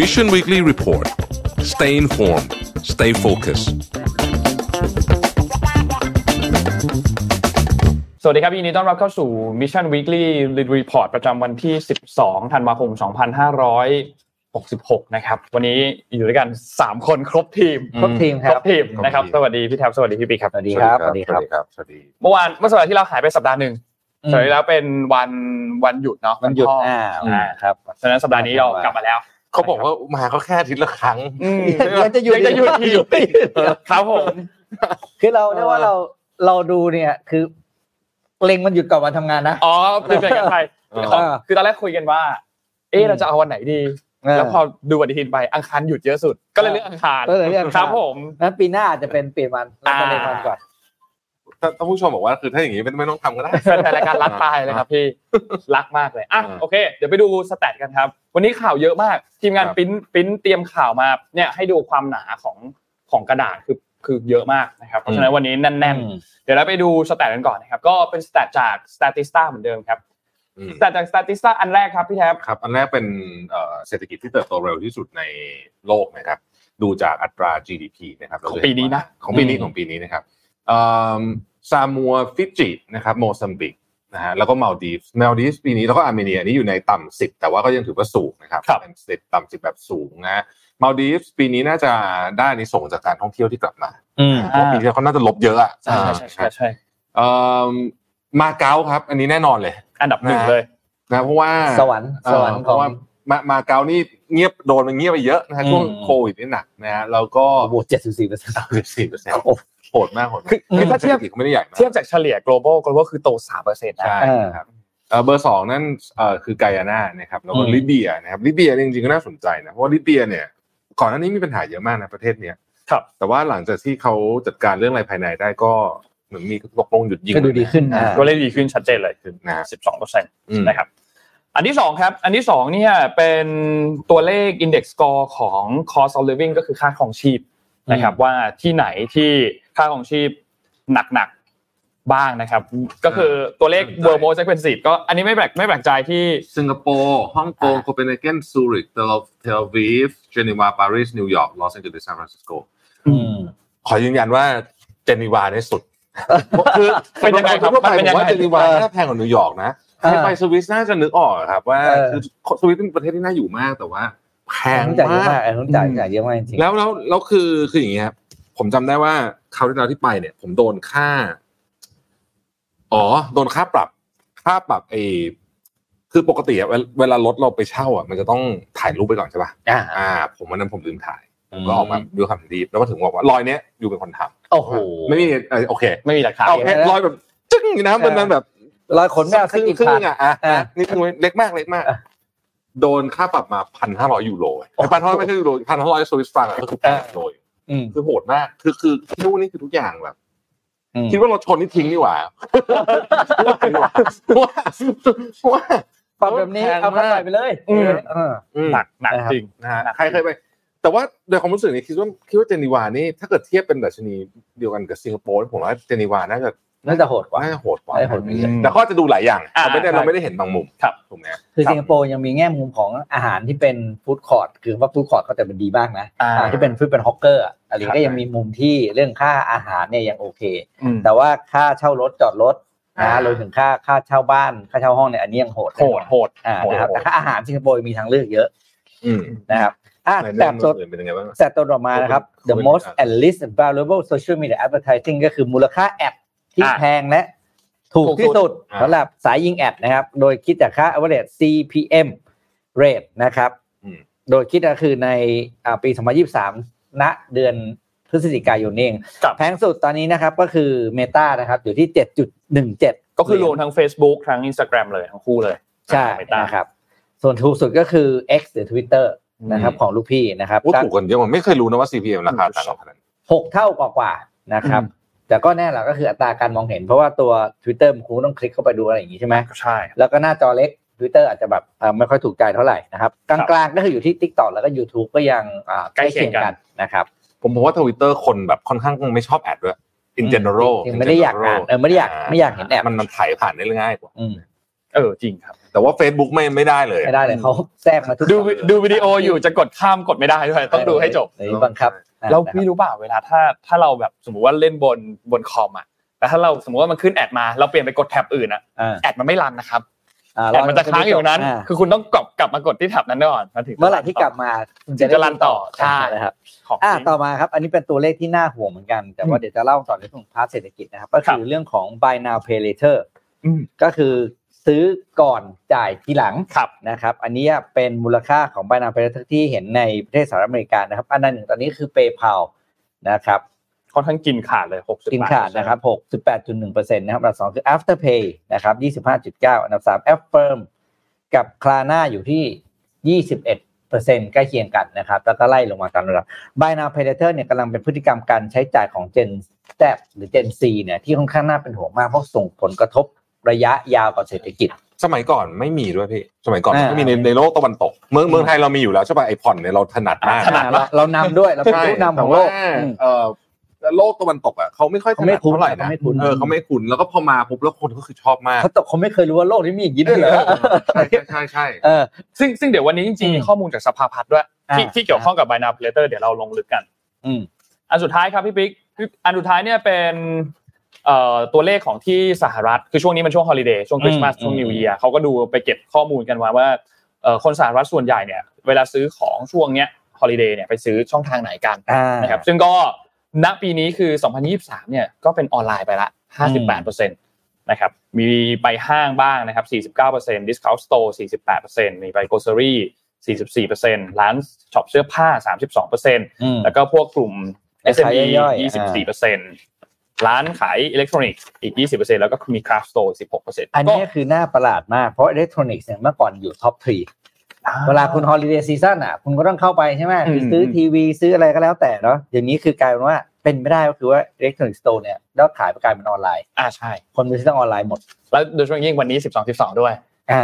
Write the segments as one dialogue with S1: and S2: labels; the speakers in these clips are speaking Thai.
S1: Mission Weekly Report. Stay informed. Stay focused.
S2: สวัสดีครับยินดีต้อนรับเข้าสู่ Mission Weekly Report ประจำวันที่ 12 ธันวาคม 2566 นะครับ วันนี้อยู่ด้วยกัน 3 คนครบทีม
S3: ครบทีมค
S2: คร
S3: รั
S2: บบ ทีม
S4: ครบทีม
S2: นะครับ สวัสดีพี่แท็บสวัสดีพี่ปีครับ
S3: สวัสดีครับ
S4: สวัสดีครับ สวัสดีครับ สวัสดี
S2: เมื่อวานเมื่อสัปดาห์ที่เราหายไปสัปดาห์หนึ่งสัปดาห์ที่แล้วเป็นวันวันหยุดเนาะ
S3: มันหยุด
S2: พ่ออ
S3: อ่า
S2: อืม
S3: ครับ
S2: ฉะนั้นสัปดาห์นี้เรากลับมาแล้ว
S4: เขาบอกว่ามาเขาแค่อาทิตย์ละครั้ง
S3: ยังจะหยุด
S2: ยังจะหยุด
S3: อีก
S2: อีกครับผม
S3: คือเราเรียกว่าเราเราดูเนี่ยคือเล็งมันหยุดก่อนวันทำงานนะ
S2: อ๋อเปลี่ยนกันไปขอ
S3: เออ
S2: คือตอนแรกคุยกันว่า เอ๊ะ
S3: อืม
S2: เราจะเอาวันไหนดี แล้วพอดูปฏิทินไปอังคารหยุดเยอะสุด ก็เลยเลือกอังคาร
S3: ก็เลยเลือกอัง
S2: ค
S3: คาร
S2: รับผม
S3: นั้นปีหน้าอาจจะเป็นเปลี่ยนวันเราจะเล็งวันก่อน
S4: ถ้าถ้าผู้ชมบอกว่าคือถ้าอย่างนี้ไม่ไม่ต้องทำก็ได้
S2: แฟนรายการรักตายเลยครับพี่ รักมากเลยอ่ะ
S4: อ่า
S2: โอเค เดี๋ยวไปดูสแตทกันครับ วันนี้ข่าวเยอะมาก ทีมงาน
S4: ครับ
S2: ปริ้นปริ้นเตรียมข่าวมาเนี่ยให้ดูความหนาของของกระดาษคือคือเยอะมากนะครับ เพราะฉะนั้นวันนี้แน่น ๆ เดี๋ยวเราไปดูสแตทกันก่อนนะครับ ก็เป็นสแตทจาก Statista เหมือนเดิมครับ
S4: อืม
S2: สแตทจาก Statista อันแรกครับพี่แท็บ
S4: ครับ อันแรกเป็นเอ่อเศรษฐกิจที่เติบโตเร็วที่สุดในโลกนะครับ ดูจากอัตรา GDP นะครับ
S2: ของปีนี้นะ
S4: ของปีนี้ของปีนี้นะครับซามัวฟิจินะครับโมซัมบิกนะฮะแล้วก็มาลดีฟส์มาลดีฟส์ปีนี้แล้วก็อาร์เมเนียนี่อยู่ในต่ำสิบแต่ว่าก็ยังถือว่าสูงนะครับ
S2: ครับ
S4: เป็นสิบต่ำสิบแบบสูงนะมาลดีฟส์ปีนี้น่าจะได้ในส่งส์จากการท่องเที่ยวที่กลับมา
S3: อืม
S4: เพราะปีที่แล้วเขาน่าจะลบเยอะอะ
S2: ใช่ใช่ใช่ใช่
S4: เอ่อมาเก๊าครับ อันนี้แน่นอนเลย
S2: อันดับหนึ่งเลย
S4: นะเพราะว่า
S3: สวรรค์
S4: เอ่
S3: ส
S4: อ
S3: วรรค์
S4: เพ
S3: ของ
S4: ราะว่ามามาเก๊านี่เงียบโดนมันเงียบไปเยอะนะฮะ
S3: อืม
S4: ช่วงโควิดนี่หนักนะฮะแล้วก็
S3: โอ้โหเจ็ดสิบสี่เปอร์เซ็นต์
S4: สี่เปอร์เซ็นต์โหดมากโหดมาก
S2: คือคือถ้าเทียบ
S4: ศรษฐกิจเขาไม่ได้ใหญ่มาก
S2: เทียบจากเฉลี่ย global global คือโต3%นะ
S4: ใช่
S3: เออ
S4: นะครับเอ่อเบอร์สองนั่นเอ่อคือไกานานะครับแล้วก็
S2: อืม
S4: ลิเบียนะครับลิเบียเนี่ยจริงๆก็น่าสนใจนะเพราะว่าลิเบียเนี่ยก่อนหน้านี้มีปัญหาเยอะมากนะประเทศเนี้ย
S2: ครับ
S4: แต่ว่าหลังจากที่เขาจัดการเรื่องอะไรภายในได้ก็เหมือนมีตกลงหยุดยิง
S3: ก็ดูดีขึ้นนะ
S2: ก็เลยดีขึ้นชัดเจนเลย
S4: นะฮะ
S2: 12%
S4: อืม
S2: นะครับอันที่สองครับ อันที่สองเนี่ยเป็นตัวเลข Index Score ของ Cost of Living ก็คือค่าครองชีพนะครับว่าที่ไหนที่ค่าครองชีพหนักๆบ้างนะครับ ก็คือตัวเลข World Most Expensive ก็อันนี้ไม่แปลกไม่แปลกใจที่
S4: สิงคโปร์ฮ่องกงโคเปนเฮเกนซูริกเทลอาวีฟเจนีวาปารีสนิวยอร์กลอสแอนเจลิสซานฟรานซิสโก
S3: อืม
S4: ขอยืนยันว่าเจนีวาเนี่ยสุดคือ
S2: เป็นยังไงครับ
S4: ทั่วไป
S2: มันเป็นยั
S4: ผมว่า
S2: งไง
S4: เจนีวาน่าแพงกว่านิวยอร์กนะ
S3: เออ
S4: ใครไปสวิสน่าจะนึกออกครับว่า
S3: เออ
S4: คือสวิสเป็นประเทศที่น่าอยู่มากแต่ว่าแพง
S3: ต้องจ่ายเยอะาก
S4: มามก
S3: อันต้องจ่ายจ่ายเยอะมากจริงๆ
S4: แล้วแล้วแล้วคือคืออย่างเงี้ยครับผมจำได้ว่าคราวที่เราที่ไปเนี่ย ผมโดนค่า อ๋อ โดนค่าปรับ ค่าปรับไอ้คือปกติอะเวลเวลารถเราไปเช่าอ่ะมันจะต้องถ่ายรูปไปก่อนใช่ป่ะ
S3: อ่า
S4: อ่า ผมวันนั้นผมลืมถ่ายผมก็ออกมาดูคำดีแล้วก็ถึงบอกว่ารอยเนี้ยอยู่เป็นคนท
S3: โอ้โห
S4: ำไม่มีเอ่อโอเค
S2: ไม่มีหลักฐาน
S4: เอาแค่รอยแบบ จึ้งอยู่นะมันมันแบบ
S3: รอยขนแมว
S4: ครึ่ง
S3: สักกี่
S4: ครึ่
S3: พั
S4: ง
S3: น
S4: อ่ะอ่ะ
S3: อ่ะ
S4: นี่คือเล็กมากเล็กมาก
S3: อ่ะ
S4: โดนค่าปรับมาพันห้าร้อยยูโรพันห้าร้อยไม่ใช่ยูโรพันห้าร้อยสวิสฟรังก็คือแปดโดย
S3: อืม
S4: คือโหดมาก คือคือที่นู่นนี่คือทุกอย่างแบบ
S3: อืม
S4: คิดว่ารถชนนี่ทิ้งนี่หว่าว่าว่า
S3: ปรับแบบนี้เอาพันหน่อยไปเลย
S2: อืม
S3: เออ
S2: หนักหนักจริง
S4: นะฮะ
S2: หนัก
S4: ใครเคยไป แต่ว่าโดยความรู้สึกนี่คิดว่าคิดว่าเจนีวานี่ ถ้าเกิดเทียบเป็นดัชนีเดียวกันกับสิงคโปร์ผมว่าเจนีวาน่าจะ
S3: น่าจะโหดกว่า
S4: น่าจะโหดกว่า
S3: น่าจะโหดกว่าเยอะ
S4: แต่ก็จะดูหลายอย่าง
S2: อ่า
S4: เราไม่ได้
S2: ใช่
S4: เราไม่ได้เห็นบางมุม
S2: ครับ
S4: ถูกไหม
S3: คือ
S4: รับ
S3: สิงคโปร์ยังมีแง่มุมของอาหารที่เป็นฟู้ดคอร์ทคือว่าฟู้ดคอร์ทเขาแต่มันดีมากนะ
S2: อ่า
S3: อาหารที่เป็นฟู้ดเป็นฮอกเกอร์อะอะไร
S4: ครับ
S3: ก็ยังมีมุมที่เรื่องค่าอาหารเนี่ยยังโอเค
S2: อืม
S3: แต่ว่าค่าเช่ารถจอดรถนะ
S4: อ่า
S3: รวมถึงค่าค่าเช่าบ้านค่าเช่าห้องเนี่ยอันนี้ยังโหด
S2: โหดโหด
S3: อ่า
S2: โหด
S3: นะครับ
S2: โหด
S3: แต่ค่าอาหารสิงคโปร์มีทางเลือกเยอะ
S4: อืม
S3: นะครับอ่ะ
S4: ใน
S3: แบ
S4: เรื่อบ ง
S3: สด
S4: อื่นเป็นยังไงบ้าง
S3: แต่ตัวต่อมานะครับ the
S4: คุณ
S3: most and least valuable social media advertising ก็คือมูลค่าแอดที่
S2: อ่ะ
S3: แพงและถูก
S2: ถูก
S3: ที่
S2: สุ
S3: สุ
S2: ด
S3: ด
S4: อ่ะ
S3: สำหรับสายยิงแอดนะครับ โดยคิดจากค่า average CPM rate นะครับ
S4: อืม
S3: โดยคิดก็คือในอ่าปี 2023 ณ เดือนพฤศจิกายนนี่เอง
S2: ครับ
S3: แพงสุดตอนนี้นะครับก็คือ Meta นะครับ อยู่ที่ 7.17
S2: ก็คือรวมทั้ง Facebook ทั้ง Instagram เลยทั้งคู่เลย
S3: ใช่
S2: Meta
S3: นะครับ ส่วนถูกสุดก็คือ X หรือ Twitter นะครับ
S4: อืม
S3: ของลูกพี่นะครับ
S4: โอ้ถูกกันเยอะมันไม่เคยรู้นะว่า CPM ราคาต่างกันขนาดนั้น
S3: หกเท่ากว่าๆนะครับ แต่ก็แน่แหละก็คืออัตราการมองเห็น เพราะว่าตัว Twitter มันคงต้องคลิกเข้าไปดูอะไรอย่างนี้ใช่ไหม
S2: ก็ใช่
S3: แล้วก็หน้าจอเล็ก Twitter อาจจะแบบเอ่อไม่ค่อยถูกใจเท่าไหร่นะครับ กลางๆก็คืออยู่ที่ TikTok แล้วก็ YouTube ก็ยังอ่าใกล้เคียงกันนะครับ
S4: ผมผมว่าทวิตเตอร์คนแบบค่อนข้างไม่ชอบแอดด้วย in general
S3: จริงๆไม่ได้อยากอ่าน
S4: in general
S3: เออไม่ได้อยากไม่อยากเห็นแอด
S4: มันมันถ่ายผ่านได้ง่ายกว่า
S3: อืม
S2: เออจริงครับ
S4: แต่ว่า Facebook ไม่ไม่ได้เลย
S3: ไม่ได้เลยเขาแทรกมาทุก
S2: ดูวิดูวิดีโออยู่จะกดข้ามกดไม่ได้ด้วยต้องดูให้จบ
S3: ในบังคับนะ
S2: เรา
S3: นะ
S2: พี่
S3: ครับ
S2: รู้เปล่าเวลาถ้าถ้าเราแบบสมมติว่าเล่นบนบนคอมอ่ะแต่ถ้าเราสมมติว่ามันขึ้นแอดมาเราเปลี่ยนไปกดแท็บอื่นอ่ะ
S3: อ่า
S2: แอดมันไม่รันนะครับ
S3: อ่า
S2: แอดมันจะค้างอยู่นั้น
S3: า
S2: คือคุณต้องกลับกลับมากดที่แท็บนั้นก่อนมันถึงจะ
S3: เมื่อไหร่ที่กลับมา
S2: ถึงจะรันต่อใช่
S3: นะครับ
S2: ของ
S3: อ่า
S2: จริง
S3: ต่อมาครับ อันนี้เป็นตัวเลขที่น่าห่วงเหมือนกัน แต่ว่าเดี๋ยวจะเล่าต่อในเรื่องของพาร์ทเศรษฐกิจนะครับ ก็คือเรื่องของ buy now pay later
S2: อืม
S3: ก็คือซื้อก่อนจ่ายทีหลัง
S2: ครับ
S3: นะครับ อันนี้เป็นมูลค่าของ buy now pay later ที่เห็นในประเทศสหรัฐอเมริกานะครับ อันดับหนึ่งตอนนี้คือ PayPal นะครับ
S2: ค่อนข้างกินขาดเลยหกสิบ
S3: กินขาดนะครับ 68.1%นะครับ อันดับสองคือ Afterpay นะครับ 25.9 อันดับสาม Affirm กับ Klarna อยู่ที่ 21%ใกล้เคียงกันนะครับ แล้วก็ไล่ลงมาตามระดับ Buy Now Pay Later เนี่ยกำลังเป็นพฤติกรรมการใช้จ่ายของ Gen Z หรือ Gen C เนี่ยที่ค่อนข้างน่าเป็นห่วงมากเพราะส่งผลกระทบระยะยาวกับเศรษฐกิจ
S4: สมัยก่อนไม่มีด้วยพี่ สมัยก่อน
S3: อ่า
S4: ไม่มีในในโลกตะวันตก เมืองเมืองไทยเรามีอยู่แล้วใช่ป่ะไอผ่อนเนี่ยเราถนัดมาก
S2: ขนาด
S3: เรา
S2: ว่า
S3: เรานำด้วย เราเป็น
S4: ใช่
S3: ผู้นำข
S4: แต่
S3: องโล
S4: ว่าก
S3: อืม
S4: เออโลกตะวันตกอ่ะเขาไม่ค่อยถนัด
S3: เขาไม่คุ้น
S4: เท่าไหร่นะ
S3: เขาไม่คุ้น
S4: เออเขาไม่คุ้นแล้วก็พอมาปุ๊บแล้วคนก็คือชอบมาก
S3: เขาตกเขาไม่เคยรู้ว่าโลกนี้มีอย่างนี้ด้วยเหรอ
S4: ใช่ใช่ใช่
S3: เออ
S2: ซึ่งซึ่งเดี๋ยววันนี้จริงๆ
S3: อืม
S2: มีข้อมูลจากสภาพัฒน์ด้วยที่
S3: อ่า
S2: ที่เกี่ยวข้องกับ buy now pay later เดี๋ยวเราลงลึกกัน
S3: อืม
S2: อันสุดท้ายครับพี่ปิ๊กคืออันสุดท้ายเนี่ยเป็นเอ่อตัวเลขของที่สหรัฐ คือช่วงนี้มันช่วงฮอลิเดย์ช่วงคริสต์มาส
S3: อืม
S2: ช่วงนิว
S3: อืม
S2: เยียร์เขาก็ดูไปเก็บข้อมูลกันมาว่าเอ่อคนสหรัฐส่วนใหญ่เนี่ยเวลาซื้อของช่วงเนี้ยฮอลิเดย์เนี่ยไปซื้อช่องทางไหนกัน
S3: อ่า
S2: นะครับซึ่งก็ณปีนี้คือ 2023เนี่ยก็เป็นออนไลน์ไปละ 58%นะครับมีไปห้างบ้างนะครับ 49% discount store 48%มีไป grocery 44%ร้านช็อปเสื้อผ้า 32%
S3: อืม
S2: แล้วก็พวกกลุ่ม
S3: ราคา
S2: SME
S3: ย่อยๆอ่
S2: 24เปอร์เซ็นร้านขายอิเล็กทรอนิกส์อีก 20เปอร์เซ็นแล้วก็มีคราฟต์ store 16เปอร์เซ็นต์
S3: อันเนี้ยคือหน้าประหลาดมากเพราะอิเล็กทรอนิกส์เนี่ยเมื่อก่อนอยู่ท็อปทรีเวลาคุณฮอลิเดย์ซีซั่นอ่ะ คุณก็ต้องเข้าไปใช่ไหมคือซื้อทีวีซื้ออะไรก็แล้วแต่เนาะอย่างนี้คือกลายเป็นว่าเป็นไม่ได้ก็คือว่าอิเล็กทรอนิกส์โตร์เนี่ยยอดขายไปกลายเป็นออนไลน์
S2: อ่าใช่
S3: คนไปซื้อทางออนไลน์หมด
S2: แล้วโดยเฉพาะยิ่งวันนี้ 12 12 ด้วย
S3: อ่า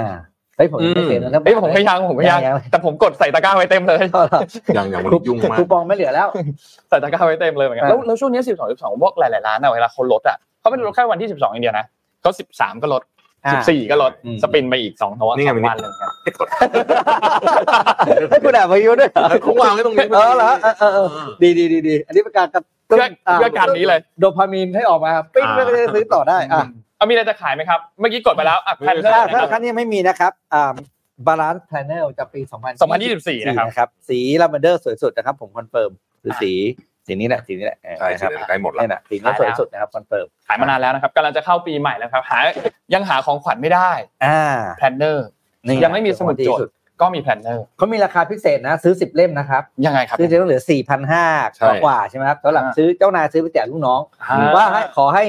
S3: เฮ้ยผมยังไม่เสียเงินทั้ง
S2: เอ้ยผมพยายามผมพยายามแต่ผมกดใส่ตะกร้าไว้เต็มเลย
S4: อย่างอย่างมัน
S3: คูป
S4: ยุ่งมา ก
S3: คูปองไม่เหลือแล้ว
S2: ใส่ตะกร้าไว้เต็มเลยเหมือนกัน
S3: อ่า
S2: แล้วแล้วช่วงนี้ 12 12พวกหลายๆร้านอะเวลาเขาลดอ่ะเขาไม่ได้ลดแค่วันที่ 12อย่างเดียวนะเขา13 ก็ลด
S3: อ่า
S2: 14 ก็ลด
S3: อืม
S2: สปินไปอีก2องวัน
S4: นี่ไง
S2: สองวั
S4: วันนี้
S2: นเลยเหมือนกัน
S4: ให้กด
S3: ให้คุณแอบมายุ ด้วยเหรอ
S4: คงวางไว้ตรงนี้
S3: เออเหรอเออเออเออดีดีดีดีอันนี้เป็นการกระตุ้น
S2: เพื่อเพื่อการนี้เลย
S3: โดพามีนให้ออกมาปิ้งแล้วก็จะซื้อต่อได้อ่ะ
S2: เอามีอะไรจะขายไหมครับเมื่อกี้กดไปแล้วอ่ะแพนเทอ
S3: ถ้า
S2: ร์นะ
S3: ถ้า
S2: ครับ
S3: ท่านยังไม่มีนะครับอ่าบาลานซ์แพลนเนอร์จะปี
S2: 2024
S3: 2024
S2: นะครับ
S3: นะครับ สีลาเวนเดอร์สวยสุดนะครับ ผมคอนเฟิร์มคือสีสีนี้แหละสีนี้แหละเออ
S4: ใช่
S3: นะค
S4: ใช่
S3: รับ
S4: ใกล้หมดละ
S3: นี่แหละสีนี้สวยสุดนะครับคอนเฟิร์ม
S2: ขายมานานแล้วนะครับกำลังจะเข้าปีใหม่แล้วครับหายังหาของขวัญไม่ได้
S3: อ่า
S2: แพลนเนอร์
S3: นี่
S2: ยังไม่มีสมุดจด
S3: สุ
S2: ก็มีแพลนเนอร์
S3: เขามีราคาพิเศษนะ ซื้อ 10 เล่มนะครับ
S2: ยังไงครับ
S3: ซื้อจะต้องเหลือ 4,500กว่ากว่าๆใช่ไหมครับสำหรับ
S2: อ่า
S3: ซื้อเจ้านายซื้อไปแจกลูกน้อง
S2: อ่
S3: ว่าให้ขอให้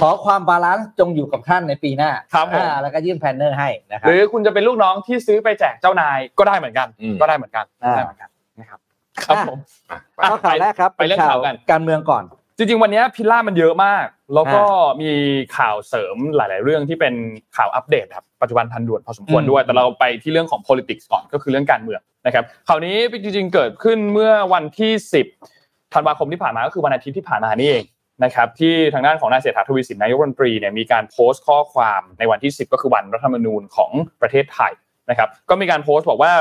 S3: ขอความบาลานซ์จงอยู่กับท่านในปีหน้า
S2: ครับผม
S3: อ่าแล้วก็ยื่นแพลนเนอร์ให้นะครั
S2: ห
S3: บ
S2: รือคุณจะเป็นลูกน้องที่ซื้อไปแจกเจ้านายก็ได้เหมือนกัน
S4: อืม
S2: ก็ได้เหมือนกัน
S3: อ่า
S2: ได้เหมือนกันนะครับครับผม
S4: อ่ะไป
S2: อ่ะ
S3: ข้อข่าวแรกครับ
S2: ไปเรื่องข่าวกัน
S3: การเมืองก่อน
S2: จริงๆ วันนี้พิลล่ามันเยอะมาก แล้วก็มีข่าวเสริมหลาย ๆ เรื่องที่เป็นข่าวอัปเดตครับปัจจุบันทันด่วนพอสมควร
S3: อืม
S2: ด้วย แต่เราไปที่เรื่องของ politics ก่อนก็คือเรื่องการเมืองนะครับข่าวนี้จริงๆ เกิดขึ้นเมื่อวันที่ 10 ธันวาคมที่ผ่านมาก็คือวันอาทิตย์ที่ผ่านมานี่เองนะครับที่ทางด้านของนายเศรษฐาทวีสินนายกรัฐมนตรีเนี่ยมีการโพสต์ข้อความในวันที่ 10 ก็คือวันรัฐธรรมนูญของประเทศไทยนะครับก็มีการโพสต์บอกว่า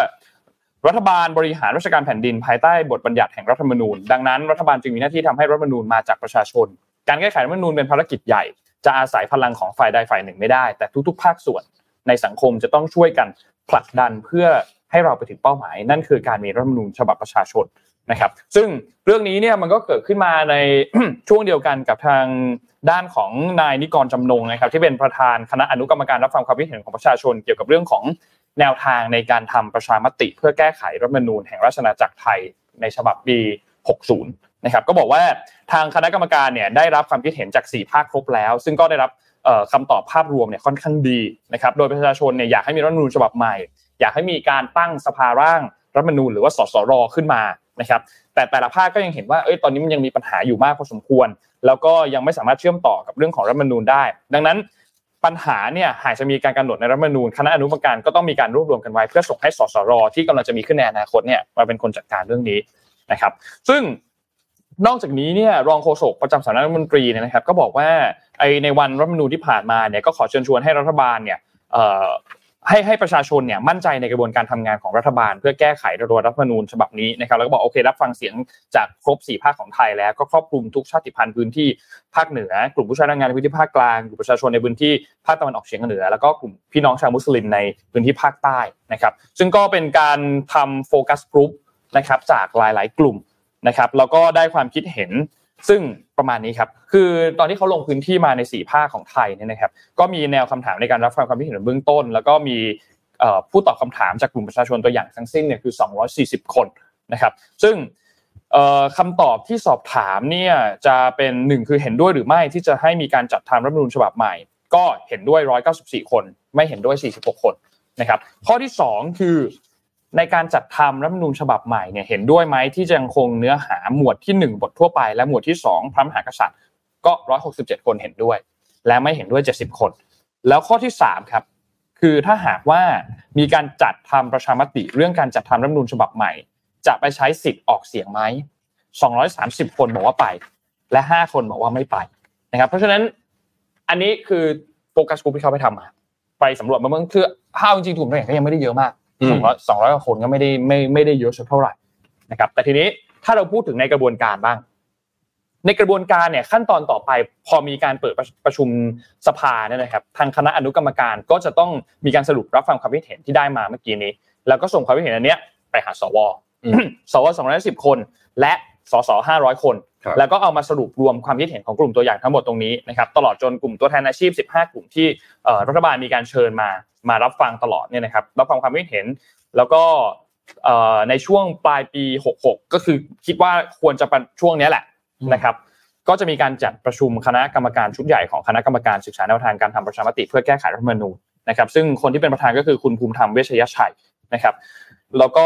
S2: รัฐบาลบริหารราชการแผ่นดินภายใต้บทบัญญัติแห่งรัฐธรรมนูญ ดังนั้นรัฐบาลจึงมีหน้าที่ทำให้รัฐธรรมนูญมาจากประชาชน การแก้ไขรัฐธรรมนูญเป็นภารกิจใหญ่ จะอาศัยพลังของฝ่ายใดฝ่ายหนึ่งไม่ได้ แต่ทุกๆ ภาคส่วนในสังคมจะต้องช่วยกันผลักดันเพื่อให้เราไปถึงเป้าหมาย นั่นคือการมีรัฐธรรมนูญฉบับประชาชนนะครับ ซึ่งเรื่องนี้เนี่ยมันก็เกิดขึ้นมาใน ช่วงเดียวกันกับทางด้านของนายนิกรจำนงนะครับที่เป็นประธานคณะอนุกรรมการรับฟังความคิดเห็นของประชาชน เกี่ยวกับเรื่องของ แนวทางในการทำประชามติ เพื่อแก้ไขรัฐธรรมนูญแห่งราชอาณาจักรไทยในฉบับปี 60 นะครับ ก็บอกว่าทางคณะกรรมการเนี่ยได้รับความคิดเห็นจาก 4 ภาคครบแล้ว ซึ่งก็ได้รับเอ่อคำตอบภาพรวมเนี่ยค่อนข้างดีนะครับ โดยประชาชนเนี่ยอยากให้มีรัฐธรรมนูญฉบับใหม่ อยากให้มีการตั้งสภาร่างรัฐธรรมนูญหรือว่าสสรขึ้นมานะครับ แต่แต่ละภาคก็ยังเห็นว่าเอ้ยตอนนี้มันยังมีปัญหาอยู่มากพอสมควร แล้วก็ยังไม่สามารถเชื่อมต่อกับเรื่องของรัฐธรรมนูญได้ ดังนั้นปัญหาเนี่ยหากจะมีการกำหนดในรัฐธรรมนูญคณะอนุกรรมการก็ต้องมีการรวบรวมกันไว้ เพื่อส่งให้สสรที่กำลังจะมีขึ้นในอนาคตเนี่ยมาเป็นคนจัดการเรื่องนี้นะครับ ซึ่งนอกจากนี้เนี่ยรองโฆษกประจำสำนักรัฐมนตรีเนี่ยนะครับ ก็บอกว่าไอในวันรัฐธรรมนูญที่ผ่านมาเนี่ยก็ขอเชิญชวนให้รัฐบาลเนี่ย เอ่อให้ให้ประชาชนเนี่ยมั่นใจในกระบวนการทำงานของรัฐบาล เพื่อแก้ไขรัฐธรรมนูญฉบับนี้นะครับแล้วก็บอกโอเครับฟังเสียงจากครบสี่ภาคของไทยแล้วก็ครอบคลุมทุกชาติพันธุ์พื้นที่ภาคเหนือ กลุ่มผู้ใช้แรงงานในพื้นที่ภาคกลางกลุ่มประชาชนในพื้นที่ภาคตะวันออกเฉียงเหนือ แล้วก็กลุ่มพี่น้องชาวมุสลิมในพื้นที่ภาคใต้นะครับ ซึ่งก็เป็นการทำโฟกัสกลุ่มนะครับจากหลาย ๆ กลุ่มนะครับแล้วก็ได้ความคิดเห็น ซึ่งประมาณนี้ครับ คือตอนที่เขาลงพื้นที่มาในสี่ภาคของไทยเนี่ยนะครับ ก็มีแนวคำถามในการรับฟังความคิดเห็นเบื้องต้น แล้วก็มีเอ่อผู้ตอบคำถามจากกลุ่มประชาชนตัวอย่างทั้งสิ้นเนี่ยคือ 240 คนนะครับ ซึ่งเอ่อคำตอบที่สอบถามเนี่ยจะเป็นหนึ่งคือเห็นด้วยหรือไม่ที่จะให้มีการจัดทำรัฐธรรมนูญฉบับใหม่ ก็เห็นด้วย 194 คน ไม่เห็นด้วย 46 คนนะครับ ข้อที่สองคือในการจัดทำรัฐธรรมนูญฉบับใหม่เนี่ยเห็นด้วยไหมที่จะยังคงเนื้อหาหมวดที่หนึ่งบททั่วไปและหมวดที่สองพระมหากษัตริย์ ก็ 167 คนเห็นด้วย และไม่เห็นด้วย 70 คน แล้วข้อที่ 3 ครับ คือถ้าหากว่ามีการจัดทำประชามติเรื่องการจัดทำรัฐธรรมนูญฉบับใหม่ จะไปใช้สิทธิ์ออกเสียงไหม 230 คนบอกว่าไป และ 5 คนบอกว่าไม่ไปนะครับ เพราะฉะนั้นอันนี้คือโฟกัสกลุ่มที่เขาไปทำมา ไปสำรวจมาเมื่อคือภาพจริงๆกลุ่มตัวอย่างก็ยังไม่ได้เยอะมาก
S4: อืม
S2: 200 200กว่าคนก็ไม่ได้ไม่ไม่ได้เยอะสักเท่าไหร่นะครับ แต่ทีนี้ถ้าเราพูดถึงในกระบวนการบ้าง ในกระบวนการเนี่ยขั้นตอนต่อไปพอมีการเปิดประประชุมสภาเนี่ยนะครับ ทางคณะอนุกรรมการก็จะต้องมีการสรุปรับฟังความคิดเห็นที่ได้มาเมื่อกี้นี้ แล้วก็ส่งความคิดเห็นอันเนี้ยไปหาสว สวสองร้อยสิบคน และสสห้าร้อยคน
S4: ครับ
S2: แล้วก็เอามาสรุปรวมความคิดเห็นของกลุ่มตัวอย่างทั้งหมดตรงนี้นะครับตลอดจนกลุ่มตัวแทนอาชีพ 15 กลุ่มที่เอ่อรัฐบาลมีการเชิญมามารับฟังตลอดเนี่ยนะครับรับฟังความคิดเห็น แล้วก็เอ่อในช่วงปลายปี 66 ก็คือคิดว่าควรจะเป็นช่วงเนี้ยแหละนะครับ ก็จะมีการจัดประชุมคณะกรรมการชุดใหญ่ของคณะกรรมการศึกษาแนวทางการทำประชามติเพื่อแก้ไขรัฐธรรมนูญนะครับซึ่งคนที่เป็นประธานก็คือคุณภูมิธรรมเวชยชัยนะครับ แล้วก็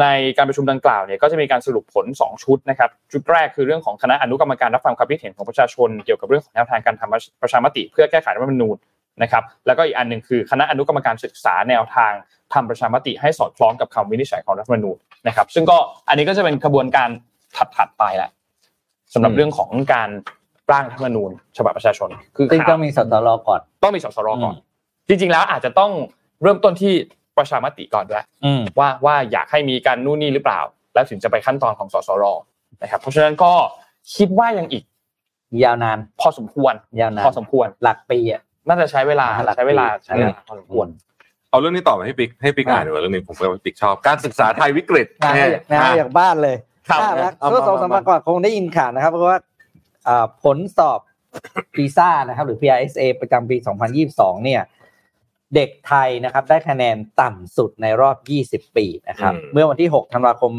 S2: ในการประชุมดังกล่าวเนี่ยก็จะมีการสรุปผล 2 ชุดนะครับชุดแรกคือเรื่องของคณะอนุกรรมการรับฟังความคิดเห็นของประชาชนเกี่ยวกับเรื่องของแนวทางการทำประชามติ เพื่อแก้ไขรัฐธรรมนูญนะครับแล้วก็อีกอันหนึ่งคือคณะอนุกรรมการศึกษาแนวทางทำประชามติให้สอดคล้องกับคำวินิจฉัยของรัฐธรรมนูญนะครับซึ่งก็อันนี้ก็จะเป็นกระบวนการถัดๆไปแหละสำหรับ
S4: อืม
S2: เรื่องของการร่างรัฐธรรมนูญ ฉบับประชาชน คือ
S3: ซึ่ง
S2: ข่าว
S3: ต้องมีสตรอก่อน
S2: ต้องมีสสรก่อน
S3: อืม
S2: จริงๆ แล้วอาจจะต้องเริ่มต้นที่ประชามติก่อนด้วย
S3: อืม
S2: ว่าว่าอยากให้มีการนู่นนี่หรือเปล่า แล้วถึงจะไปขั้นตอนของสสรนะครับ เพราะฉะนั้นก็คิดว่ายังอีก
S3: ยาวนาน
S2: พอสมควร
S3: ยาวนาน
S2: พอสมควร
S3: หลักปีอ่ะ
S2: น่าจะใช้เวลา
S3: หลัก
S2: ใช้เวลา
S3: ปี
S2: ใช้เวลาพ
S3: ใช่
S2: อสมควร
S4: เอาเรื่องนี้ต่อไหมให้ปิ๊กให้ปิ๊กอ่านดีกว่าเรื่องนี้ผมก็ปิ๊กชอบ การศึกษาไทยวิกฤต
S3: งาน
S4: เนี่ย
S3: งานอย่างบ้านเลย
S2: ครับ
S3: น่ารัก
S4: เอา
S3: ก็
S4: มา
S3: สองสามวันก่อนคงได้ยินข่าวนะครับ เพราะว่าอ่าผลสอบ PISA นะครับ หรือ PISA ประจำปี 2022 เนี่ย เด็กไทยนะครับ ได้คะแนนต่ำสุดในรอบ 20 ปีนะครับ เมื่อวันที่ 6 ธันวาคม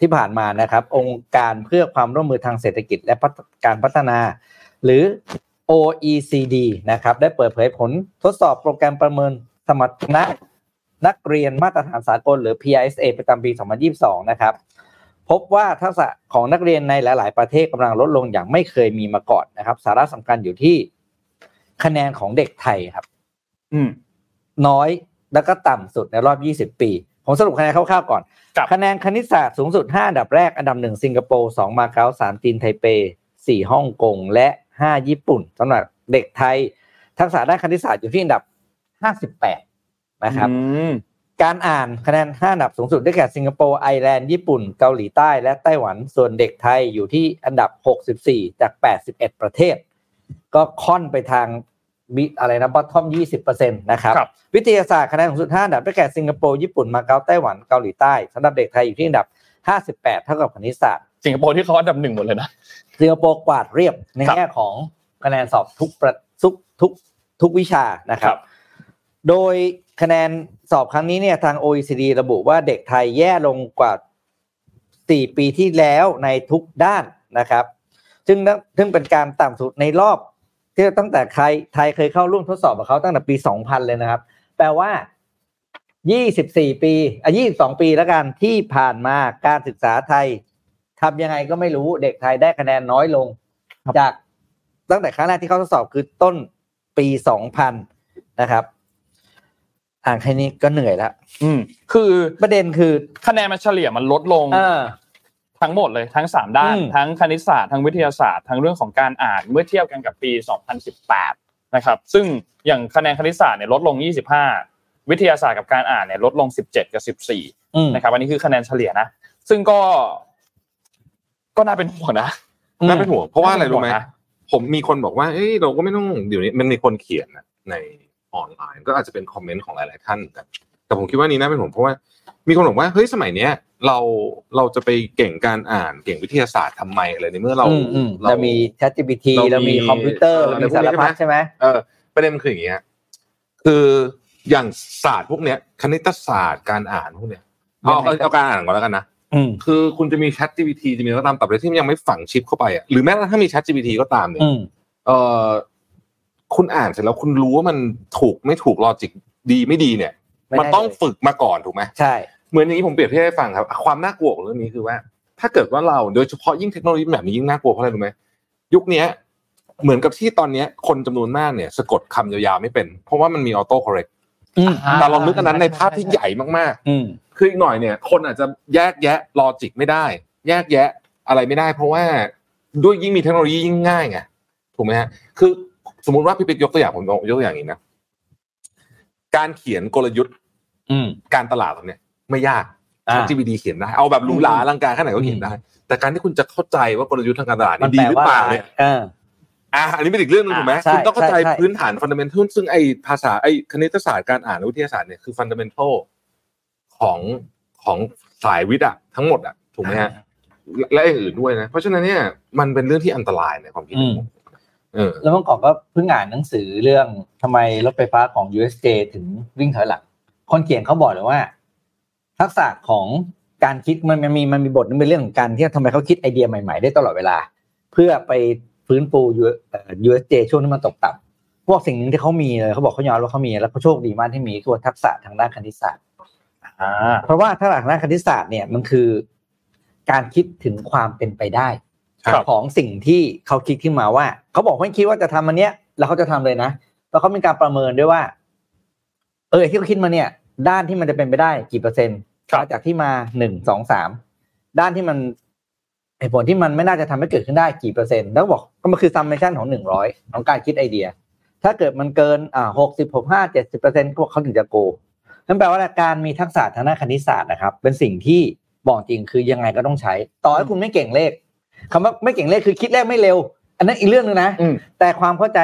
S3: ที่ผ่านมานะครับ องค์การเพื่อความร่วมมือทางเศรษฐกิจและพัฒการพัฒนา หรือ OECD นะครับ ได้เปิดเผยผลทดสอบโปรแกรมประเมินสมรรถนะนักเรียนมาตรฐานสากลหรือ PISA ประจำปี 2022 นะครับ พบว่าทักษะของนักเรียนในหลาย ๆ ประเทศกำลังลดลงอย่างไม่เคยมีมาก่อนนะครับ สาระสำคัญอยู่ที่คะแนนของเด็กไทยครับ
S2: อืม
S3: น้อยแล้วก็ต่ำสุดในรอบ 20 ปี ผมสรุปคะแนนคร่าวๆก่อน
S2: ครับ
S3: คะแนนคณิตศาสตร์สูงสุด 5 อันดับแรก อันดับ 1 สิงคโปร์ 2 มาเก๊า3จีนไทเป 4 ฮ่องกง และ 5 ญี่ปุ่นสำหรับเด็กไทย ทักษะด้านคณิตศาสตร์อยู่ที่อันดับ 58 นะครับ
S2: อืม
S3: การอ่านคะแนน 5 อันดับสูงสุดได้แก่สิงคโปร์ ไอร์แลนด์ ญี่ปุ่น เกาหลีใต้ และไต้หวัน ส่วนเด็กไทยอยู่ที่อันดับ 64 จาก 81 ประเทศ ก็ค่อนไปทางบิอะไรนะ bottom 20%นะครับ
S2: ครับ
S3: วิทยาศาสตร์คะแนนสูงสุด5อันดับได้แก่สิงคโปร์ ญี่ปุ่น มาเก๊า ไต้หวัน เกาหลีใต้สำหรับเด็กไทยอยู่ที่อันดับ 58 เท่ากับคณิตศาสตร์
S2: สิงคโปร์ที่เขาอันดับหนึ่งหมดเลยนะ
S3: สิงคโปร์กวาดเรียบใน
S2: ครับ
S3: แง่ของคะแนนสอบทุกประทุกทุกทุกวิชานะครั
S2: ครับ บ
S3: โดยคะแนนสอบครั้งนี้เนี่ยทาง OECD ระบุว่าเด็กไทยแย่ลงกว่า 4 ปีที่แล้วในทุกด้านนะครับ ซึ่งนั่นซึ่งเป็นการต่ำสุดในรอบ ที่ตั้งแต่ใครไทยเคยเข้าร่วมทดสอบกับเขาตั้งแต่ปี 2000 เลยนะครับ แปลว่า 24 ปีอ่ะ22 ปีแล้วกันที่ผ่านมาการศึกษาไทยทำยังไงก็ไม่รู้เด็กไทยได้คะแนนน้อยลง จากตั้งแต่ครั้งแรกที่เขาทดสอบคือต้นปี 2000 นะครับ อ่านแค่นี้ก็เหนื่อยแล้ว
S2: อืมคือ
S3: ประเด็นคือ
S2: คะแนนมันเฉลี่ยมันลดลง
S3: เออ
S2: ทั้งหมดเลยทั้ง 3 ด้าน
S3: อืม
S2: ทั้งคณิตศาสตร์ทั้งวิทยาศาสตร์ทั้งเรื่องของการอ่านเมื่อเทียบกันกับปี 2018 นะครับ ซึ่งอย่างคะแนนคณิตศาสตร์เนี่ยลดลง 25 วิทยาศาสตร์กับการอ่านเนี่ยลดลง 17 กับ 14
S3: อืม
S2: นะครับ อันนี้คือคะแนนเฉลี่ยนะ ซึ่งก็ก็น่าเป็นห่วงนะ
S4: น่าเป็นห่วงเพราะว่าอะไรรู้ไหม
S2: น่เป็นวงน
S4: ผมมีคนบอกว่า เอ้ย เราก็ไม่ต้องเดี๋ยวนี้มันมีคนเขียนน่ะในออนไลน์ ก็อาจจะเป็นคอมเมนต์ของหลายๆท่านเหมือนกันแต่ผมคิดว่านี่น่าเป็นห่วงเพราะว่ามีคนบอกว่า เฮ้ย สมัยเนี้ย เรา เราจะไปเก่งการอ่าน เก่งวิทยาศาสตร์ทำไมอะไรในเมื่อเรา
S3: อืมอืมเรามี ChatGPT เรา
S4: เรา
S3: มี
S4: มี
S3: คอมพิวเตอร์
S4: เออ
S3: เรามีสารพัด
S4: ใช่
S3: ใช่ไห
S4: ไห
S3: ม
S4: ม เออประเด็นมันคืออย่างเงี้ยคืออย่างศาสตร์พวกเนี้ย คณิตศาสตร์การอ่านพวกเนี้ยเอาเอาเอาการอ่านก่อนแล้วกันนะ
S3: อืม
S4: คือคุณจะมี Chat GPT จะมีอะไรก็ตามแต่ประเด็นที่มันยังไม่ฝังชิปเข้าไปอ่ะหรือแม้กระทั่งมี Chat GPT ก็ตามเนี่ย
S3: อืม
S4: เออคุณอ่านเสร็จแล้วคุณรู้ว่ามันถูกไม่ถูกลอจิกดีไม่ดีเนี่ย
S3: ไม่ได้
S4: มันต้อง
S3: เลย
S4: ฝึกมาก่อนถูกไหม
S3: ใช่
S4: เหมือนอย่างนี้ผมเปรียบเทียบให้ฟังครับ ความน่ากลัวของเรื่องนี้คือว่า ถ้าเกิดว่าเราโดยเฉพาะยิ่งเทคโนโลยีแบบนี้ยิ่งน่ากลัวเพราะอะไรรู้ไหมยุคเนี้ย เหมือนกับที่ตอนเนี้ย คนจำนวนมากเนี่ยสะกดคำยาวๆไม่เป็น เพราะว่ามันมีออโต้คอร์เรก
S3: อืม
S2: ะ
S4: แต่ลองนึกอันนั้นในภาพที่ใหญ่มาก
S3: อืม
S4: ๆ คืออีกหน่อยเนี่ย คนอาจจะแยกแยะลอจิกไม่ได้ แยกแยะอะไรไม่ได้ เพราะว่าด้วยยิ่งมีเทคโนโลยียิ่งง่ายไง ถูกไหมฮะ คือสมมุติว่าพี่ปิ๊กยกตัวอย่างผมยกตัวอย่างอย่างนี้นะ การเขียนกลยุทธ์
S3: อืม
S4: การตลาดแบบเนี้ยไม่ยาก
S3: อ่า
S4: ChatGPT เขียนได้ เอาแบบหรูหราอลังการแค่ไหนก็เขียนได้ แต่การที่คุณจะเข้าใจว่ากลยุทธ์ทางการตลาด
S3: มัน
S4: นี่ดี
S3: แปล
S4: หรือ
S3: ว่า
S4: เปล่า
S3: อะไร
S4: เนี่ย
S3: เออ
S4: อ่ะอันนี้เป็นอีกเรื่องหนึงถูกไหม
S3: อ่าใช่
S4: คุณต้องเข้าใจ
S3: ใช่ใช่
S4: พื้นฐานฟันดัมเบลทุนซึ่งไอภาษาไอคณิตศาสตร์การอ่านและวิทยาศาสตร์เนี่ยคือฟันดัมเบลทของของสายวิทย์อะทั้งหมดอะถูกไหมฮะและและอย่างอื่นด้วยนะ เพราะฉะนั้นเนี่ยมันเป็นเรื่องที่อันตรายในความคิดของผมเออ
S3: แล้วเมื่อก่อนก็เพิ่งอ่านหนังสือเรื่องทำไมรถไฟฟ้าของ USJ ถึงวิ่งถอยหลัง คนเขียนเขาบอกเลยว่า ทักษะของการคิดมันมันมีมันมีบทนึงเป็นเรื่องของการที่ทำไมเขาคิดไอเดียใหม่ๆ ได้ตลอดเวลา เพื่อไปฟื้นฟู U- เอ่อ USJ ช่วงที่มันตกต่ำพวกสิ่งหนึ่งที่เขามีเลยเขาบอกเขายอมรับว่าเขามีแล้วเขาโชคดีมากที่มีคือทักษะทางด้านคณิตศาสตร์
S2: อ่า
S3: เพราะว่าถ้าหลักด้านคณิตศาสตร์เนี่ยมันคือ การคิดถึงความเป็นไปได้
S4: ครับ
S3: ของสิ่งที่เขาคิดขึ้นมาว่า เขาบอกไม่คิดว่าจะทำอันเนี้ย แล้วเขาจะทำเลยนะแล้วเขามีการประเมินด้วยว่า เออที่เขาคิดมาเนี่ย ด้านที่มันจะเป็นไปได้กี่เปอร์เซ็นต์
S2: ครับ
S3: จากที่มาหนึ่งสองสามด้านที่มันเหตุผลที่มันไม่น่าจะทำให้เกิดขึ้นได้กี่เปอร์เซ็นต์แล้วบอกก็มันคือซัมเมชันของหนึ่งร้อยของการคิดไอเดีย ถ้าเกิดมันเกินอ่าหกสิบหกห้าเจ็ดสิบเปอร์เซ็นต์พวกเขาถึงจะโกง นั่นแปลว่าการมีทักษะทางด้านคณิตศาสตร์นะครับ เป็นสิ่งที่บอกจริงคือยังไงก็ต้องใช้ ต่อให้คุณไม่เก่งเลขคำว่าไม่เก่งเลขคือคิดเลขไม่เร็ว อันนั้นอีกเรื่องหนึงนะ
S2: อืม
S3: แต่ความเข้าใจ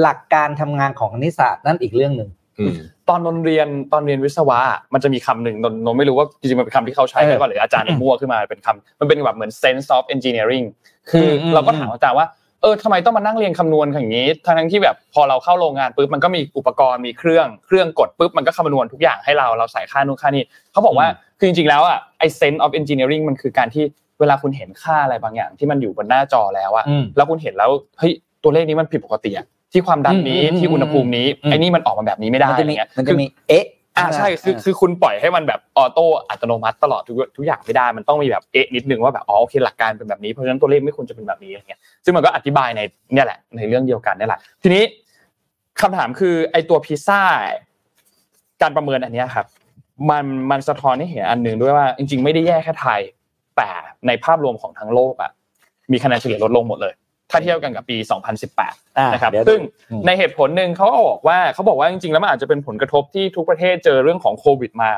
S3: หลักการทำงานของคณิตศาสตร์นั่นอีกเรื่องหนึ่ง
S4: อืม
S2: ตอนนนเรียนตอนเรียนวิศวะอะมันจะมีคำหนึ่งนนนนไม่รู้ว่าจริงๆมันเป็นคำที่เขาใช้
S3: เออ
S2: หรือเปล่าหรืออาจารย์เนี่ยมั่วขึ้นมาเป็นคำมันเป็นแบบเหมือน sense of engineering คืออ
S3: ม
S2: เราก็ถามอาจารย์ว่าเออทำไมต้องมานั่งเรียนคำนวณอย่างนี้ทั้งๆที่แบบพอเราเข้าโรงงานปุ๊บมันก็มีอุปกรณ์มีเครื่องเครื่องกดปุ๊บมันก็คำนวณทุกอย่างให้เราเราใส่ค่านู่นค่านี่เขาบอกว่าคือจริงๆแล้วอ่ะไอ sense of engineering มันคือการที่เวลาคุณเห็นค่าอะไรบางอย่างที่มันอยู่บนหน้าจอแล้วอ่ะ
S3: อืม
S2: แล้วคุณเห็นแล้วเฮ้ยตัวเลขนี้มันผิดปกติอะที่ความดันนี้
S3: อืมอืม
S2: ที่อุณหภูมินี้
S3: อืม
S2: ไอ้นี่มันออกมาแบบนี้ไม่ได้
S3: มัน
S2: อะ
S3: จะ
S2: ไร
S3: มี
S2: เงี้ย
S3: มันจะมีเอ๊ะ
S2: อ่าใช่คือคือคุณปล่อยให้มันแบบออโต้อัตโนมัติตลอดทุกทุกอย่างไม่ได้มันต้องมีแบบเอ๊ะนิดนึงว่าแบบอ๋อโอเคหลักการเป็นแบบนี้เพราะฉะนั้นตัวเลขไม่ควรจะเป็นแบบนี้อะไรเงี้ยซึ่งมันก็อธิบายในเนี่ยแหละในเรื่องเดียวกันเนี่ยแหละทีนี้คำถามคือไอ้ตัวพิซซ่าการประเมินอันเนี้ยครับ มันมันสะท้อนให้เห็นอันหนึ่งด้วยว่า จริง ๆ ไม่ได้แย่แค่ไทย แต่ในภาพรวมของทั้งโลกอ่ะมีคะแนนเฉลี่ยลดลงหมดเลย ถ้าเทียบกันกับปี 2018
S3: อ่า
S2: นะครับ
S3: เดี๋ยว
S2: ซึ่ง
S3: อืม
S2: ในเหตุผลหนึ่งเขาก็บอกว่าเขาบอกว่าจริงๆแล้วมันอาจจะเป็นผลกระทบที่ทุกประเทศเจอเรื่องของโควิดมา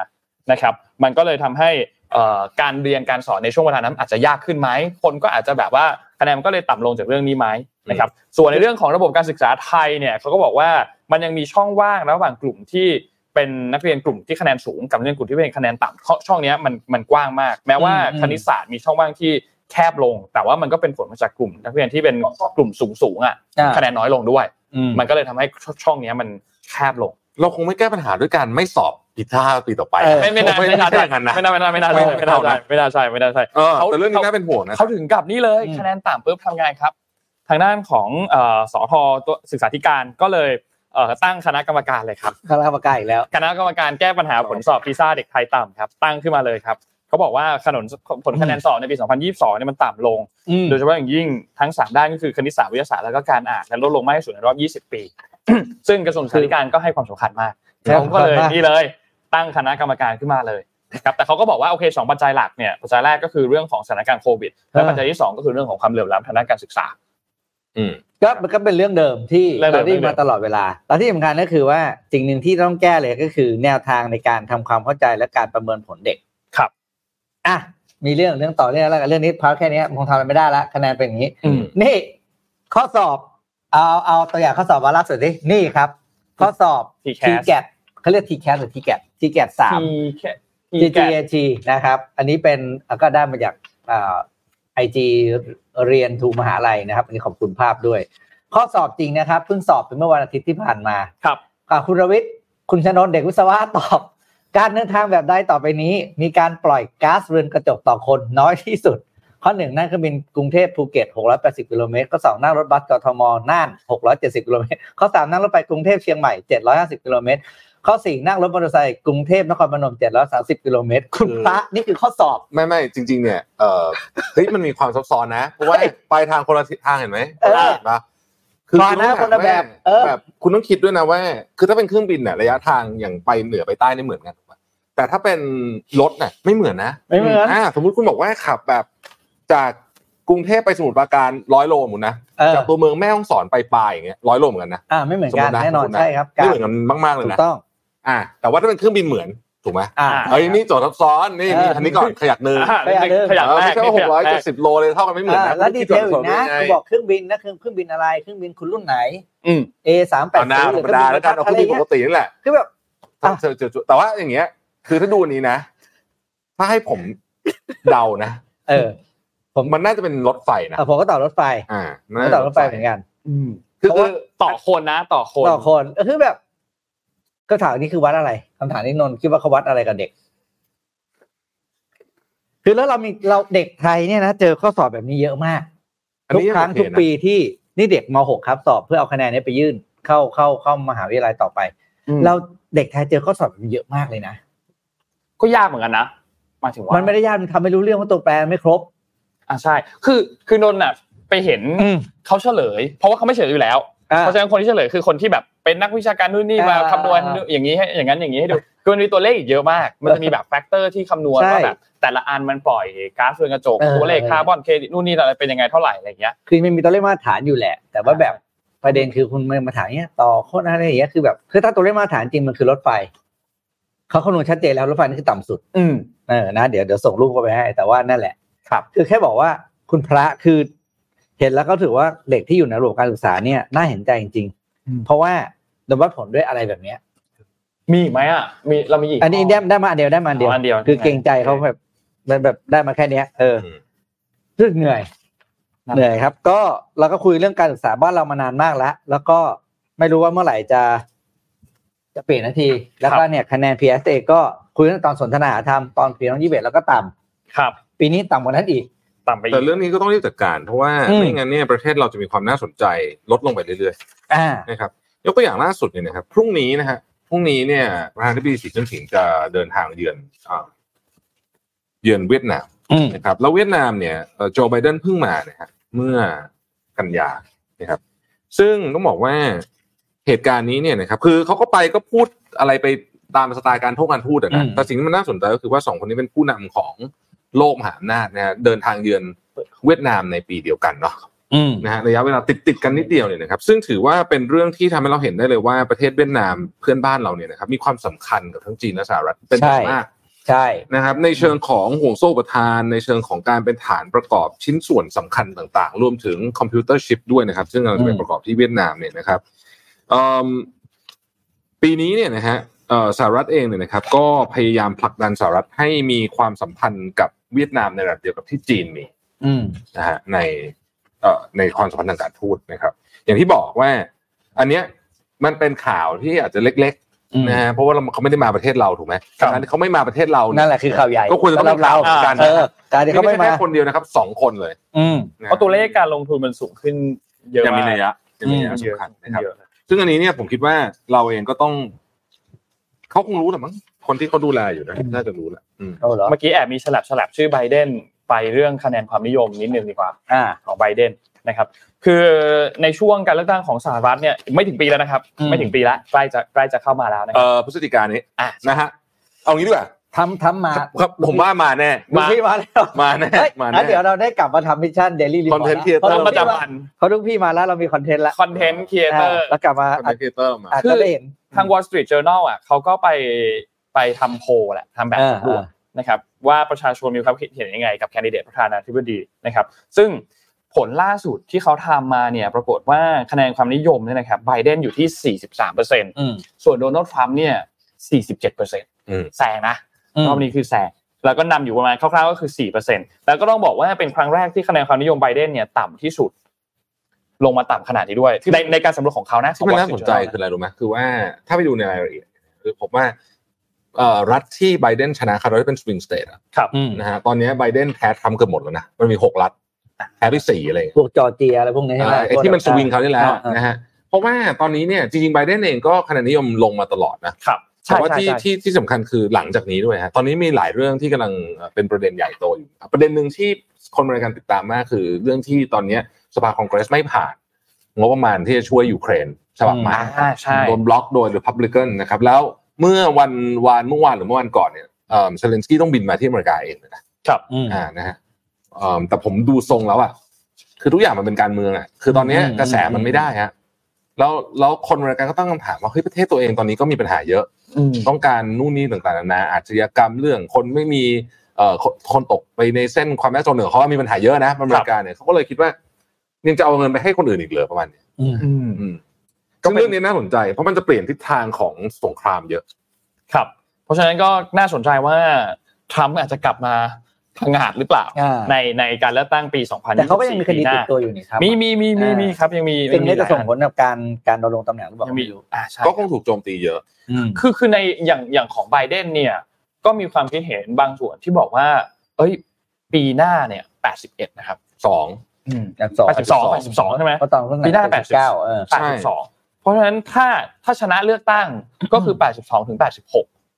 S2: นะครับมันก็เลยทำให้เอ่อการเรียนการสอนในช่วงเวลานั้นอาจจะยากขึ้นไหมคนก็อาจจะแบบว่าคะแนนมันก็เลยต่ำลงจากเรื่องนี้ไหมนะครับส่วนในเรื่องของระบบการศึกษาไทยเนี่ยเขาก็บอกว่ามันยังมีช่องว่างระหว่างกลุ่มที่เป็นนักเรียนกลุ่มที่คะแนนสูงกับนักเรียนกลุ่มที่เป็นคะแนนต่ำช่องช่องเนี้ยมันมันกว้างมาก แม้ว่า
S3: อืมอืม
S2: คณิตศาสตร์มีช่องว่างที่แคบลง แต่ว่ามันก็เป็นผลมาจากกลุ่ม นักเรียนที่เป็นกลุ่มสูงสูงๆอ่ะ
S3: อ่า
S2: คะแนนน้อยลงด้วย
S3: อืม
S2: มันก็เลยทำให้ช่องเนี้ยมันแคบลง
S4: เราคงไม่แก้ปัญหาด้วยการไม่สอบปีท่าปีต่อไป
S3: เออ
S2: ไม่ไม่น่าไม่น่า
S4: ใช่
S2: ใช่
S4: อย่างนั้นนะ
S2: ไม่น่าไม่น่าไม่น่าใช่ไม่น่าใช่ไม่น่าใช่ไม่น่าใช่
S4: เออ
S2: เขา
S4: แต่เรื่องนี้น่าเป็นห่วงนะ
S2: เขาถึงกับนี่เลยคะแนนต่ำปุ๊บทำไงครับ ทางด้านของเอ่อสทตัวศึกษาธิการก็เลยเอ่อตั้งคณะกรรมการเลยครับ
S3: คณะกรรมการอีกแล้ว
S2: คณะกรรมการแก้ปัญหาผลสอบพีซ่าเด็กไทยต่ำครับ ตั้งขึ้นมาเลยครับเขาบอกว่าขนนผลคะแนนสอบในปี 2022เนี่ยมันต่ำลง
S3: อืม
S2: โดยเฉพาะอย่างยิ่งทั้งสามด้านก็คือคณิตศาสตร์วิทยาศาสตร์แล้วก็การอ่านและลดลงมากที่สุดในรอบ 20 ปี ซึ่งกระทรวงศึกษาธิการก็ให้ความสำคัญมากเขาก็เลยนี่เลย ตั้งคณะกรรมการขึ้นมาเลยนะครับแต่เขาก็บอกว่าโอเคสองปัจจัยหลักเนี่ยปัจจัยแรกก็คือเรื่องของสถานการณ์โควิดและปัจจัยที่สองก็คือเรื่องของความเหลื่อมล้ำทางด้านการศึกษา
S4: อืม
S3: ก็มันก็เป็นเรื่องเดิมที่
S2: เรื่องเดิม
S3: เราได้ยิน
S2: เรื่
S3: มา
S2: องเดิม
S3: ตลอดเวลาและที่สำคัญก็คือว่าสิ่งหนึ่งที่ต้องแก้เลยก็คือ แนวทางในการทำความเข้าใจและการประเมินผลเด็ก
S2: ครับ
S3: อ่ะมีเรื่องเรื่องต่อเรื่องแล้วกันเรื่องนี้พาร์ทแค่เนี้ยมันคงทำอะไรไม่ได้ละคะแนนเป็นอย่างนี้
S2: อืม
S3: นี่ ข้อสอบเอาเอาตัวอย่างข้อสอบมาล่าสุดดินี่ครับ ข้อสอบ
S2: TCAS
S3: แกเขาเรียกทีแคสหรือทีแกทีแกสาม
S2: ทีแค่
S3: g g a t นะครับ อันนี้เป็นอ่ะก็ได้มาจากไอจีเรียนทูมหาลัยนะครับ อันนี้ขอบคุณภาพด้วย ข้อสอบจริงนะครับเพิ่งสอบไปเมื่อวันอาทิตย์ที่ผ่านมา
S2: ครับ
S3: อ่ะคุณรวิทย์คุณชนนท์เด็กวิศวะตอบ การเดินทางแบบใดต่อไปนี้ มีการปล่อยก๊าซเรือนกระจกต่อคนน้อยที่สุด ข้อหนึ่งนั่งเครื่องบินกรุงเทพภูเก็ต 680 กิโลเมตร ข้อสองนั่งรถบัสกทมน่าน 670 กิโลเมตร ข้อสามนั่งรถไฟกรุงเทพเชียงใหม่ 750 กิโลเมตร ข้อสี่นั่งรถมอเตอร์ไซค์กรุงเทพนครพนม 730 กิโลเมตร คุณ
S4: เออ
S3: พระนี่คือข้อสอบ
S4: ไม่ไม่จริง ๆ เนี่ยเออเฮ้ยมันมีความซับซ้อนนะเพราะว่าปลายทางคนละทิศทางเห็นไหม
S3: เออ
S4: เห็นปะคือ
S3: มานะคนละแบบเออ
S4: แบบคุณต้องคิดด้วยนะว่า คือถ้าเป็นเครื่องบินเนี่ยระยะทางอย่างไปเหนือไปใต้นี่เหมือนกันถูกปะแต่ถ้าเป็นรถเนี่ยไม่เหมือนนะ
S3: ไม่เหมือน
S4: อ่าสมมุติคุณบอกว่าขับแบบจากกรุงเทพไปสมุทรปราการร้อยโลหมุนนะ
S3: เออ
S4: จากตัวเมืองแม่ฮ่องสอนไปปลายอย่างเงี้ยร้อยโลเหมือนกันนะ
S3: อ่าไม่เหมือนกัน
S4: สมมุตินะ
S3: แน่นอน
S4: สมมุตินะ
S3: ใช่ครับ
S4: ไม่เหมือนกันมากๆเลย
S3: ถูก
S4: นะ
S3: ต้อง
S4: อ่า แต่ว่าถ้าเป็นเครื่องบินเหมือนถูกไหม
S3: อ่า
S4: เอ้ยนี่โจทย์ซับซ้อนนี่นี่
S3: เอออั
S4: อันนี้ก่อนขยักหนึ่ง
S2: อ่า
S3: ขยักเดิม
S2: ขยัก
S4: เออ
S2: แร
S4: ไม่
S2: ก
S4: ใช่ว่าหกร้อยเจ็ดสิบโลเลยเท่ากันไม่เหมือนนะ
S3: อ่าแล้วดีเทลอีกนะคุ
S4: ไม่
S3: ณ
S4: ได้
S3: บอกเครื่องบินนะเครื่องเครื่องบินอะไรเครื่องบินคุณรุ่นไหน
S2: อืม
S3: A สามแปด
S4: เอาหน้า
S3: ศูนย์ห
S4: ธร
S3: รือเครื่อ
S4: รมดา
S3: งบิ
S4: แล้ว
S3: น
S4: กันเอาเค
S3: อะ
S4: รื่
S3: ไร
S4: องบินป
S3: เงี้ย
S4: กตินี่แหละ
S3: คือแบบ อ่ะ
S4: เจอเจอเจอแต่ว่าอย่างเงี้ย คือถ้าดูอันนี้นะ ถ้าให้ผมเดานะ
S3: เออ
S4: มันน่าจะเป็นรถไฟนะ
S3: เออผมก็ตอบรถไฟ
S4: อ่า
S3: ผมก็ตอบรถไฟเหมือนกัน
S2: อืม
S4: คือ
S3: เพราะ
S4: คื
S3: ว่า
S4: อ
S2: ต่อคนนะ ต่อคน
S3: ต่อคนเออคือแบบคำถามนี้คือวัดอะไรคำถามนี้นนท์คิดว่าเขาวัดอะไรกับเด็ก คือแล้วเรามีเราเด็กไทยเนี่ยนะเจอข้อสอบแบบนี้เยอะมาก
S4: อัน
S3: ทุก
S4: นี้
S3: ครั้ง
S4: โอเ
S3: ทุกปีที่นี่เด็กม .6 ครับสอบเพื่อเอาคะแนนเนี้ไปยื่นเข้าเข้าเข้ามหาวิทยาลัยต่อไป เราเด็กไทยเจอข้อสอบแบบนี้เยอะมากเลยนะ
S2: ก็ยากเหมือนกันนะหมายถึงว่า
S3: มั
S2: มัน
S3: ไม่ได้ยากมันทำไม่รู้เรื่องว่าตัวแปรไม่ครบ
S2: อ่าใช่ คือคือนนท์อ่ะ ไปเห็น
S3: อืม
S2: เขาเฉลย เพราะว่าเขาไม่เฉลยอยู่แล้ว
S3: อ่า
S2: เพราะฉะนั้นคนที่เฉลยคือคนที่แบบเป็นนักวิชาการนู่นนี่
S3: อ่าม
S2: มาคำนวณอย่างนี้ให้อย่างนั้นอย่างนี้ให้ดูคือมันมีตัวเลขอีกเยอะมาก มันจะมีแบบแฟกเตอร์ที่คำนวณ
S3: ใช่
S2: ว่าแบบแต่ละอันมันปล่อยก๊าซเรือนกระจก
S3: เออ
S2: ตัวเลขคาร์บอนเครดิตนู่นนี่อะไรเป็นยังไงเท่าไหร่อะไรอย่างเงี้ย
S3: คือมันมีตัวเลขมาตรฐานอยู่แหละ แต่ว่าแบบประเด็นคือคุณมาถามเนี่ยต่อโคตรอะไรอย่างเงี้ยคือแบบคือถ้าตัวเลขมาตรฐานจริงมันคือรถไฟเขาคำนวณชัดเจนแล้วรถไฟนี่คือต่ำสุด
S2: อืม
S3: เออนะเดี๋ยวเดี๋ยวส่งรูปเข้าไปให้ แต่ว่านั่นแหละ
S2: ครับ
S3: คือแค่บอกว่าคุณพระคือ เห็นแล้วก็ถือว่าเด็กที่อยู่ในระบบการศึกษาเนี่ยน่าเห็นใจจริง
S2: อืม
S3: ๆ เพราะว่าโดนวัดผลด้วยอะไรแบบเนี้ย
S2: มีอีกไหมอ่ะมีเรามีอีก
S3: อันนี้ได้ได้มาอันเดียวได้มาอันเดียว
S2: อันเดียว
S3: คือเกรงใจเขาแบบมันแบบได้มาแค่เนี้ย เออ
S4: อืม
S3: รู้สึกเหนื่อย เหนื่อยครับ ก็เราก็คุยเรื่องการศึกษาบ้านเรามานานมากแล้ว แล้วก็ไม่รู้ว่าเมื่อไหร่จะ จะเปลี่ยนนาที แล้วก็เนี่ยคะแนน PSA ก็คุยตั้งแต่ตอนสนทนาทำตอนปีน้องยี่สิบเอ็ดแล้วก็ต่
S2: ครับ
S3: ำปีนี้ต่ำกว่านั้นอีก
S2: ต่ำไปอี
S4: แต่
S2: ก
S4: เรื่องนี้ก็ต้องรีบจัดการ เพราะว่า
S3: อืม
S4: ไม่งั้นเนี่ยประเทศเราจะมีความน่าสนใจลดลงไปเรื่อย
S3: อ่า
S4: ๆนะครับยกตัวอย่างล่าสุดเนี่ยนะครับพรุ่งนี้นะฮะพรุ่งนี้เนี่ยประธานาธิบดีสีจิ้นผิงจะเดินทางเยือนอ่าเยือนเวียดนาม
S3: อืม
S4: นะครับแล้วเวียดนามเนี่ยเอ่อโจไบเดนเพิ่งมานะฮะเมื่อกันยานะครับ ซึ่งต้องบอกว่าเหตุการณ์นี้เนี่ยนะครับ คือเขาก็ไปก็พูดอะไรไปตามสไตล์การทูตการทูตอะนะ
S3: อืม
S4: แต่สิ่งที่มันน่าสนใจก็คือว่าสองคนนี้เป็นผู้นำของโลกมหาอำนาจนะฮะเดินทางเยือนเวียดนามในปีเดียวกันเนาะ
S3: อืม
S4: นะฮะระยะเวลาติดติดๆกันนิดเดียวเนี่ยนะครับซึ่งถือว่าเป็นเรื่องที่ทำให้เราเห็นได้เลยว่าประเทศเวียดนามเพื่อนบ้านเราเนี่ยนะครับมีความสำคัญกับทั้งจีนและสหรัฐเป็นอย่าง
S3: ใช่
S4: มาก
S3: ใช่
S4: นะครับในเชิงของห่วงโซ่อุประทาน ในเชิงของการเป็นฐานประกอบชิ้นส่วนสำคัญต่างๆ รวมถึงคอมพิวเตอร์ชิปด้วยนะครับ ซึ่งเราจะไป
S3: อืม
S4: ประกอบที่เวียดนามเนี่ยนะครับเอิ่มปีนี้เนี่ยนะฮะเอ่อสหรัฐเองเนี่ยนะครับ ก็พยายามผลักดันสหรัฐให้มีความสัมพันธ์กับเวียดนามในระดับเดียวกับที่จีนมี
S3: อืม
S4: นะฮะในเอ่อในความสัมพันธ์ทางการทูตนะครับ อย่างที่บอกว่า อันเนี้ยมันเป็นข่าวที่อาจจะเล็ก
S3: อืม
S4: ๆนะฮะเพราะว่าเราเขาไม่ได้มาประเทศเราถูกไหม
S3: ครับ
S4: การที่เขาไม่มาประเทศเรา
S3: นั่
S4: เย
S3: นแหละคือข่าวใหญ่
S4: ก็ควรจะต้อง
S3: สำหบเรา
S4: เป็นข่าวกันนะ
S3: เออการที่
S4: นี่
S3: เขา
S4: ไม่
S3: ไม่
S4: ใช่
S3: มา
S4: แค่คนเดียวนะครับสองคนเลย
S3: อืม
S4: นฮ
S2: เพราะตัวเลขการลงทุนมันสูงขึ้นเยอะ
S4: ยังมี
S2: มาก
S4: นัยยะยังมีนัย
S2: ขึ้น
S4: ยะ
S2: เยอะ
S4: สำคัญนะครับ
S2: เยอะ
S4: ซึ่งอันนี้เนี่ยผมคิดว่าเราเองก็ต้องเขาคงรู้แหละมั้งคนที่เขาดูแลอยู่นะน่าจะรู้แหละอืม
S3: เอาเหรอ
S2: เมื่อกี้แอบมีฉลับฉลับชื่อไบเดนไปเรื่องคะแนนความนิยมนิดนึงดีกว่า
S3: อ่า
S2: ของไบเดนนะครับ คือในช่วงการเลือกตั้งของสหรัฐเนี่ยไม่ถึงปีแล้วนะครับ
S3: อืม
S2: ไม่ถึงปีละใกล้จะใกล้จะเข้ามาแล้วนะค
S4: เอ่
S2: รับ
S4: อพฤศจิกายนนี้
S2: อ่ะ
S4: นะฮะเอางี้ดีกว่า
S3: ทำทำมา
S4: ครับผมว่ามาแน่
S3: ลูกพี่มาแล้ว
S4: มาแน่
S3: เฮ้ย
S4: มาแน่
S3: งั้นเดี๋ยวเราได้กลับมาทำมิชชั่นเดลี่รีพอร์ต
S4: Content Creator
S2: เริ่มประจำ
S3: วั
S2: วัน น
S3: เขาลูกพี่มาแล้วเรามีคอนเทนต์แล้ว
S2: คอนเทนต์ครีเอเตอร์
S3: แล้วกลับมา
S4: คอนเทนต์ครีเอเตอร์มา
S3: อาจ
S2: คือ
S3: จะได้เห็น
S2: ทาง Wall Street Journal อ่ะเขาก็ไปไปทำโพลแหละทำแบบ
S3: อ่า
S2: สำรวจนะครับว่าประชาชนมีความคิดเห็นยังไงกับแคนดิเดตประธานาธิบดีนะครับ ซึ่งผลล่าสุดที่เขาทำมาเนี่ยปรากฏว่าคะแนนความนิยมเนี่ยนะครับไบเดนอยู่ที่ 43%
S3: อืม
S2: ส่วนโดนัลด์ทรัมป์เนี่ย
S4: ม
S2: 47%แซงนะ รอบนี้คือแซงแล้วก็นำอยู่ประมาณคร่าวๆก็คือ 4%แล้วก็ต้องบอกว่าเป็นครั้งแรกที่คะแนนความนิยมไบเดนเนี่ยต่ำที่สุด ลงมาต่ำขนาดนี้ด้วยในในการสำรวจของเขานะ
S4: ที่
S2: ข
S4: มัน
S2: อง
S4: น่า
S2: Wall
S4: ส
S2: Street
S4: นใจ
S2: Journal
S4: คืออะไรรู้ไหมคือว่าถ้าไปดูในรายละเอียดคือผมว่าเอ่อรัฐที่ไบเดนชนะคาร์ดเป็นสปริงสเตทอะ
S2: ครับ
S3: อืม
S4: นะฮะตอนนี้ไบเดนแพ้ทรัมป์เกือบหมดแล้วนะ มันมีหกรัฐแพ้ไปสี่อะไรอย่างเงี้ย
S3: พวกจอร์เจียอะไรพวกนี้ใช่ไหม
S4: อ่าไอ้ที่มันสวิงเขาวที่แล้ว
S3: อ่า
S4: นะฮะเพราะว่าตอนนี้เนี่ยจริงๆไบเดนเองก็คะแนนนิยมลงมาตลอดนะครับ แต่
S2: ใช่
S4: ว่า
S2: ใช่
S4: ที่
S2: ใช่
S4: ที่ที่สำคัญคือหลังจากนี้ด้วยฮะตอนนี้มีหลายเรื่องที่กำลังเอ่อเป็นประเด็นใหญ่โตอยู่อ่ะประเด็นหนึ่งที่คนอเมริกันติดตามมากคือ เรื่องที่ตอนเนี้ยสภาคอนเกรสไม่ผ่านงบประมาณที่จะช่วยยูเครนฉบับใหม่
S2: อ่าใช่
S4: โดนบล็อกโดย Republican นะครับ แล้วเมื่อวันวานเมื่อวานหรือเมื่อวันก่อนเนี่ยเซเลนสกี้ต้องบินมาที่อเมริกาเองเลยนะครับ
S3: อืม
S4: อ่านะฮะเอิ่มแต่ผมดูทรงแล้วอะคือทุกอย่างมันเป็นการเมืองอะคือตอนเนี้ย
S3: อืม
S4: กระแสมันไม่ได้ฮะแล้วแล้วคนอเมริกันก็ตั้งคำถามว่าเฮ้ยประเทศตัวเองตอนนี้ก็มีปัญหาเยอะ
S2: อืม
S4: ต้องการนู่นนี่ต่างๆนานาอาชญากรรมเรื่องคนไม่มีเอ่อคนคนตกไปในเส้นความยากจนเหนือเขาว่ามีปัญหาเยอะนะอเมริกาเนี่ยเขาก็เลยคิดว่ายังจะเอาเงินไปให้คนอื่นอีกเหรอประมาณเนี้ย
S3: อืม
S2: อืม
S4: ซึ่งเรื่องนี้น่าสนใจ เพราะมันจะเปลี่ยนทิศทางของสงครามเยอะ
S2: ครับ เพราะฉะนั้นก็น่าสนใจว่าทรัมป์อาจจะกลับมาพังงาดหรือเปล่า
S3: อ่า
S2: ในในการเลือกตั้งปี 2024
S3: แต่เขาก็ยังมีคดีติดตัวอยู่นี่ครับ
S2: มีมีมีมีมีครับยังมี
S3: ซึ่ง
S2: ยั
S3: นี่จะส่ง
S2: ห
S3: ผ
S2: ลาย
S3: ลกับการการดำรงตำแหน่งหรือเป
S2: อั
S3: ล่าน
S2: ยังมี
S3: ไม่รู้
S2: อ่าใช่
S4: ก็คงถูกโจมตีเยอะ
S3: อืม
S2: คือคือในอย่างอย่างของไบเดนเนี่ยก็มีความคิดเห็นบางส่วนที่บอกว่า เอ้ย ปีหน้าเนี่ย 81 นะครับ
S4: สอง
S3: จากสอง
S2: 82 82 ใช่ไหม
S3: ก็ตอนเพิ่ง
S2: ปีหน้า
S3: เก้าเออ
S4: ใช่
S2: 82 เพราะฉะนั้นถ้าถ้าชนะเลือกตั้งก็คือ 82 ถึง 86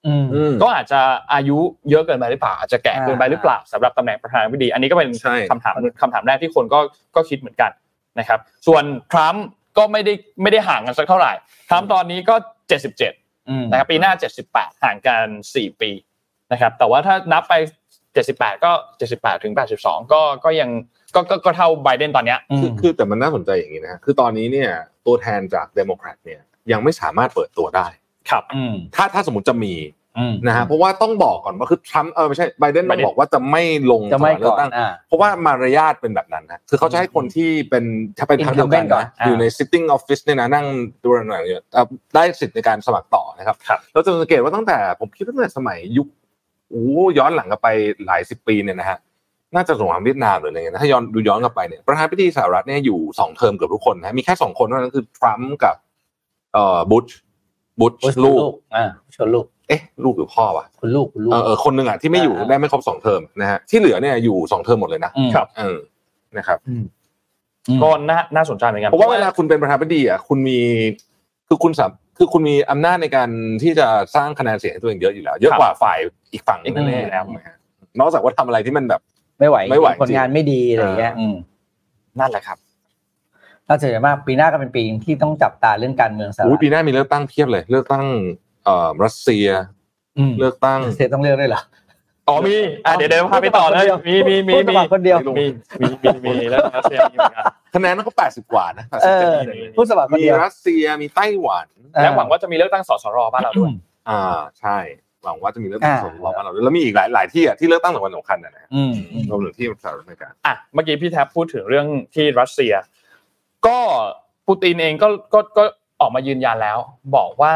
S3: อืม
S2: ก็อาจจะอายุเยอะเกินไปหรือเปล่าอาจจะแก่เกินไปหรือเปล่าสำหรับตำแหน่งประธานาธิบดี อันนี้ก็เป็น
S4: ใช่
S2: คำถามคำถามแรกที่คนก็ก็คิดเหมือนกันนะครับ ส่วนทรัมป์ก็ไม่ได้ไม่ได้ห่างกันสักเท่าไหร่ทรัมป์ตอนนี้ก็ 77
S3: อืม
S2: นะครับปีหน้า 78 ห่างกัน 4 ปีนะครับ แต่ว่าถ้านับไป 78 ก็ 78 ถึง 82 ก็ก็ยังก็ก็ก็เท่าไบเดนตอนเนี้ย
S3: อื
S4: คือ
S3: ม
S4: คือแต่มันน่าสนใจอย่างนี้นะฮะคือตอนนี้เนี่ยตัวแทนจากเดโมแครตเนี่ยยังไม่สามารถเปิดตัวได้
S2: ครับ
S3: อืม
S4: ถ้าถ้าสมมติจะมี
S3: อืม
S4: นะฮะเพราะว่าต้องบอกก่อนว่าคือทรัมป์เออไม่ใช่ไบเดนต้อง
S2: Biden
S4: บอกว่าจะไม่ลง
S3: จะไม่
S4: สมัครเลื
S3: ก่
S4: อ
S3: อก น
S4: ตั้ง
S3: อ่า
S4: เพราะว่ามารยาทเป็นแบบนั้นนะคือเขาจะให้คนที่เป็นถ้าเป็นทางเดียวกัน
S3: ก่อน
S4: นะ
S3: อ่า
S4: อยู่ใน sitting office เนี่ยนะนั่งดูหนังอยู่เอ่อได้สิทธิ์ในการสมัครต่อนะครับ
S2: ครับ
S4: เราจะสังเกตว่าตั้งแต่ผมคิดว่าตั้งแต่สมัยยุคโอ้ย้อนหลังกลับไปหลายสิบปีเนี่ยนะฮะน่าจะสงครามเวียดนามหรืออะไรเงี้ยนะถ้าย้อนดูย้อนกลับไปเนี่ยประธานาธิบดีสหรัฐเนี่ยอยู่สองเทอมเกือบทุกคนนะมีแค่สองคนเท่านั้นคือทรัมป์กับเอ่อบุชบุช
S3: โอ้ยชวน
S4: ลูก
S3: อ่าชวนลูก
S4: เอ๊ะลูกหรือพ่อวะ
S3: คุณลูกคุณลูก
S4: เออเออคนหนึ่งอ่ะที่ไม่อยู่
S3: อ่า
S4: ได้ไม่ครบสองเทอมนะฮะที่เหลือเนี่ยอยู่สองเทอมหมดเลยนะ
S3: ม
S2: ครับ
S4: เออนะครับ
S3: อืม
S2: ก็น่าน่าสนใจเหมือนกัน
S4: เพราะว่าเวลาคุณเป็นประธานาธิบดีอ่ะคุณมีคือคุณสามคือคุณมีอำนาจในการที่จะสร้างคะแนนเสียงให้ตัวเองเยอะอยู่แล้ว เยอะกว่าฝ่ายอีกฝั่งหนึงแน่ๆ
S3: แล้ว
S4: นอกจากว่าทำอะไรที่มันแบบ
S3: ไม่ไหว
S4: ไม่ไหว
S3: ผลงานไม่ดีอะไรอย่างเงี้ย
S4: อ่า
S3: อืม
S2: นั่นแหละครับ
S3: น่าสนใจมากปีหน้าก็เป็นปีที่ต้องจับตาเรื่องการเมืองสห
S4: อุ๊ย
S3: รัฐ
S4: ปีหน้ามีเลือกตั้งเพียบเลย เลือกตั้งเอ่อรัสเซีย
S3: อืม
S4: เลือกตั้ง
S3: เซตต้องเลือกด้วยเหรอ
S2: อ๋อมีอ่ะเดี๋ยวเดี๋ยวพาไปต่อเลย มีมีมี
S3: พูดส
S2: มี
S3: มัครคนเดียว
S2: มีมีมีมีมีแล้วรัสเซียมีเหมือนกัน
S4: คะแนนก็แปดสิบกว่านะ
S3: เออ
S4: 87
S3: พูดสมัครคน
S4: มี
S3: เดียว
S4: รัสเซียมีไต้หวัน
S2: และหวังว่าจะมีเลือกตั้งสสรบ้านเราด้วย
S4: อ่าใช่ หวังว่าจะมีเลือกตั้ง
S3: อ่า
S4: สองรอบมาเราด้วยแล้วมีอีกหลายหลายที่อ่ะที่เลือกตั้งสำคัญสำคัญนะนะ
S3: อืมอืม
S4: รวมถึงที่สหรัฐอเมริกา
S2: อ่ะเมื่อกี้พี่แท็บพูดถึงเรื่องที่รัสเซีย ก็ปูตินเองก็ก็ก็ออกมายืนยันแล้ว บอกว่า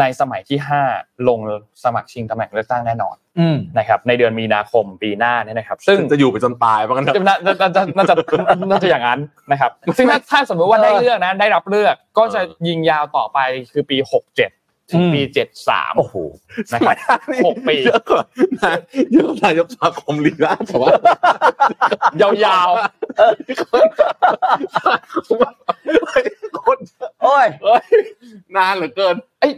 S2: ในสมัยที่ห้าลงสมัครชิงตำแหน่งเลือกตั้งแน่นอน
S3: อืม
S2: นะครับ ในเดือนมีนาคมปีหน้าเนี่ยนะครับ ซึ่ง
S4: จะอยู่ไปจนตายเพราะงั้นเถอะ
S2: น่าน่าน่าน่าจะ น่าจะอย่างนั้นนะครับ ซึ่งถ้าถ้าสมมติว่าได้เลือกนะ ได้รับเลือกก็จะยิงยาวต่อไปคือปีหกเจ็ดถึงปีเจ็ดสาม
S3: โอ้โห
S4: ส
S2: นะครั
S4: มั
S2: บ
S4: ยหน้านี่
S2: หกปี
S4: เยอะกว่านายเยอะกว่านายกสมาคมลีลาแต่ว่าย
S2: าว
S4: โคน
S3: โอ้ย
S4: นานเหลือเกิน
S2: ๆเอ้ย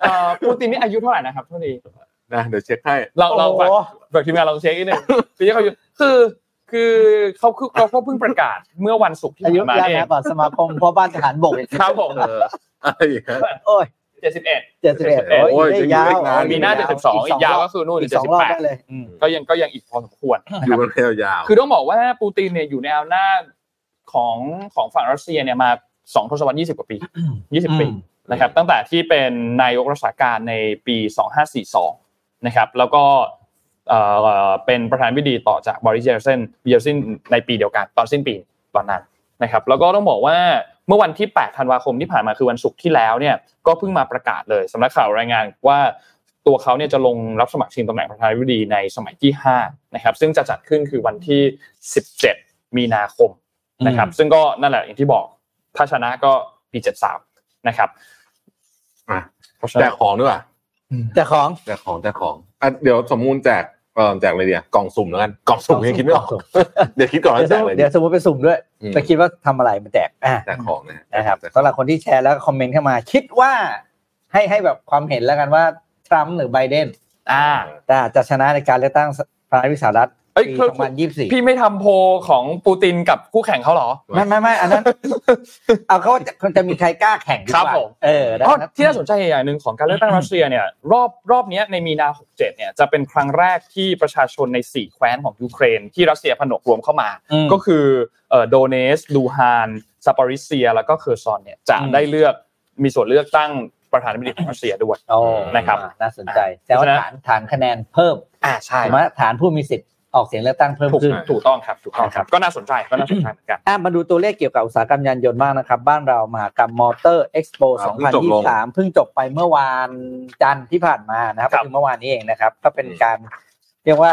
S2: เอ่อปูตินนี่อายุเท่าไหร่นะครับเท่านี้
S4: นะเดี๋ยวเช็คให้
S2: เราเรา
S3: โอ้
S2: ฝาก
S3: โห
S2: แบบทีมงานลองเช็คอีกหนึ่งคือที่เขาอยู่คือคือเขาคือเขาก็เพิ่งประกาศเมื่อวันศุกร์ที่
S3: อายุ
S2: ผ่านมา
S3: ย่าน
S2: เอง
S3: นะป่ะสมาคมพ่อบ้านทหารบก
S2: ครับผม
S4: เอออะไรอย่างเงี้ย
S3: โอ้ย
S2: เจ็ดสิบเอ็ด
S3: เจ็ดสิบเอ็ด
S2: โอ้ย
S3: โอ้ยได้ยาว
S4: ยังอยู่อีกนาน
S2: มีหน้าเจ็ดสิบสองอีกยาวก็คือนู่น
S3: อีก
S2: เจ็ด
S3: สอง
S2: สิบ
S3: รอบ
S2: แปด
S3: ได้เลย
S2: ก็ยังก็ยังอีกพอสมควร
S4: อยู่กันยาว
S2: คือต้องบอกว่าปูตินเนี่ยอยู่ในอำนาจของของฝั่งรัสเซียเนี่ยมาสองทศวรรษยี่สิบกว่าปียี่สิบปี
S3: อืม
S2: นะครับตั้งแต่ที่เป็นนายกรัฐาการในปีสองห้าสี่สองนะครับแล้วก็เอ่อเป็นประธานาธิบดีต่อจากบริสเยลเซนเยลซินในปีเดียวกันตอนสิ้นปีตอนนั้นนะครับแล้วก็ต้องบอกว่าเมื่อวันที่ 8 ธันวาคมที่ผ่านมาคือวันศุกร์ที่แล้วเนี่ยก็เพิ่งมาประกาศเลยสำนักข่าวรายงานว่าตัวเขาเนี่ยจะลงรับสมัครชิงตำแหน่งประธานาธิบดีในสมัยที่5นะครับซึ่งจะจัดขึ้นคือวันที่ 17 มีนาคมนะครับซึ่งก็นั่นแหละอย่างที่บอกถ้าชนะก็ปี73นะครับ
S4: ๆอ่ะ
S2: เพราะฉะ
S4: แจ
S2: นั้
S4: ก
S2: น
S4: ของด้วยว่ะ
S3: แต่ของ
S4: แจกของแจกของอ่ะเดี๋ยวสมมูลแจกเอ่อแจกอะไรเดียกล่องสุ่มแล้วกันกล่องสุ่มยังคิดไม่ออกเดี๋ยวคิดก่อน
S3: เดี๋
S4: แล้
S3: ยว ว
S4: แจ
S3: สมมุติ
S4: กอะไรดี
S3: เดี๋ยวสมมติไปสุ่มด้วย
S4: อืม
S3: แต่คิดว่าทำอะไรมาแจกอ่ะ
S4: แจกของนะฮะ
S3: นะครับ
S4: แจกของ
S3: สำหรับคนที่แชร์แล้วก็คอมเมนต์เข้ามา คิดว่าให้ให้แบบความเห็นแล้วกันว่าทรัมป์หรือไบเดน
S2: อ่า
S3: อ่ะจะชนะในการเลือกตั้งประธานาธิบดีสหรัฐ
S2: เอ้ย
S3: ปี2024
S2: พี่ไม่ทำโพลของปูตินกับคู่แข่งเขาเหรอ
S3: ไม่ไม่ไม่ อันนั้น เอาเขาจะจะมีใครกล้าแข่งดีก
S2: ครับ
S3: ว่า
S2: ผม
S3: เออได้
S2: อ๋อ
S3: ครับ
S2: ที่น่าสนใจอย่างหนึ่งของการเลือกตั้งรัสเซียเนี่ยรอบรอบเนี้ยในมีนา 67 เนี่ยจะเป็นครั้งแรกที่ประชาชนใน 4 แคว้นของยูเครน ที่รัสเซียผนวกรวมเข้ามา
S3: อืม
S2: ก็คือโดเนสลูฮานซาปาริเซีย แล้วก็เคอร์ซอนเนี่ยจะ
S3: อืม
S2: ได้เลือกมีส่วนเลือกตั้งประธานาธิบดีของรัสเซียด้วย
S3: โอ้
S2: นะครับ
S3: น่าสนใจแต่ว่า
S2: เพราะฉะนั้น
S3: ฐานฐานคะแนนเพิ่ม
S2: อ่าใช่
S3: ถูกไหมฐานผู้มีสิทธิ์ออกเสียงเลือกตั้งเพิ่ม
S2: ถูก
S3: ขึ้น
S2: ถูกต้องครับถูกต้องครับ ก็น่าสนใจก็น่าสนใจเหมือนกัน
S3: อ่ะมาดูตัวเลขเกี่ยวกับอุตสาหกรรมยานยนต์บ้างนะครับ บ้านเรามหากรรมมอเตอร์เอ็กซ์โป
S4: อ่าเพิ่งจบลง
S3: 2023 เพิ่งจบไปเมื่อวานจันทร์ที่ผ่านมานะครับ
S2: ครั
S3: ก็
S2: บ
S3: คือเมื่อวานนี้เองนะครับ ก็เป็นการเรียกว่า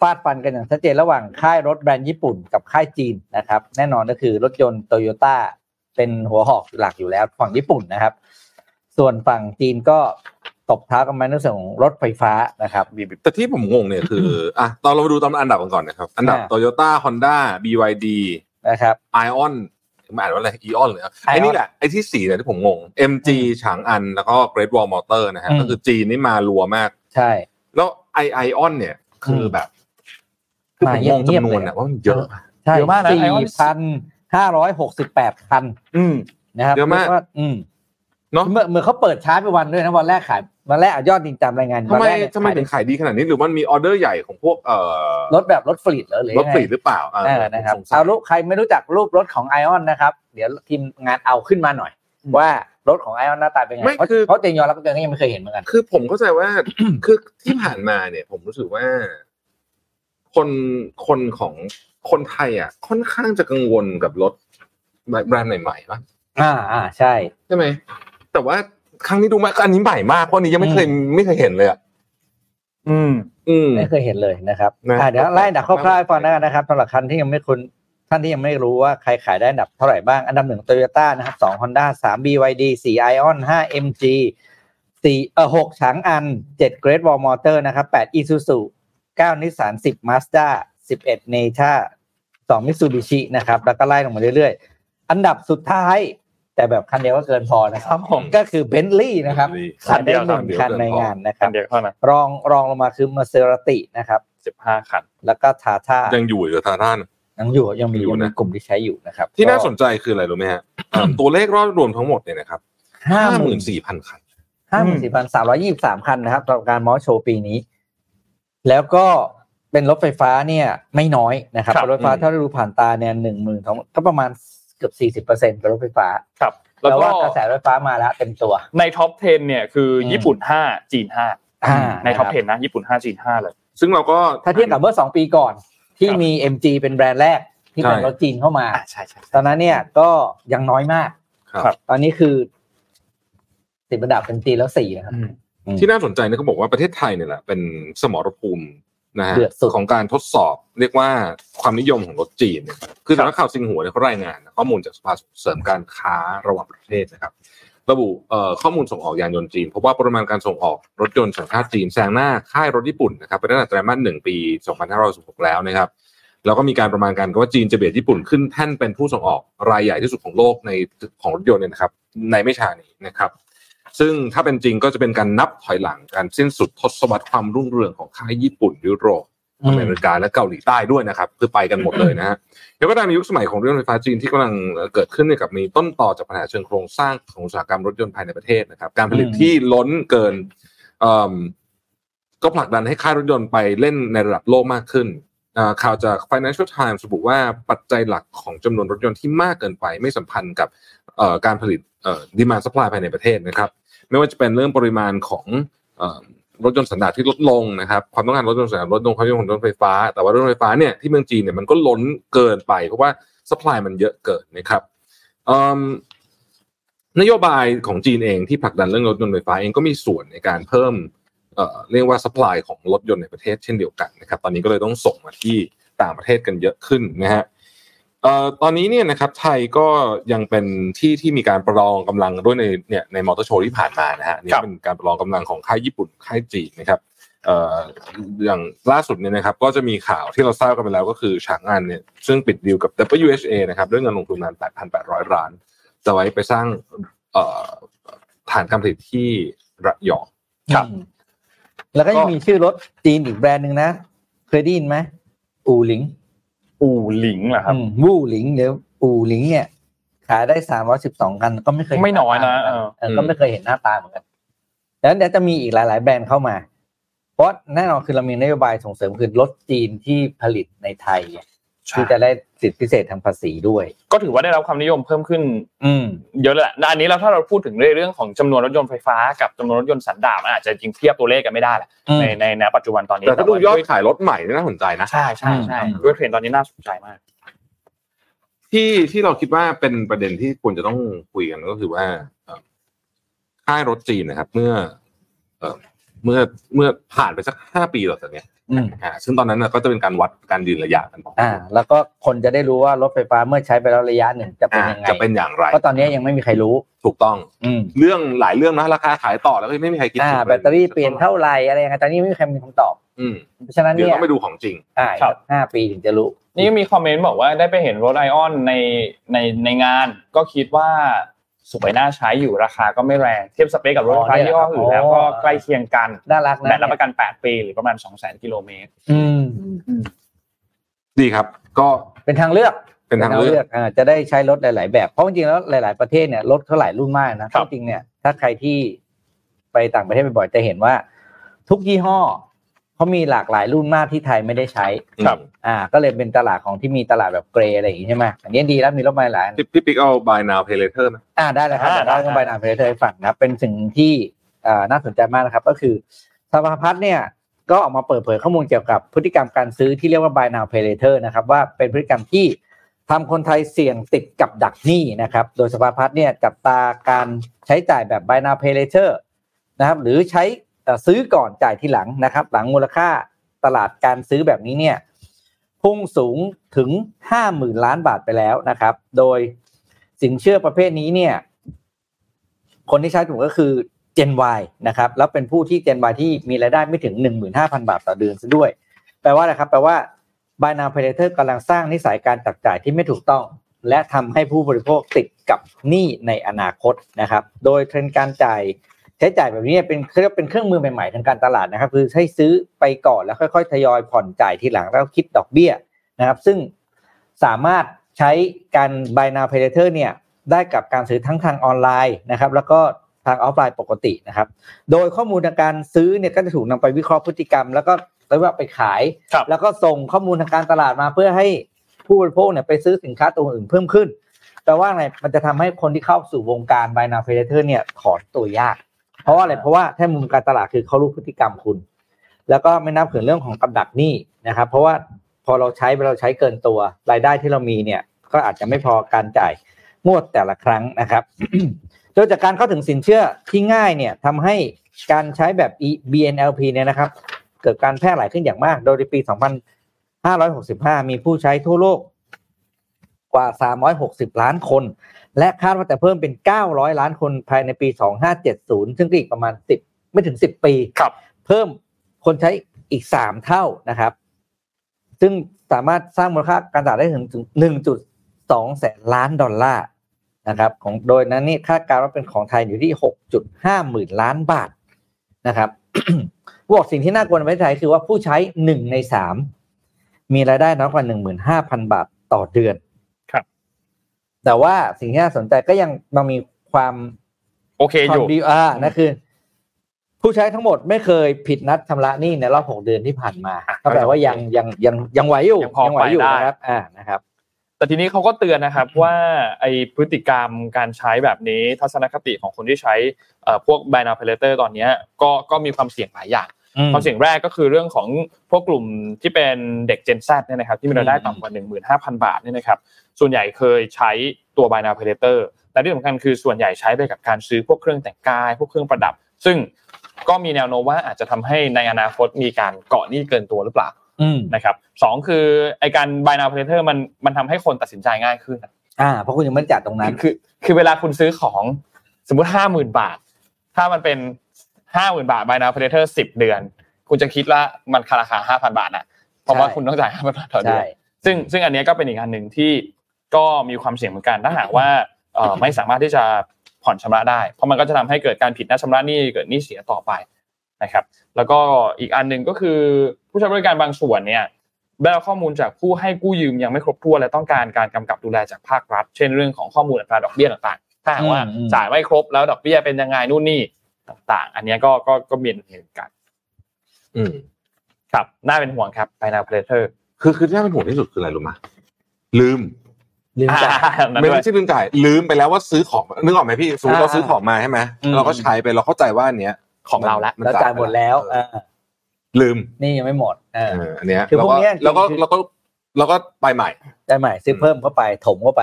S3: ฟาดฟันกันอย่างชัดเจนระหว่างค่ายรถแบรนด์ญี่ปุ่นกับค่ายจีนนะครับ แน่นอนก็คือรถยนต์โตโยต้าเป็นหัวหอกหลักอยู่แล้วฝั่งญี่ปุ่นนะครับ ส่วนฝั่งจีนก็ตบเท้ากันมาในเรื่องของรถไฟฟ้านะครับ
S4: แต่ที่ผมงงเนี่ยคืออ่ะตอนเรามาดูตามอันดับกันก่อนนะครับ อันดับ
S3: อ่า
S4: โตโยต้าฮอนด้าบีวดี
S3: นะครับ
S4: ไอออนมันอ่านว่าอะไรอีออนเลยอะไอ้
S3: Ion
S4: นี่แหละ ไอ้ที่สี่เนี่ยที่ผมงง MG ฉางอันแล้วก็ Great Wall Motor นะฮะ
S3: อืม
S4: ก็คือจีนนี่มารัวมาก
S3: ใช่
S4: แล้วไอไอออนเนี่ย คือแบบคือผมงงจำนวนอะว่ามันเยอะ
S3: ใช่
S2: เยอะมากนะ Ion
S3: สี่พันห้าร้อยหกสิบแปดคัน
S2: อืม
S3: นะครับ
S4: เยอะมาก
S3: รีว่อืม
S4: เนอะ
S3: เหมื่อนเหมือนเขาเปิดช้าไปวันด้วยนะวันแรกขายวันแรกอะยอดจริงตามรายงาน
S4: ทำไม
S3: วันแรกเนี่ย
S4: ทำไม
S3: ขาย
S4: ถึงขายดีขนาดนี้หรือมันมีออเดอร์ใหญ่ของพวกเอ่อ
S3: รถแบบรถฟลีดเหรอหรือ
S4: รถฟรีห
S3: ยังไง
S4: รือเปล่าอ่า
S3: เออนะครับ
S4: ผมสงสัย
S3: เอารูปใครไม่รู้จักรูปรถของไอออนนะครับ เดี๋ยวทีมงานเอาขึ้นมาหน่อย
S2: อืม
S3: ว่ารถของไอออนหน้าตาเป็นไง
S4: ไม่
S3: เพราะ
S4: คือ
S3: เพราะเตยยอมรับว่าตัวเองก็ยังไม่เคยเห็นเหมือนกัน
S4: คือผมเข้าใจว่า คือที่ผ่านมาเนี่ย ผมรู้สึกว่า คนคนของคนไทยอ่ะ ค่อนข้างจะกังวลกับรถแบรนด์ใหม่ๆป่ะ
S3: อ่าอ่าใช่
S4: ใช่ไหมแต่ว่าครั้งนี้ดูมาอันนี้ใหม่มากเพราะอันนี้ยังไม่เคยไม่เคยเห็นเลยอ่ะ
S2: อืม
S4: อืม
S3: ไม่เคยเห็นเลยนะครับ
S4: นะ
S3: อ่าเดี๋ยวไล่อันดับคร่าวๆให้ฟัง
S4: ครับ
S3: กันนะครับสำหรับคันที่ยังไม่คุ้นท่านที่ยังไม่รู้ว่าใครขายได้อันดับเท่าไหร่บ้าง อันดับหนึ่งโตโยต้านะครับสองฮอนด้าสามบีวดีสี่ไอออนห้าเอ็มจีสี่เออหกฉางอันเจ็ดเกรดวอลมอเตอร์นะครับแปดอีซูซูเก้านิสสันสิบมาสด้าสิบเอ็ดเนช่าสองมิตซูบิชินะครับ แล้วก็ไล่ลงมาเรื่อยๆ อันดับสุดท้าย แต่แบบคันเดียวก็เกินพอนะค
S2: ครับ รับผม
S3: ก็คือเบนซ์ลี่นะครับ
S2: คันเดียว
S3: ได้หนึ่งคันในงานนะค
S2: คั
S3: รั
S2: น
S3: บ
S2: เดียวเท่านั้น
S3: รองรองลงมาคือมาเซราตินะครับ
S2: สิบห้าคัน
S3: แล้วก็ทาท่า
S4: ยังอยู่อยู่ทางด้าน
S3: ยังอยู่ยังมี
S4: อยู่
S3: ยัง
S4: นะ
S3: มีกลุ่มที่ใช้อยู่นะครับ
S4: ที่น่าสนใจคืออะไรรู้ไหมฮะเอ่อตัวเลขรอบรวมทั้งหมดเนี่ยนะครับ
S3: ห้า
S4: ห้า
S3: ห
S4: ห
S3: มื่
S4: มื่
S3: น
S4: นสี่พันคัน
S3: ห้าหมื่นสี่พันสามร้อยยี่สิบสามคันนะครับสำหรับการมอสโชว์ปีนี้ แล้วก็เป็นรถไฟฟ้าเนี่ย ไม่น้อยนะครับ
S2: ครับ
S3: เป็นรถไฟฟ้า
S4: อืม
S3: เท่าที่ดูผ่านตาเนี่ยหนึ่งหมื่นก็ประมาณเกือบสี่สิบเปอร์เซ็นต์เป็นรถไฟฟ้า
S2: ครับ
S3: แล้
S2: แล้ว
S3: ว
S2: ก็
S3: ว่ากระแสรถไฟฟ้ามาแล้วเต็มตัว
S2: ในท็อป 10 เนี่ยคืออ
S3: ม
S2: ญี่ปุ่น 5 จีน
S3: อ่า
S2: 5 ในท็อป
S3: นะครับ
S2: 10 นะ ญี่ปุ่น 5 จีน 5 เลย
S4: ซึ่งเราก็
S3: ถ้าเทียบกับเมื่อสองปีก่อน
S2: ค
S3: ที่
S2: รับ
S3: มี MG เป็นแบรนด์แรกที่เป็น
S4: ใช่
S3: รถจีนเข้ามา
S2: อ่าใช่ใช่
S3: ตอนนั้นเนี่ยก็ยังน้อยมาก
S4: ครับ
S2: ครับ
S3: ตอนนี้คือติดระดับเป็นจีนแล้วสี่นะครับ
S4: ที่น่าสนใจเนี่ยเขาบอกว่าประเทศไทยเนี่ยแหละเป็นสมรภูมินะฮะ
S3: เดือดสุด
S4: ของการทดสอบเรียกว่าความนิยมของรถจีนเนี่ยคือสำนักข่าวซิงหัวเนี่ยเขารายงานนะข้อมูลจากสภาส่งเสริมการค้าระหว่างประเทศนะครับ ระบุเอ่อข้อมูลส่งออกยานยนต์จีนพบว่าปริมาณการส่งออกรถยนต์สัญชาติจีนแซงหน้าค่ายรถญี่ปุ่นนะครับเป็นตั้งแต่ไตรมาสหนึ่งปี 2566 แล้วนะครับ แล้วก็มีการประมาณการกันว่าจีนจะเบียดญี่ปุ่นขึ้นแท่นเป็นผู้ส่งออกรายใหญ่ที่สุดของโลกในของรถยนต์เนี่ยนะครับ ในไม่ช้านี้นะครับ ซึ่งถ้าเป็นจริงก็จะเป็นการนับถอยหลังการสิ้นสุดทศวรรษความรุ่งเรืองของค่ายญี่ปุ่นยุโรป
S3: อืม
S4: อเมริกาและเกาหลีใต้ด้วยนะครับ คือไปกันหมดเลยนะฮะเดี๋ยวก็ตามในยุคสมัยของเรื่องไฟฟ้าจีนที่กำลังเกิดขึ้นเนี่ยกับมีต้นต่อจากปัญหาเชิงโครงสร้างของอุตสาหกรรมรถยนต์ภายในประเทศนะครับ การผลิต
S3: อืม
S4: ที่ล้นเกินเอิ่มก็ผลักดันให้ค่ายรถยนต์ไปเล่นในระดับโลกมากขึ้น อ่าข่าวจาก Financial Times ระบุว่าปัจจัยหลักของจำนวนรถยนต์ที่มากเกินไป ไม่สัมพันธ์กับเอ่อการผลิตดีมา d ซัพพลายภายในประเทศนะครับ ไม่ว่าจะเป็นเรื่องปริมาณของเอ่อรถยนต์สันดาปที่ลดลงนะครับความต้องการรถยนต์สันดาปลดลงความต้องการของรถไฟฟ้า แต่ว่ารถไฟฟ้าเนี่ยที่เมืองจีนเนี่ยมันก็ล้นเกินไป เพราะว่าซัพพลายมันเยอะเกินนะครับอืมนโยบายของจีนเองที่ผลักดันเรื่องรถยนต์ไฟฟ้าเองก็มีส่วนในการเพิ่ม เอ่อเรียกว่า supply ของรถยนต์ในประเทศเช่นเดียวกันนะครับ ตอนนี้ก็เลยต้องส่งมาที่ต่างประเทศกันเยอะขึ้นนะฮะเอ่อตอนนี้เนี่ยนะครับไทยก็ยังเป็นที่ที่มีการประลองกำลังด้วยในเนี่ยในมอเตอร์โชว์ที่ผ่านมานะฮะนี่
S2: ครับ
S4: เป็นการประลองกำลังของค่ายญี่ปุ่นค่ายจีนนะครับเอ่ออย่างล่าสุดเนี่ยนะครับก็จะมีข่าวที่เราทราบกันไปแล้วก็คือฉางอันเนี่ยซึ่งปิดดีลกับ WHA นะครับด้วยเงินลงทุนนาน8,800 ล้าน จะไว้ไปสร้างเอ่อฐานการผลิตที่ระยอง
S2: ครับ
S3: อืมแล้วก็ยังมีชื่อรถจีนอีกแบรนด์หนึ่งนะ เคยได้ยินไหมอูหลิง
S2: อู่หลิงเหรอครับ
S3: อืมวูหลิงหรืออูหลิง เนี่ย ขายได้สามร้อยสิบสองคันก็ไม่เคยเห็
S2: ไม่น้อยนะ
S3: หาตา
S2: เออ
S3: เออก็ไม่เคยเห็นหน้าตาเหมือนกันแล้วเดี๋ยวจะมีอีกหลาย ๆ แบรนด์เข้ามา เพราะแน่นอนคือเรามีนโยบายส่งเสริมคือรถจีนที่ผลิตในไทยเนี่ยที่จะได้สิทธิพิเศษทางภาษีด้วย
S2: ก็ถือว่าได้รับความนิยมเพิ่มขึ้น
S3: อืม
S2: เยอะแหละอันนี้เราถ้าเราพูดถึงในเรื่องของจำนวนรถยนต์ไฟฟ้ากับจำนวนรถยนต์สันดาปมันอาจจะจริงเทียบตัวเลขกันไม่ได้แหละ
S3: อืม
S2: ในในณปัจจุบันตอนนี้
S4: แต่ถ้าดูยอด
S2: ว่
S4: ขายรถใหม่นี่น่าสนใจนะ
S2: ใช่ใช่ใช่
S3: อืม
S2: ด้วยเทรนด์ตอนนี้น่าสนใจมาก
S4: ที่ที่เราคิดว่าเป็นประเด็นที่ควรจะต้องคุยกันก็คือว่าเอ่อค่ายรถจีนนะครับ เมื่อเอ่อเมื่อเมื่อผ่านไปสักห้าปีหลังจากเนี้ย
S3: อืม
S4: อ่าซึ่งตอนนั้นน่ะก็จะเป็นการวัดการยืนระยะกัน
S3: อ่า แล้วก็คนจะได้รู้ว่ารถไฟฟ้าเมื่อใช้ไปแล้วระยะหนึ่งจะเป็น
S4: อ่า
S3: ยังไง
S4: จะเป็นอย่างไร
S3: เพราะตอนนี้ยังไม่มีใครรู้
S4: ถูกต้อง
S3: อืม
S4: เรื่องหลายเรื่องนะราคาขายต่อแล้วก็ไม่มีใครคิด
S3: อ่า
S4: ถึง
S3: แบตเตอรี่เปลี่ยนเท่าไหร่อะไรยังไงตอนนี้ไม่มีใครมีคำตอบ
S4: อืม
S3: เพราะฉะนั้น
S4: เดี๋ยว
S3: เนี่ย
S4: ต้องไปดูของจริง
S3: อ่า
S2: ครับ
S3: ห้าปีถึงจะรู้
S2: นี่ก็มีคอมเมนต์บอกว่าได้ไปเห็นรถไอออนในในในงาน ก็คิดว่าสวยน่าใช้อยู่ราคาก็ไม่แรงเทียบสเปคกับรถไฟฟ้ายี่ห้ออื่นแล้วก็ใกล้เคียงกัน
S3: น่ารักนะ
S2: แบตรับประกัน 8 ปีหรือประมาณ 200,000กิโลเมตร
S3: อืม
S4: ดีครับ ก็
S3: เป็นทางเลือก
S4: เป็นทางเลือก
S3: อ่าจะได้ใช้รถหลาย ๆ แบบเพราะจริงๆแล้วหลาย ๆ ประเทศเนี่ยรถเขาหลายรุ่นมากนะครับ จริงๆเนี่ยถ้าใครที่ไปต่างประเทศบ่อยๆจะเห็นว่า ทุกยี่ห้อเขามีหลากหลายรุ่นมากที่ไทยไม่ได้ใช้
S2: ครับ
S3: อ่า ก็เลยเป็นตลาดของที่มีตลาดแบบเกรย์อะไรอย่างงี้ใช่ไหมอันนี้ดีแล้วมีรถมาหลายอัน
S4: พี่พี่ปิ๊กเอา buy now pay later ไหม
S3: อ่าได้เลยครับ
S2: อ่า
S3: แต่ได้
S2: ได้
S3: ต้องไป
S2: ได้
S3: นานไปเธอฝั่งนะครับ เป็นสิ่งที่อ่าน่าสนใจมากนะครับ ก็คือสภาพัฒน์เนี่ยก็ออกมาเปิดเผยข้อมูลเกี่ยวกับพฤติกรรมการซื้อที่เรียกว่า buy now pay later นะครับ ว่าเป็นพฤติกรรมที่ทำคนไทยเสี่ยงติดกับดักหนี้นะครับ โดยสภาพัฒน์เนี่ยจับตาการใช้จ่ายแบบ buy now pay later นะครับ หรือใช้เอ่อซื้อก่อนจ่ายทีหลังนะครับ หลังมูลค่าตลาดการซื้อแบบนี้เนี่ยพุ่งสูงถึง 50,000 ล้านบาทไปแล้วนะครับ โดยสินเชื่อประเภทนี้เนี่ย คนที่ใช้กลุ่มก็คือ Gen Y นะครับ แล้วเป็นผู้ที่ Gen Y ที่มีรายได้ไม่ถึง 15,000 บาทต่อเดือนซะด้วย แปลว่าอะไรครับ แปลว่า Buy Now Pay Later กำลังสร้างนิสัยการจับจ่ายที่ไม่ถูกต้อง และทำให้ผู้บริโภคติดกับหนี้ในอนาคตนะครับ โดยเทรนด์การจ่ายใช้จ่ายแบบนี้เป็นเขาเรียกว่าเป็นเครื่องมือใหม่ๆทางการตลาดนะครับ คือให้ซื้อไปก่อนแล้วค่อยๆ ทยอยผ่อนจ่ายทีหลังแล้วคิดดอกเบี้ย นะครับซึ่งสามารถใช้การ buy now pay later เนี่ยได้กับการซื้อทั้งทางออนไลน์นะครับแล้วก็ทางออฟไลน์ปกตินะครับ โดยข้อมูลทางการซื้อเนี่ยก็จะถูกนำไปวิเคราะห์พฤติกรรม แล้วก็เรียกว่าไปขาย
S2: ครับ
S3: แล้วก็ส่งข้อมูลทางการตลาดมาเพื่อให้ผู้บริโภคเนี่ยไปซื้อสินค้าตัวอื่นเพิ่มขึ้นแปลว่าอะไรมันจะทำให้คนที่เข้าสู่วงการ buy now pay later เนี่ยถอนตัวยาก เพราะว่าอะไรเพราะว่าถ้ามุมการตลาดคือเขารู้พฤติกรรมคุณ แล้วก็ไม่นับถึงเรื่องของกำดักหนี้นะครับ เพราะว่าพอเราใช้ไปเราใช้เกินตัวรายได้ที่เรามีเนี่ย ก็อาจจะไม่พอการจ่ายงวดแต่ละครั้งนะครับ โดยจากการเข้าถึงสินเชื่อที่ง่ายเนี่ยทำให้การใช้แบบ E- BNLP เนี่ยนะครับ เกิดการแพร่หลายขึ้นอย่างมาก โดยในปี 2565 มีผู้ใช้ทั่วโลกกว่า 360 ล้านคน และคาดว่าจะเพิ่มเป็น 900 ล้านคนภายในปี 2570 ซึ่งก็อีกประมาณ 10 ไม่ถึง 10 ปี
S2: ครับ
S3: เพิ่มคนใช้อีก 3 เท่านะครับ ซึ่งสามารถสร้างมูลค่าการตลาดได้ถึงถึง1.2 แสนล้านดอลลาร์นะครับของโดยนั้นนี่คาดการณ์ว่าเป็นของไทยอยู่ที่ 6.5 หมื่นล้านบาทนะครับ เขาบอกสิ่งที่น่ากลัวในประเทศไทยคือว่าผู้ใช้หนึ่งในสามมีรายได้น้อยกว่าหนึ่งหมื่นห้าพันบาทต่อเดือน
S2: ครับ
S3: แต่ว่าสิ่งที่น่าสนใจก็ยังมันมีความ
S2: โอเคอ
S3: ความ
S2: ยู่
S3: ดีอ่านั่นคือ ผู้ใช้ทั้งหมดไม่เคยผิดนัดชำระหนี้ในรอบหกเดือนที่ผ่านมา
S2: อ่ะ
S3: ก็แปลว่ายังยังยังยังไหวอยู่
S2: ยังพอ
S3: ไหวอยู่
S2: ไปได้
S3: นะครับ อ่านะครับ
S2: แต่ทีนี้เขาก็เตือนนะครับว่าไอพฤติกรรมการใช้แบบนี้ทัศนคติของคนที่ใช้เอ่อพวก b i n a r p a l a t o r ตอนเนี้ยก็ก็มีความเสี่ยงหลายอย่าง ความเสี่ยงแรกก็คือเรื่องของพวกกลุ่มที่เป็นเด็ก Gen Z เนี่ยนะครับที่มีรายได้ต่ำกว่า 15,000 บาทเนี่ยนะครับส่วนใหญ่เคยใช้ตัว b i n a r p a l a t o r และที่สำคัญคือส่วนใหญ่ใช้ไปกับการซื้อพวกเครื่องแต่งกาย พวกเครื่องประดับ ซึ่งก็มีแนวโน้มว่าอาจจะทำให้ในอนาคตมีการเกาะหนี้เกินตัวหรือเปล่า
S3: อืม
S2: นะครับสองคือไอการ buy now pay later มันมันทำให้คนตัดสินใจง่ายขึ้นอะ
S3: อ่าเพราะคุณยังไม่ได้จัดตรงนั้น
S2: คือคือเวลาคุณซื้อของสมมติห้าหมื่นบาท ถ้ามันเป็นห้าหมื่นบาท buy now pay later สิบเดือน คุณจะคิดว่ามันราคาห้าพันบาทนะเพราะว่า
S3: ใช่
S2: คุณต้องจ่ายห้าพันบาทต่อเดื
S3: ใช่
S2: อนซึ่งซึ่งอันเนี้ยก็เป็นอีกอันหนึ่งที่ก็มีความเสี่ยงเหมือนกันถ้าหากว่าเอ่อไม่สามารถที่จะผ่อนชำระได้ เพราะมันก็จะทำให้เกิดการผิดนัดชำระหนี้เกิดหนี้เสียต่อไปนะครับ แล้วก็อีกอันหนึ่งก็คือผู้ใช้บริการบางส่วนเนี่ยได้รับข้อมูลจากผู้ให้กู้ยืมยังไม่ครบถ้วนและต้องการการกำกับดูแลจากภาครัฐ เช่นเรื่องของข้อมูลอัตราดอกเบี้ยต่างๆ ถ้าหากว่าจ่ายไม่ครบแล้วดอกเบี้ยเป็นยังไงนู่นนี่ต่าง ๆ อันเนี้ยก็ก็ก็มีเหมือนกัน
S4: อืม
S2: ครับน่าเป็นห่วงครับไปนาเพลเทอร์
S4: คือคือที่น่าเป็นห่วงที่สุดคืออะไรรู้ไหมลืม
S3: ลืมจ่าย
S4: ไม่ไม่ใช่ลืมจ่ายลืมไปแล้วว่าซื้อของนึกออกไหมพี่สมมติเราซื้อของมาใช่ไหม
S3: อืม
S4: เราก็ใช้ไปเราเข้าใจว่าอันเนี้ย
S2: ของเราละ
S4: น
S3: แล้วจ่ายหมดแล้วเออ
S4: ลืม
S3: นี่ยังไม่หมดเออ
S4: เอออันเนี้ย
S3: คือ
S4: แล้ว
S3: พว
S4: ก็
S3: กเนี้ย
S4: แล้วก็แล้วก็แล้วก็ไปใหม่
S3: ได้ใหม่ซื้อเพิ่มเข้าไปถมเข้าไป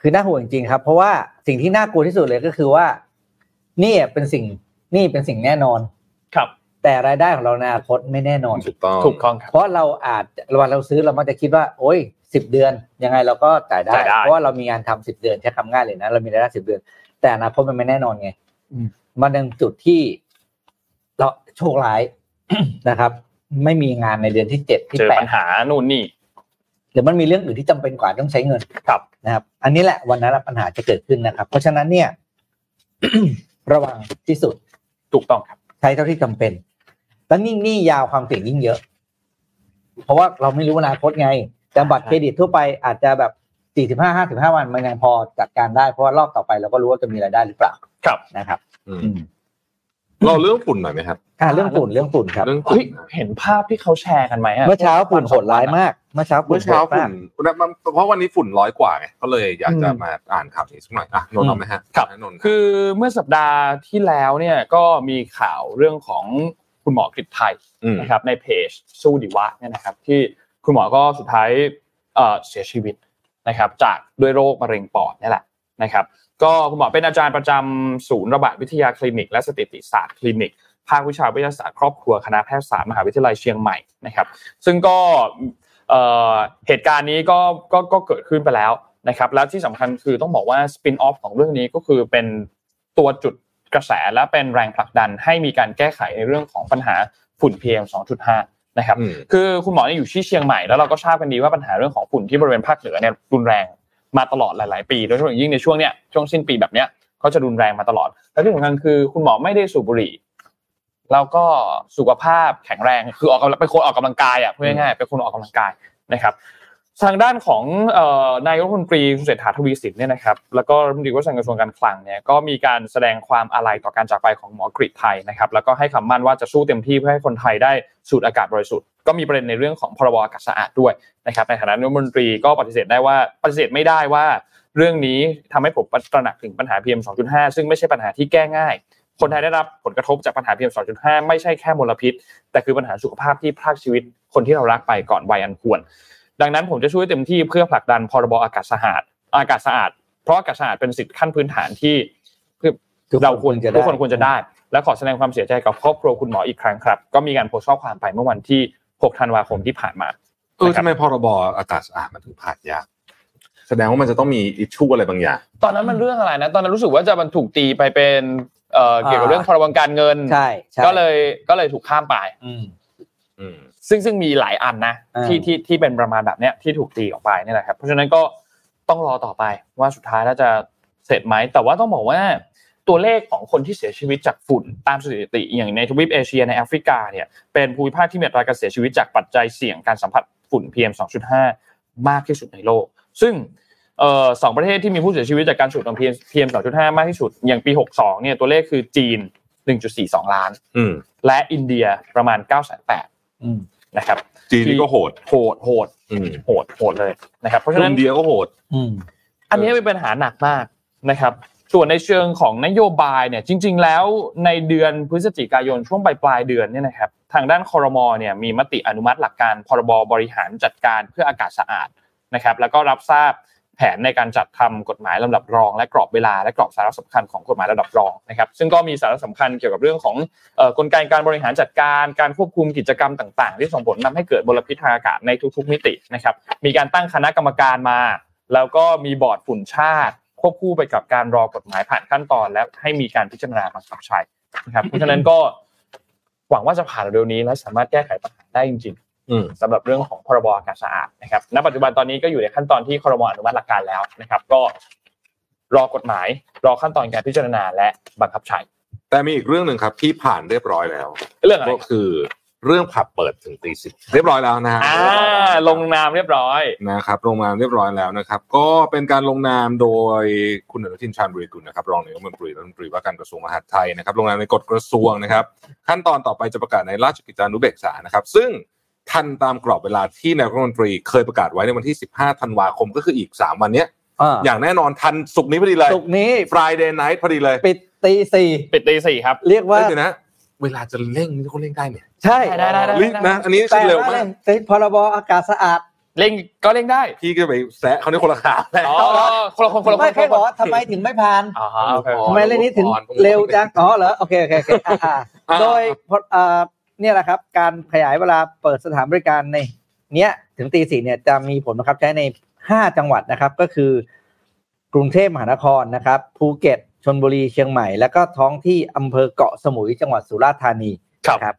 S3: คือน่าห่วงจริงๆครับ เพราะว่าสิ่งที่น่ากลัวที่สุดเลยก็คือว่า นี่เป็นสิ่งนี่เป็นสิ่งแน่นอน
S2: ครับ
S3: แต่รายได้ของเราในอนาคตไม่แน่นอน
S4: ถูกต้อง
S2: ถูกต้องครับ
S3: เพราะเราอาจเวันเราซื้อเรามักจะคิดว่า โอ๊ยสิบเดือน ยังไงเราก็จ่ายได้
S2: จ่ายได้
S3: เพราะว่าเรามีงานทำสิบเดือนใช้คำง่ายเลยนะ เรามีรายได้สิบเดือน แต่อนาคตมันไม่แน่นอนไง
S2: อืม
S3: มันยังจุดที่เราโชคร้าย นะครับ ไม่มีงานในเดือนที่เจ็ดที่
S2: เจอ
S3: แปด
S2: ปัญหานู่นนี่
S3: หรือมันมีเรื่องอื่นที่จำเป็นกว่าต้องใช้เงิน
S2: ครับ
S3: นะครับ อันนี้แหละวันนั้นละปัญหาจะเกิดขึ้นนะครับ เพราะฉะนั้นเนี่ย ระวังที่สุด
S2: ถูกต้องครับ
S3: ใช้เท่าที่จำเป็น แล้วยิ่งหนี่ยาวความเสี่ยงยิ่งเยอะ เพราะว่าเราไม่รู้อนาคตไง แต่บัตรเครดิตทั่วไปอาจจะแบบสี่สิบห้าห้าสิบห้าวันมันยังพอจัดการได้เพราะว่ารอบต่อไปเราก็รู้ว่าจะมีรายได้หรือเปล่า
S2: ครับ
S3: นะครับ
S4: อืม
S3: อืม
S4: เราเรื่องฝุ่นหน่อยไหมครับ
S3: อ่าเรื่องฝุ่นเรื่องฝุ่นครับ
S4: เรื่องฝุ่
S2: เฮ้ย
S4: นนะ
S2: เห็นภาพที่เขาแชร์กันไหมะ
S3: เมื่อเช้าฝุ่นโหดร้ายมากเมื่อเช้าฝุ่
S4: เมื่
S3: น
S4: อ
S3: โห
S4: เช้า
S3: ดม
S4: ฝุ่
S3: าน ก
S4: เพราะวันนี้ฝุ่นร้อยกว่าไงก็เลยอยากจะ
S3: อืม
S4: มาอ่านข่าวนี้สักหน่อยอ่ะนนท์เอาไหมฮะ
S2: ครับ
S4: นนท์
S2: คือเมื่อสัปดาห์ที่แล้วเนี่ยก็มีข่าวเรื่องของคุณหมอกฤษไทย
S4: อืม
S2: นะครับในเพจสู้ดีวะเนี่ยนะครับที่คุณหมอก็สุดท้ายเอ่อเสียชีวิตนะครับจากด้วยโรคมะเร็งปอดเนี่ยแหละนะครับก็คุณหมอเป็นอาจารย์ประจำศูนย์ระบาดวิทยาคลินิก และสถิติศาสตร์คลินิก ภาควิชาวิทยาศาสตร์ครอบครัวคณะแพทยศาสตร์มหาวิทยาลัยเชียงใหม่นะครับ ซึ่งก็เอ่อเหตุการณ์นี้ก็ก็ก็เกิดขึ้นไปแล้วนะครับ แล้วที่สำคัญคือต้องบอกว่าสปินออฟของเรื่องนี้ก็คือเป็นตัวจุดกระแสและเป็นแรงผลักดันให้มีการแก้ไขในเรื่องของปัญหาฝุ่น PM 2.5 นะครับ
S4: อืม
S2: คือคุณหมอเนี่ยอยู่ที่เชียงใหม่แล้วเราก็ทราบกันดีว่าปัญหาเรื่องของฝุ่นที่บริเวณภาคเหนือเนี่ยรุนแรงมาตลอดหลาย ๆ ปีโดยเฉพาะอย่างยิ่งในช่วงเนี้ยช่วงสิ้นปีแบบเนี้ยก็จะรุนแรงมาตลอดและที่สำคัญคือคุณหมอไม่ได้สูบบุหรี่แล้วก็สุขภาพแข็งแรงคือออกกำลังเป็นคนออกกำลังกายอ่ะพูดง่ายๆเป็นคนออกกำลังกายนะครับ ทางด้านของเอ่อนายกรัฐมนตรีคุณเศรษฐาทวีสินเนี่ยนะครับแล้วก็รัฐมนตรีว่าการกระทรวงการคลังเนี่ยก็มีการแสดงความอาลัยต่อการจากไปของหมอกรีฑไทยนะครับแล้วก็ให้คำมั่นว่าจะสู้เต็มที่เพื่อให้คนไทยได้สูดอากาศบริสุทธิ์ก็มีประเด็นในเรื่องของพรบอากาศสะอาดด้วยนะครับในฐานะนายกรัฐมนตรีก็ปฏิเสธได้ว่าปฏิเสธไม่ได้ว่า เรื่องนี้ทำให้ผมตระหนักถึงปัญหา PM 2.5 ซึ่งไม่ใช่ปัญหาที่แก้ง่าย คนไทยได้รับผลกระทบจากปัญหา PM 2.5 ไม่ใช่แค่มลพิษ แต่คือปัญหาสุขภาพที่พรากชีวิตคนที่เรารักไปก่อนวัยอันควร ดังนั้นผมจะช่วยเต็มที่เพื่อผลักดันพรบอากาศสะอาดอากาศสะอาด เพราะอากาศสะอาดเป็นสิทธิขั้นพื้นฐานที่
S3: ทุกคน
S2: เราควร
S3: ควรจะได้
S2: ทุกคนควรจะได้ และขอแสดงความเสียใจกับครอบครัวคุณหมออีกครั้งครับ ก็มีการโพสต์ข้อความไปเมื่อวันที่ 6 ธันวาคมที่ผ่านมา
S4: เออ
S2: นะครับ
S4: ทำไมพรบอากาศสะอาดมันถึงผ่านยากแสดงว่ามันจะต้องมีอิชชูอะไรบางอย่าง
S2: ตอนนั้นมันเรื่องอะไรนะ ตอนนั้นรู้สึกว่าจะมันถูกตีไปเป็นเอ่อเกี่ยวกับเรื่องพรบการเงิน
S3: ใช่ใช่
S2: ก็เลยก็เลยถูกข้ามไป
S3: อืม
S4: อืม
S2: ซึ่งซึ่งมีหลายอันนะ
S3: อ่า
S2: ที่ที่ที่เป็นประมาณแบบเนี้ยที่ถูกตีออกไปเนี่ยแหละครับเพราะฉะนั้นก็ต้องรอต่อไปว่าสุดท้ายแล้วจะเสร็จไหมแต่ว่าต้องบอกว่า ตัวเลขของคนที่เสียชีวิตจากฝุ่นตามสถิติอย่างในทวีปเอเชียในแอฟริกาเนี่ยเป็นภูมิภาคที่มีอัตราการเสียชีวิตจากปัจจัยเสี่ยงการสัมผัสฝุ่น PM 2.5 มากที่สุดในโลก ซึ่งเอ่อสองประเทศที่มีผู้เสียชีวิตจากการสูดดม PM 2.5 มากที่สุด อย่างปี 62 เนี่ยตัวเลขคือจีน 1.42 ล้าน
S4: อืม
S2: และอินเดียประมาณ 9,800
S3: อืม
S2: นะครับ
S4: จีนนี่ก็โหด
S2: โหดโหด
S4: อืม
S2: โหดโหดเลยนะครับ เพราะฉะนั้
S4: อิ
S2: น
S4: นเดียก็โหด
S3: อืม
S2: อันนี้เป็นปัญหาหนักมากนะครับ ส่วนในเชิงของนโยบายเนี่ยจริง ๆ แล้วในเดือนพฤศจิกายนช่วงปลายปลายๆเดือนเนี่ยนะครับทางด้านคอรมอเนี่ยมีมติอนุมัติหลักการพรบบริหารจัดการเพื่ออากาศสะอาดนะครับ แล้วก็รับทราบแผนในการจัดทำกฎหมายลำดับรอง และกรอบเวลาและกรอบสาระสำคัญของกฎหมายลำดับรองนะครับ ซึ่งก็มีสาระสำคัญเกี่ยวกับเรื่องของเอ่อกลไกการบริหารจัดการการควบคุมกิจกรรมต่าง ๆ ที่ส่งผลทำให้เกิดมลพิษทางอากาศในทุก ๆ มิตินะครับ มีการตั้งคณะกรรมการมา แล้วก็มีบอร์ดฝุ่นชาติ ควบคู่ไปกับการรอกฎหมายผ่านขั้นตอน และให้มีการพิจารณาบังคับใช้นะครับ เพราะฉะนั้นก็หวังว่าจะผ่านเร็วนี้และสามารถแก้ไขปัญหาได้จริง
S4: อืม
S2: ๆสำหรับเรื่องของพรบอากาศสะอาดนะครับณปัจจุบันตอนนี้ก็อยู่ในขั้นตอนที่ครมอนุมัติหลักการแล้วนะครับ ก็รอกฎหมายรอขั้นตอนการพิจารณาและบังคับใช้
S4: แต่มีอีกเรื่องหนึ่งครับที่ผ่านเรียบร้อยแล้ว
S2: เรื่องอะไร
S4: ก็คือเรื่องผับเปิดถึงตีสิบเรียบร้อยแล้วนะฮะ
S2: อ่าลงนามเรียบร้อย
S4: นะครับลงนามเรียบร้อยแล้วนะครับ ก็เป็นการลงนามโดยคุณอนุทินชาญวิริกุลนะครับรองนายกรัฐมนตรีและรัฐมนตรีว่าการกระทรวงมหาดไทยนะครับลงนามในกฎกระทรวงนะครับ ขั้นตอนต่อไปจะประกาศในราชกิจจานุเบกษานะครับ ซึ่งทันตามกรอบเวลาที่นายกรัฐมนตรีเคยประกาศไว้ในวันที่ 15 ธันวาคมก็คืออีก 3 วันเนี้ย
S3: อ่า
S4: อย่างแน่นอนทันสุกร์นี้พอดีเลย
S3: ศุกร์นี้
S4: Friday night พอดีเลย
S3: ปิดตีสี่
S2: ปิดตีสี่ครับ
S3: เรียกว่า
S4: เอ้ยเดี๋ยวนะเวลาจะเร่งนี่ก็เร่งได้เนี่ย
S3: ใช่
S2: ได้ได้ได้
S4: รีบนะอันนี้
S3: แต่
S4: คือเร็ว
S3: ว่า
S4: มา
S3: เรื่
S4: ก
S3: องติดพรบอากาศสะอาด
S2: เร่งก็เร่งได้
S4: พี่ก็ไปแซะเขาในคนละข่าวแล้ว
S2: อ๋อคนละคนคนละคน
S3: ไม่แค่บอกว่าทำไมถึงไม่ผ่าน
S2: อ๋อโอเค
S3: ทำไมเรื่องนี้ถึงเร็วจังอ๋อเหรอโอเคโอเคโอเคอ่ะอ่ะ โดยเอ่อเนี่ยแหละครับ การขยายเวลาเปิดสถานบริการในเนี้ยถึงตีสี่เนี่ยจะมีผลบังคับใช้ใน 5 จังหวัดนะครับ ก็คือกรุงเทพมหานครนะครับภูเก็ตชลบุรีเชียงใหม่ แล้วก็ท้องที่อำเภอเกาะสมุยจังหวัดสุราษฎร์ธานี
S2: ครับ
S3: นะ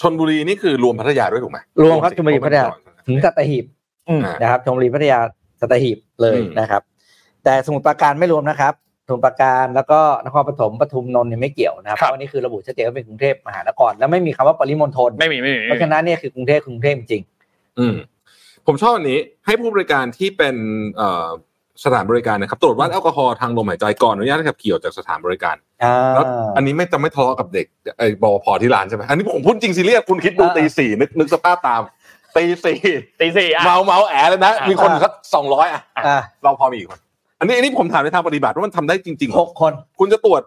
S4: ชนบุรีนี่คือรวมพัทยาด้วยถูกไหม
S3: รวมครับชลบุรีพัทยา ถึงสัตหีบ
S2: อืม
S3: นะครับชลบุรีพัทยาสัตหีบเลย
S4: อืม
S3: นะครับ แต่สมุทรปราการไม่รวมนะครับสมุทรปราการแล้วก็นครปฐมปทุมนนท์เนี่ยไม่เกี่ยวนะครับ
S2: ค
S3: เพ
S2: รับ
S3: ราะว่านี่คือระบุชัดเจนว่าเป็นกรุงเทพมหานครแล้วไม่มีคำว่าปริมณฑล
S2: ไม่มีไม่มี
S3: เพราะฉะนั้นเนี่ยคือกรุงเทพกรุงเทพจริง
S4: อืมผมชอบอันนี้ให้ผู้บริการที่เป็นเอ่อสถานบริการนะครับตรวจวัดแอลกอฮอล์ทางลมหายใจก่อนอนุญาตให้ขับขี่ออกจากสถานบริการ
S3: อ่า
S4: แล้วอันนี้ไม่จะไม่ทะเลาะกับเด็กไอ้บอพอที่ร้านใช่ไหมอันนี้ผมพูดจริงซีเรียสคุณคิดดู
S3: อ่า
S4: ตีสี่นึกนึกสภาพตามตีสี่
S2: ตีสี่อ่ะ
S4: เมาเมาแอะแล้วนะ มีคนสักสองร้อยอ่ะ
S3: อ่า
S4: เราพอมีอีกคนอันนี้อันนี้ผมถามในทางปฏิบัติว่ามันทำได้จริงๆเห
S3: ห
S4: รอก
S3: คน
S4: คุณจะตรวจ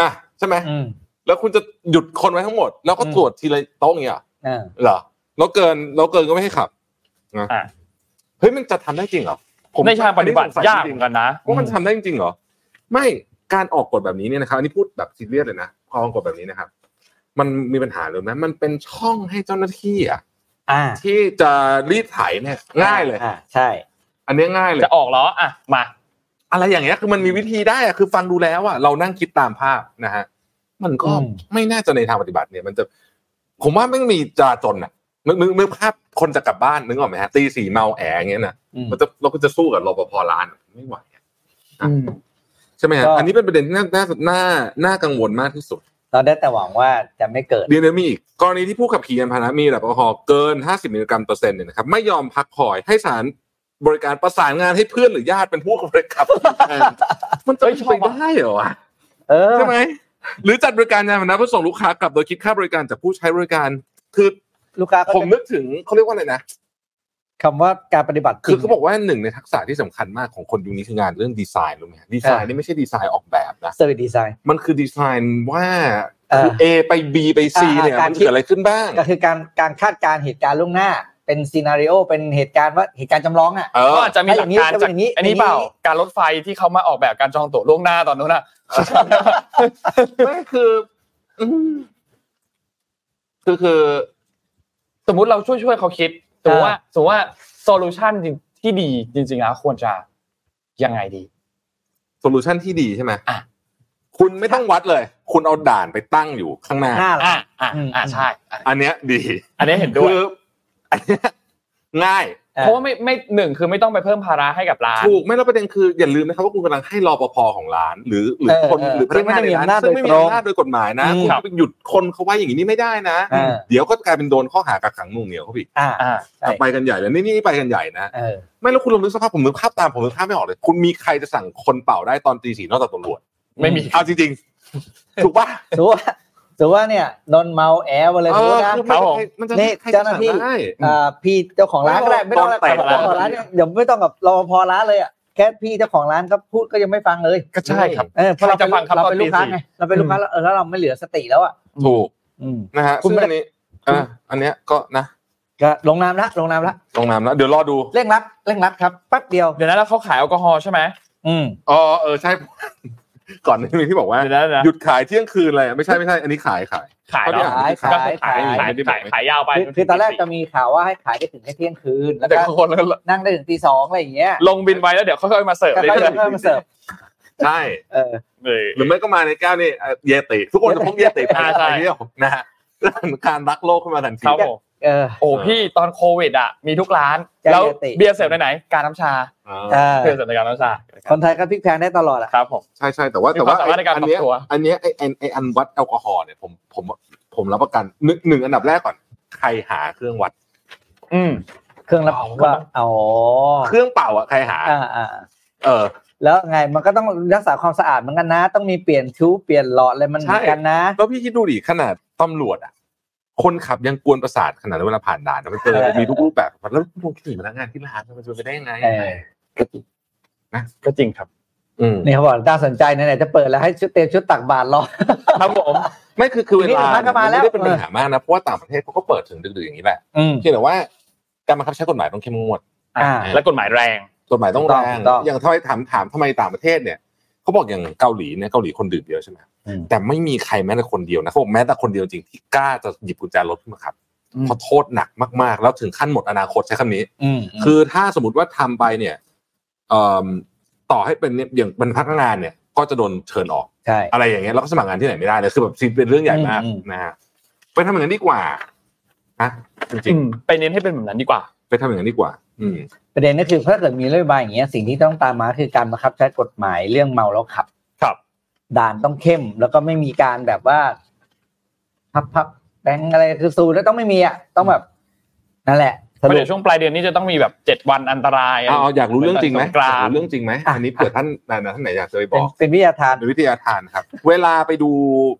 S4: อ่ะใช่ไหม
S3: อืม
S4: แล้วคุณจะหยุดคนไว้ทั้งหมด แล้วก็
S3: อืม
S4: ตรวจทีละโต๊ะอย่างเงี้ยเหรอ
S3: อ่า
S4: เหรอแล้วเกินแล้วเกินก็ไม่ให้ขับนะ
S2: อ่ะ
S4: เฮ้ยมันจะทำได้จริงเหรอผม
S2: ในทางปฏิบัติ
S4: อันนี้ผมสงสั
S2: ยาก
S4: จ
S2: เห
S4: ริ
S2: มือ
S4: ง
S2: น
S4: ๆ
S2: กันนะ
S4: ว่ามันทำได้จริงๆเหรอไม่การออกกฎแบบนี้เนี่ยนะครับอันนี้พูดแบบซีเรียสเลยนะพอออกกฎแบบนี้นะครับ มันมีปัญหาเลยไหมมันเป็นช่องให้เจ้าหน้าที่อ่ะ
S3: อ่า
S4: ที่จะรีดไถเนี่ยง่ายเลย
S3: อ่าใช่
S4: อันเนี้ยง่ายเลย
S2: จะออกเหรออ่ะมา
S4: อะไรอย่างเงี้ยคือมันมีวิธีได้อะคือฟังดูแล้วอะเรานั่งคิดตามภาพนะฮะมันก็
S3: อืม
S4: ไม่น่าจะในทางปฏิบัติเนี่ย มันจะ ผมว่าไม่มีจราจนอะนึกนึกนึกภาพคนจะกลับบ้านนึกออกไหมฮะตีสี่เมาแอะอย่างเงี้ยนะ
S3: อืม
S4: มันจะเราก็จะสู้กับรปภร้านอะไม่ไหวอะใช่ไหมฮะ
S3: ก็
S4: อันนี้เป็นประเด็นที่น่าน่าน่าน่ากังวลมากที่สุด
S3: เราได้แต่หวังว่าจะไม่เกิด
S4: เดี๋ยวนี้มีอีกกรณีที่ผู้ขับขี่ยานพาหนะมีแอลกอฮอล์เกิน 50มิลลิกรัมเปอร์เซ็นต์เนี่ยนะครับไม่ยอมพักผ่อยให้สารบริการประสานงานให้เพื่อนหรือญาติเป็นผู้ ขับขี่แทนมันจะเป็นไปได้เหรอวะ
S3: เออ
S4: ใช่ไหมหรือจัดบริการยานพาหนะเพื่อส่งลูกค้ากลับโดยคิดค่าบริการจากผู้ใช้บริการ คือ
S3: ลูกค้าก็
S4: ผม
S3: จะ
S4: นึกถึงเขาเรียกว่าอะไรนะ
S3: คำว่าการปฏิบัติจ
S4: คื
S3: ริ
S4: อง เขาบอกว่าหนึ่งในทักษะที่สำคัญมากของคนยุคนี้คืองานเรื่องดีไซน์รู้ไหมฮะดีไซน์
S3: อ่า
S4: นี่ไม่ใช่ดีไซน์ออกแบบนะ
S3: เซอร์วิสดีไซน์
S4: มันคือดีไซน์ว่า
S3: อ่า
S4: คือ A ไป B ไป C
S3: อ่า
S4: เนี่ย
S3: การ
S4: มันเกิดอะไรขึ้นบ้าง
S3: ก็คือการการคาดการณ์เหตุการณ์ล่วงหน้า เป็นซีนารีโอเป็นเหตุการณ์ว่าเหตุการณ์จำลองอ่ะ
S4: เออ
S2: ก็อาจจะมีหลักการ
S3: ถ้าอ
S2: จา
S3: ย่าก งนี้
S2: อันนี้
S3: อย่างนี้
S2: เปล่าการรถไฟที่เขามาออกแบบการจองตั๋วล่วงหน้าตอนนู้นน่ะ
S4: ไม่คืออืมคือคือ
S2: สมมุติเราช่วยช่วยๆเขาคิดสมมติว่าสมมติว่าโซลูชันที่ดีจริงๆแล้วควรจะยังไงดี
S4: โซลูชันที่ดีใช่ไหม
S2: อ่ะ
S4: คุณไม่ต้องวัดเลย คุณเอาด่านไปตั้งอยู่ข้างหน้า
S3: หน้าหลัง
S2: อ่ะอ่ะ
S3: อืม
S2: อ่ะใช่อ่ะ
S4: อันเนี้ยดี
S2: อันนี้เห็นด้วย
S4: คืออันเนี้ยง่าย
S3: อ่า
S2: เพราะว่าไม่ไม่หนึ่งคือไม่ต้องไปเพิ่มภาระให้กับร้าน
S4: ถูกไม่แล้วประเด็นคืออย่าลืมนะครับว่าคุณกำลังให้รอปภของร้าน หรือหรือ
S3: เออ
S4: คน
S3: เออ
S4: หรือพนักงานในร้าน
S3: ซึ่
S4: ซึ่
S3: ง
S4: ง
S3: ไม่
S4: ไม่
S3: มี
S4: มี
S3: อำนา
S4: อำนา
S3: จ
S4: จ
S3: โด
S4: โด
S3: ย
S4: ย
S3: ต
S4: ก
S3: รง
S4: ฎหมายนะ
S3: อืม
S4: คุณ
S2: ครับ
S4: ไปหยุดคนเขาไว้อย่างนี้นี่ไม่ได้นะ
S3: เออ
S4: เดี๋ยวก็กลายเป็นโดนข้อหากักขังหน่วงเหนียวเขาอีก
S3: อ่า
S2: อ่า
S3: ใช่
S4: ไปกันใหญ่เลยนี่นี่ไปกันใหญ่นะ
S3: เออ
S4: ไม่แล้วคุณลองนึกสภาพผมนึกภาพตามผมนึกภาพไม่ออกเลย คุณมีใครจะสั่งคนเป่าได้ตอนตีสี่นอกจากตำรวจ
S2: ไม่มี
S4: เอาจริงๆ ถูกป่ะ
S3: ถือว่าถือว่าเนี่ยนนเมาแอวอะไรส
S4: เอ
S3: มม
S4: อ
S3: ตินะ
S4: คือมันจะ
S3: นี่
S4: ใครมันจะใครจะ
S3: เจ้าหน้า
S4: สั่ง
S3: ที่
S4: ได้
S3: อ่าพี่เจ้าของร้านก็ได้ไม่ต้องอะไร
S4: ตอนแต่ง
S3: เจ้าของร้านเนี่ยเดี๋ยวไม่ต้องกับรปภร้านเลยอ่ะแค่พี่เจ้าของร้านก็พูดก็ยังไม่ฟังเลย
S2: ก็ใช่ครับ
S3: เออเพราะเราเป็น
S2: ใครจะฟังครับ
S3: เราเป็น
S2: ตอนตี
S3: ลูกค้า
S2: สี่
S3: ไงเราเป็นลูกค้าแล้วเออแล้วเราไม่เหลือสติแล้วอ่ะ
S4: ถูก
S3: อืม
S4: นะฮะ
S3: คุณ
S4: ซึ่ง
S3: ไม่ได้
S4: อันนี้อ่ะอันเนี้ยก็นะ
S3: ก็ลงนามละลงนามละ
S4: ลงนามแล้วเดี๋ยวรอดู
S3: เร่งรัดเร่งรัดครับแป๊บเดียว
S2: เดี๋ยวนะแล้วเขาขายแอลกอฮอล์ใช่ไหม
S3: อืม
S4: อ๋อเออใช่ ก่อนหนานี้ที่บอกว่า
S2: เดี๋ยวนะเดี๋ยวนะ
S4: หยุดขายเที่ยงคืนเลยไม่ใช่ไม่ใช่ อันนี้ขายขาย
S2: ขายแล้ว
S3: ขาย
S4: เขา
S2: ก็
S3: ขา
S2: คื
S3: ย
S2: อขาย
S3: ขาย
S2: ขายขายขายยาวไป
S3: คือคือตอนแรกจะมีข่าวว่าให้ขายได้ถึงแค่เที่ยงคืน แล้ว
S4: แต่
S3: ก็
S4: คนละ
S3: นั่งได้ถึงตีสองอะไรอย่างเงี้ย
S2: ลงบินไว้แล้วเดี๋ยวค่อยๆมาเสิร์ฟ
S3: ก็
S2: เลย
S3: ค่อยๆมาเสิร์ฟ
S4: ใช่
S3: เออ
S2: เอย
S4: หรือไม่ก็มาในแก้วนี่เอ่อเยติทุกคนจะพกเยติไปเที่ยวนะฮ ะแล้วการรักโลกขึ้นมาทันที
S2: ครับผม
S3: เออ
S2: โอ้พี่ตอนโควิดอ่ะมีทุกร้าน
S3: ใจเย็น
S2: แล้ว
S3: ติ
S2: เบียร์เสิร์ฟไหนๆการน้ำชา
S4: อ่า
S3: เออ
S2: เบียร์เสิร์ฟในการน้ำชา
S3: คนไทยก็พลิกแพลงได้ตลอดอ่ะ
S2: ครับผม
S4: ใช่ใช่แต่ว่า
S2: มี
S4: แต่
S2: ควา
S4: ว่าม
S2: สามารถในการ
S4: อัเนี้ย
S2: ปรับตัว
S4: อันเนี้ยไอไอ้ไออันวัดแอลกอฮอล์เนี่ยผมผมผมรับประกันหนึ่งหนึ่งอันดับแรกก่อน ใครหาเครื่องวัด
S2: อืม
S3: เครื่องรับ
S2: เอา
S3: ก็
S2: เข้ามา
S3: อ๋อ
S4: เครื่องเป่าอ่ะใครหา
S3: อ่าอ่า
S4: เออ
S3: แล้วไงมันก็ต้องรักษาความสะอาดเหมือนกันนะ ต้องมีเปลี่ยนชุบเปลี่ยนหลอดอะไรมันเหมือนกันนะ
S4: แล้วพี่คิดดูดิขนาดตำรวจอ่ะ คนขับยังกวนประสาทขนาดเวลาผ่านด่านนะมันเจอ
S3: เออ
S4: มีทุกรูปแบบแล้วพวกขี่พนักงานที่ร้านมันจะไปได้ยังไง
S3: เออ
S2: ก็จริงครับ
S4: อืม
S3: นี่เขาบอกน่าสนใจนะเนี่ยจะเปิดแล้วให้ชุดเตรียมชุดตักบาตรรอ
S2: ครับผม
S4: ไม่คือคือเว
S3: ทีนี้
S4: ลา
S3: เดี๋ยวมันก็มาแล้ว
S4: ไม่ได้เป็นปัญหามากนะเพราะว่าต่างประเทศเขาก็เปิดถึงดึกๆอย่างนี้แหละ
S3: อืม
S4: เพียงแต่ว่าการบังคับใช้กฎหมายต้องเข้มงวด
S3: อ่า
S2: และกฎหมายแรง
S4: กฎหมายต้อง
S3: ถูกต้
S4: แร
S3: อง
S4: ง
S3: ถูกต้อง
S4: อย่างทำไมถามถามทำไมต่างประเทศเนี่ยเขาบอกอย่างเกาหลีเนี่ยเกาหลีคนดื่มเยอะใช่ไหม
S3: อืม
S4: แต่ไม่มีใครแม้แต่คนเดียวนะเขาบอกแม้แต่คนเดียวจริงที่กล้าจะหยิบกุญแจรถขึ้นมาขับ
S2: อืม
S4: เพราะโทษหนักมากๆ แล้วถึงขั้นหมดอนาคตใช้คำนี้
S3: อืม
S4: คือถ้าสมมติว่าทำไปเนี่ยเอิ่มต่อให้เป็นเนี่ยอย่างเป็นพนักงานเนี่ย ก็จะโดนเชิญออก
S3: ใช่
S4: อะไรอย่างเงี้ยแล้วก็สมัครงานที่ไหนไม่ได้เลยคือแบบเป็นเรื่องใหญ่มาก
S3: อืมอืม
S4: นะฮะไปทำอย่างนั้นดีกว่านะจริง
S2: อืมไปเน้นให้เป็นแบบนั้นดีกว่า
S4: ๆไปทำอย่างนั้นดีกว่า อืม
S3: ประเด็นก็คือถ้าเกิดมีนโยบายอย่างเงี้ยสิ่งที่ต้องตามมาคือการบังคับใช้กฎหมายเรื่องเมาแล้วขับ
S2: ครับ
S3: ด่านต้องเข้ม แล้วก็ไม่มีการแบบว่า พับพับแบงค์อะไรคือซูนแล้วต้องไม่มีอ่ะต้องแบบ นั่นแหละส
S2: เพราะ
S3: รุ
S2: เดี๋
S3: ป
S2: ยวช่วงปลายเดือนนี้จะต้องมีแบบเจ็ดวันอันตรายะไ
S4: เอาเอาอยากรู้เรื่องจริงไหม
S2: สกรา
S4: อยาก
S2: นต์
S4: รู้เรื่องจริงไหม
S3: อ่ะ
S4: อันนี้เผื่อท่านนายนะท่านไหนอยากจะไปบ
S3: เป็น
S4: อก
S3: เป็นวิทยาทาน
S4: เป็นวิทยาทานครับ เวลาไปดู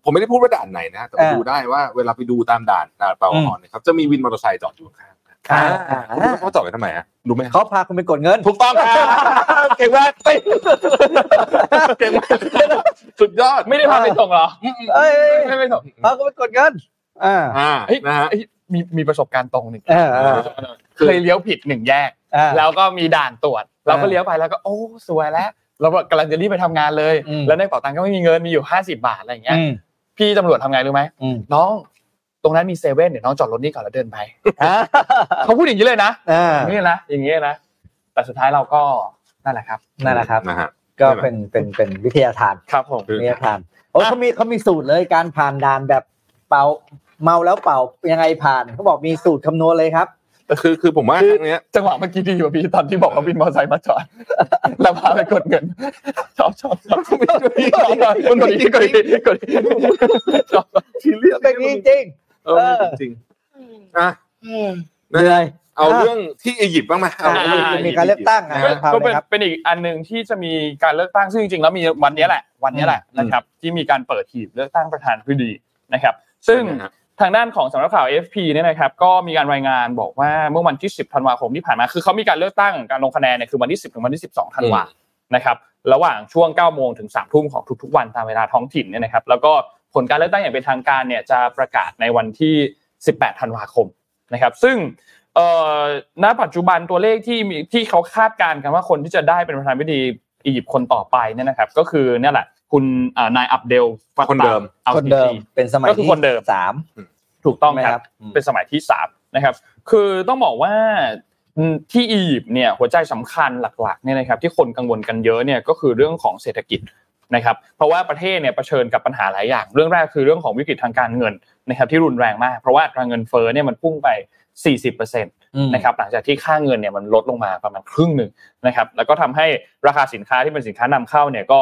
S4: ผมไม่ได้พูดว่าด่านไหนนะแต่ไป
S3: อ่า
S4: ดูได้ว่าเวลาไปดูตามด่านด่านเป่าหอนนะครับจะมีวินมอเตอร์ไซค์จอดอยู่ข้างๆ
S3: อ่า
S4: อ่าคุณรู้ไหมเขาจอดไว้ทำไมฮะรู้ไหม
S3: เขาพาคุณไปกดเงิน
S4: ถูกต้องครับเก่งมากเก่งมากสุดยอด
S2: ไม่ได้พาไปส่งเหรอ
S3: เอ้ย
S2: ไม่ไปส่ง
S3: พาคุณไปกดเงินอ่า
S4: อ่า
S2: เฮ้ย
S4: นะฮะ
S2: เฮ้ยมีมีประสบการณ์ตรงหนึ่ง
S3: เออเออ
S4: คือ
S2: เคยเลี้ยวผิดหนึ่งแยก
S3: อ่า
S2: แล้วก็มีด่านตรวจ เราก็เลี้ยวไปแล้วก็โอ้สวยแล้ว เราก็กำลังจะรีบไปทำงานเลย
S3: อืม
S2: แล้วในกระเป๋าตังค์ก็ไม่มีเงินมีอยู่ 50 บาทอะไรอย่างเงี้ย
S3: อืม
S2: พี่ตำรวจทำไงรู้ไหม
S3: อืม
S2: น้อง ตรงนั้นมีเซเว่นเดี๋ยวน้องจอดรถนี่ก่อนแล้วเดินไป
S3: อ่า
S2: เขาพูดอย่างนี้เลยนะ
S3: อ่า
S2: อย่างนี้นะอย่างนี้นะแต่สุดท้ายเราก็นั่นแหละครับ
S3: นั่นแหละครับ
S4: นะฮะ
S3: ก็เป็นเป็นเป็นวิทยาทาน
S2: ครับผม
S4: คือ
S3: วิทยาทานโอ้เขามีเขามีสูตรเลยการผ่านด่านแบบเป่าเมาแล้วเป่ายังไงผ่านเขาบอกมีสูตรคำนวณเลยครับ
S4: แต่คือคือผมว่าครั้งเนี้ย
S2: จังหวะเมื่อกี้ดีกว่าพี่ตอนที่บอกว่าบินมอเตอร์ไซค์มาจอ ดแล้วพาไปกดเงินชอบชอบ ชอบคนกดอีกคนกดอีกคนกดอีกชอบ
S4: ที่เรียก
S3: เป็นจริง
S4: เออจริงๆอ่ะ
S3: ๆเหนื่อย
S4: เอา
S3: อ่ะ
S4: เรื่องที่อียิปต์บ้างไหมเอา
S3: อ่า
S4: เรื่องที่
S3: มีการเลือกตั้ง
S4: นะ
S3: อ่ะ
S4: ฮะ
S3: พา
S2: ก็
S3: ไป
S2: เป็น
S3: ครับ
S2: เป็นอีกอันหนึ่งที่จะมีการเลือกตั้งซึ่งจริงๆแล้วมีวันนี้แหละ วันนี้แหละ
S4: อืม
S2: นะครับ ที่มีการเปิดหีบเลือกตั้งประธานาธิบดีนะครับ ซึ่งทางด้านของสำนักข่าว AFP เนี่ยนะครับ ก็มีการรายงานบอกว่าเมื่อวันที่ 10ธันวาคมที่ผ่านมาคือเขามีการเลือกตั้งการลงคะแนนเนี่ยคือวันที่ 10ถึงวันที่ 12ธันวา นะครับระหว่างช่วง 9 โมงถึง 3 ทุ่มของทุกๆ วันตามเวลาท้องถิ่นเนี่ยนะครับแล้วก็ผลการเลือกตั้งอย่างเป็นทางการเนี่ยจะประกาศในวันที่ 18 ธันวาคมนะครับซึ่งเอ่อณปัจจุบันตัวเลขที่มีที่เขาคาดการณ์กันว่าคนที่จะได้เป็นประธานาธิบดีอียิปต์คนต่อไปเนี่ยนะครับก็คือเนี่ยแหละคุณเอ่อนายอับเดลฟัตตาห์
S4: คนเดิม
S2: อัล
S3: ค
S2: ซิซี
S3: นเดิมเป็นสมัย
S2: ก็คือ
S3: ที่
S2: คนเดิม
S3: สาม
S2: ถูกต้อง
S3: ใช่ไหม
S2: ค
S3: ค
S2: รั
S3: รับ บอืม
S2: เป็นสมัยที่สามนะครับ คือต้องบอกว่าอืมที่อียิปต์เนี่ยหัวใจสำคัญหลักๆเนี่ยนะครับ ที่คนกังวลกันเยอะเนี่ยก็คือเรื่องของเศรษฐกิจนะครับ เพราะว่าประเทศเนี่ยเผชิญกับปัญหาหลายอย่าง เรื่องแรกคือเรื่องของวิกฤตทางการเงินนะครับที่รุนแรงมาก เพราะว่าอัตราเงินเฟ้อเนี่ยมันพุ่งไป 40%น
S3: อืม
S2: นะครับหลังจากที่ค่าเงินเนี่ยมันลดลงมาประมาณครึ่งหนึ่งนะครับแล้วก็ทำให้ราคาสินค้าที่เป็นสินค้านำเข้าเนี่ยก็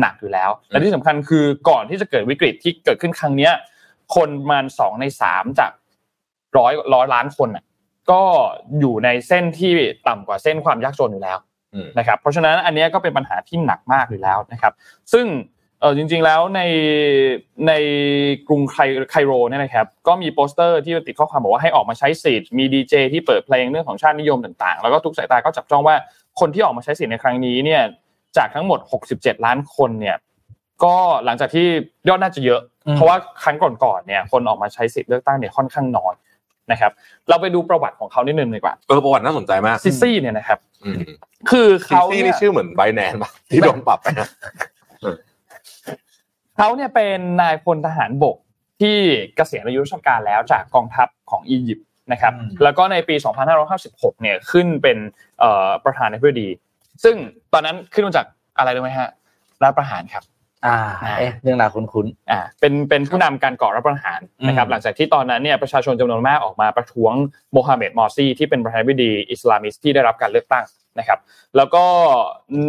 S2: หนักอยู่แล้ว และที่สำคัญคือก่อนที่จะเกิดวิกฤตที่เกิดขึ้นครั้งเนี้ยคนประมาณสองในสามจากร้อยร้อยล้านคนอ่ะก็อยู่ในเส้นที่ต่ำกว่าเส้นความยากจนอยู่แล้ว
S4: อืม
S2: นะครับเพราะฉะนั้นอันเนี้ยก็เป็นปัญหาที่หนักมากอยู่แล้วนะครับ ซึ่ง เออจริงๆแล้วในในกรุงไคไคโรเนี่ยนะครับก็มีโปสเตอร์ที่ติดข้อความบอกว่าให้ออกมาใช้สิทธิ์มีดีเจที่เปิดเพลงเรื่องของชาตินิยมต่างๆ แล้วก็ทุกสายตาก็จับจ้องว่าคนที่ออกมาใช้สิทธิ์ในครั้งนี้เนี่ยจากทั้งหมด 67 ล้านคนเนี่ยก็หลังจากที่ยอดน่าจะเยอะ
S3: อืม
S2: เพราะว่าครั้งก่อนๆเนี่ยคนออกมาใช้สิทธิ์เลือกตั้งเนี่ยค่อนข้างน้อยนะครับเราไปดูประวัติของเขานิดนึงดีกว่า
S4: เออประวัติน่าสนใจมาก
S2: ซิซี่เนี่ยนะครับ
S4: อืม
S2: คือ
S4: ซี
S2: เขา
S4: ซี่
S2: เนี่
S4: นี่
S2: ย
S4: ชื่อเหมือนไบแนนป่ะที่โดนปรับไปนะ
S2: เขาเนี่ยเป็นนายพลทหารบกที่เกษียณอายุราชการแล้วจากกองทัพของอียิปต์นะครับ
S3: อืม
S2: แล้วก็ในปี 2556 เนี่ยขึ้นเป็นเอ่อประธานาธิบดี ซึ่งตอนนั้นขึ้นมาจากอะไรรู้ไหมฮะรัฐประหารครับ
S3: อ่าเอ๊ะเรื่องราวคุ้น
S2: อ่าเป็นเป็นผู้นำการก่อรัฐประหารนะครับ
S3: อืม
S2: หลังจากที่ตอนนั้นเนี่ยประชาชนจำนวนมากออกมาประท้วงโมฮัมเหม็ดมอร์ซีที่เป็นประธานาธิบดีอิสลามิสต์ที่ได้รับการเลือกตั้งนะครับแล้วก็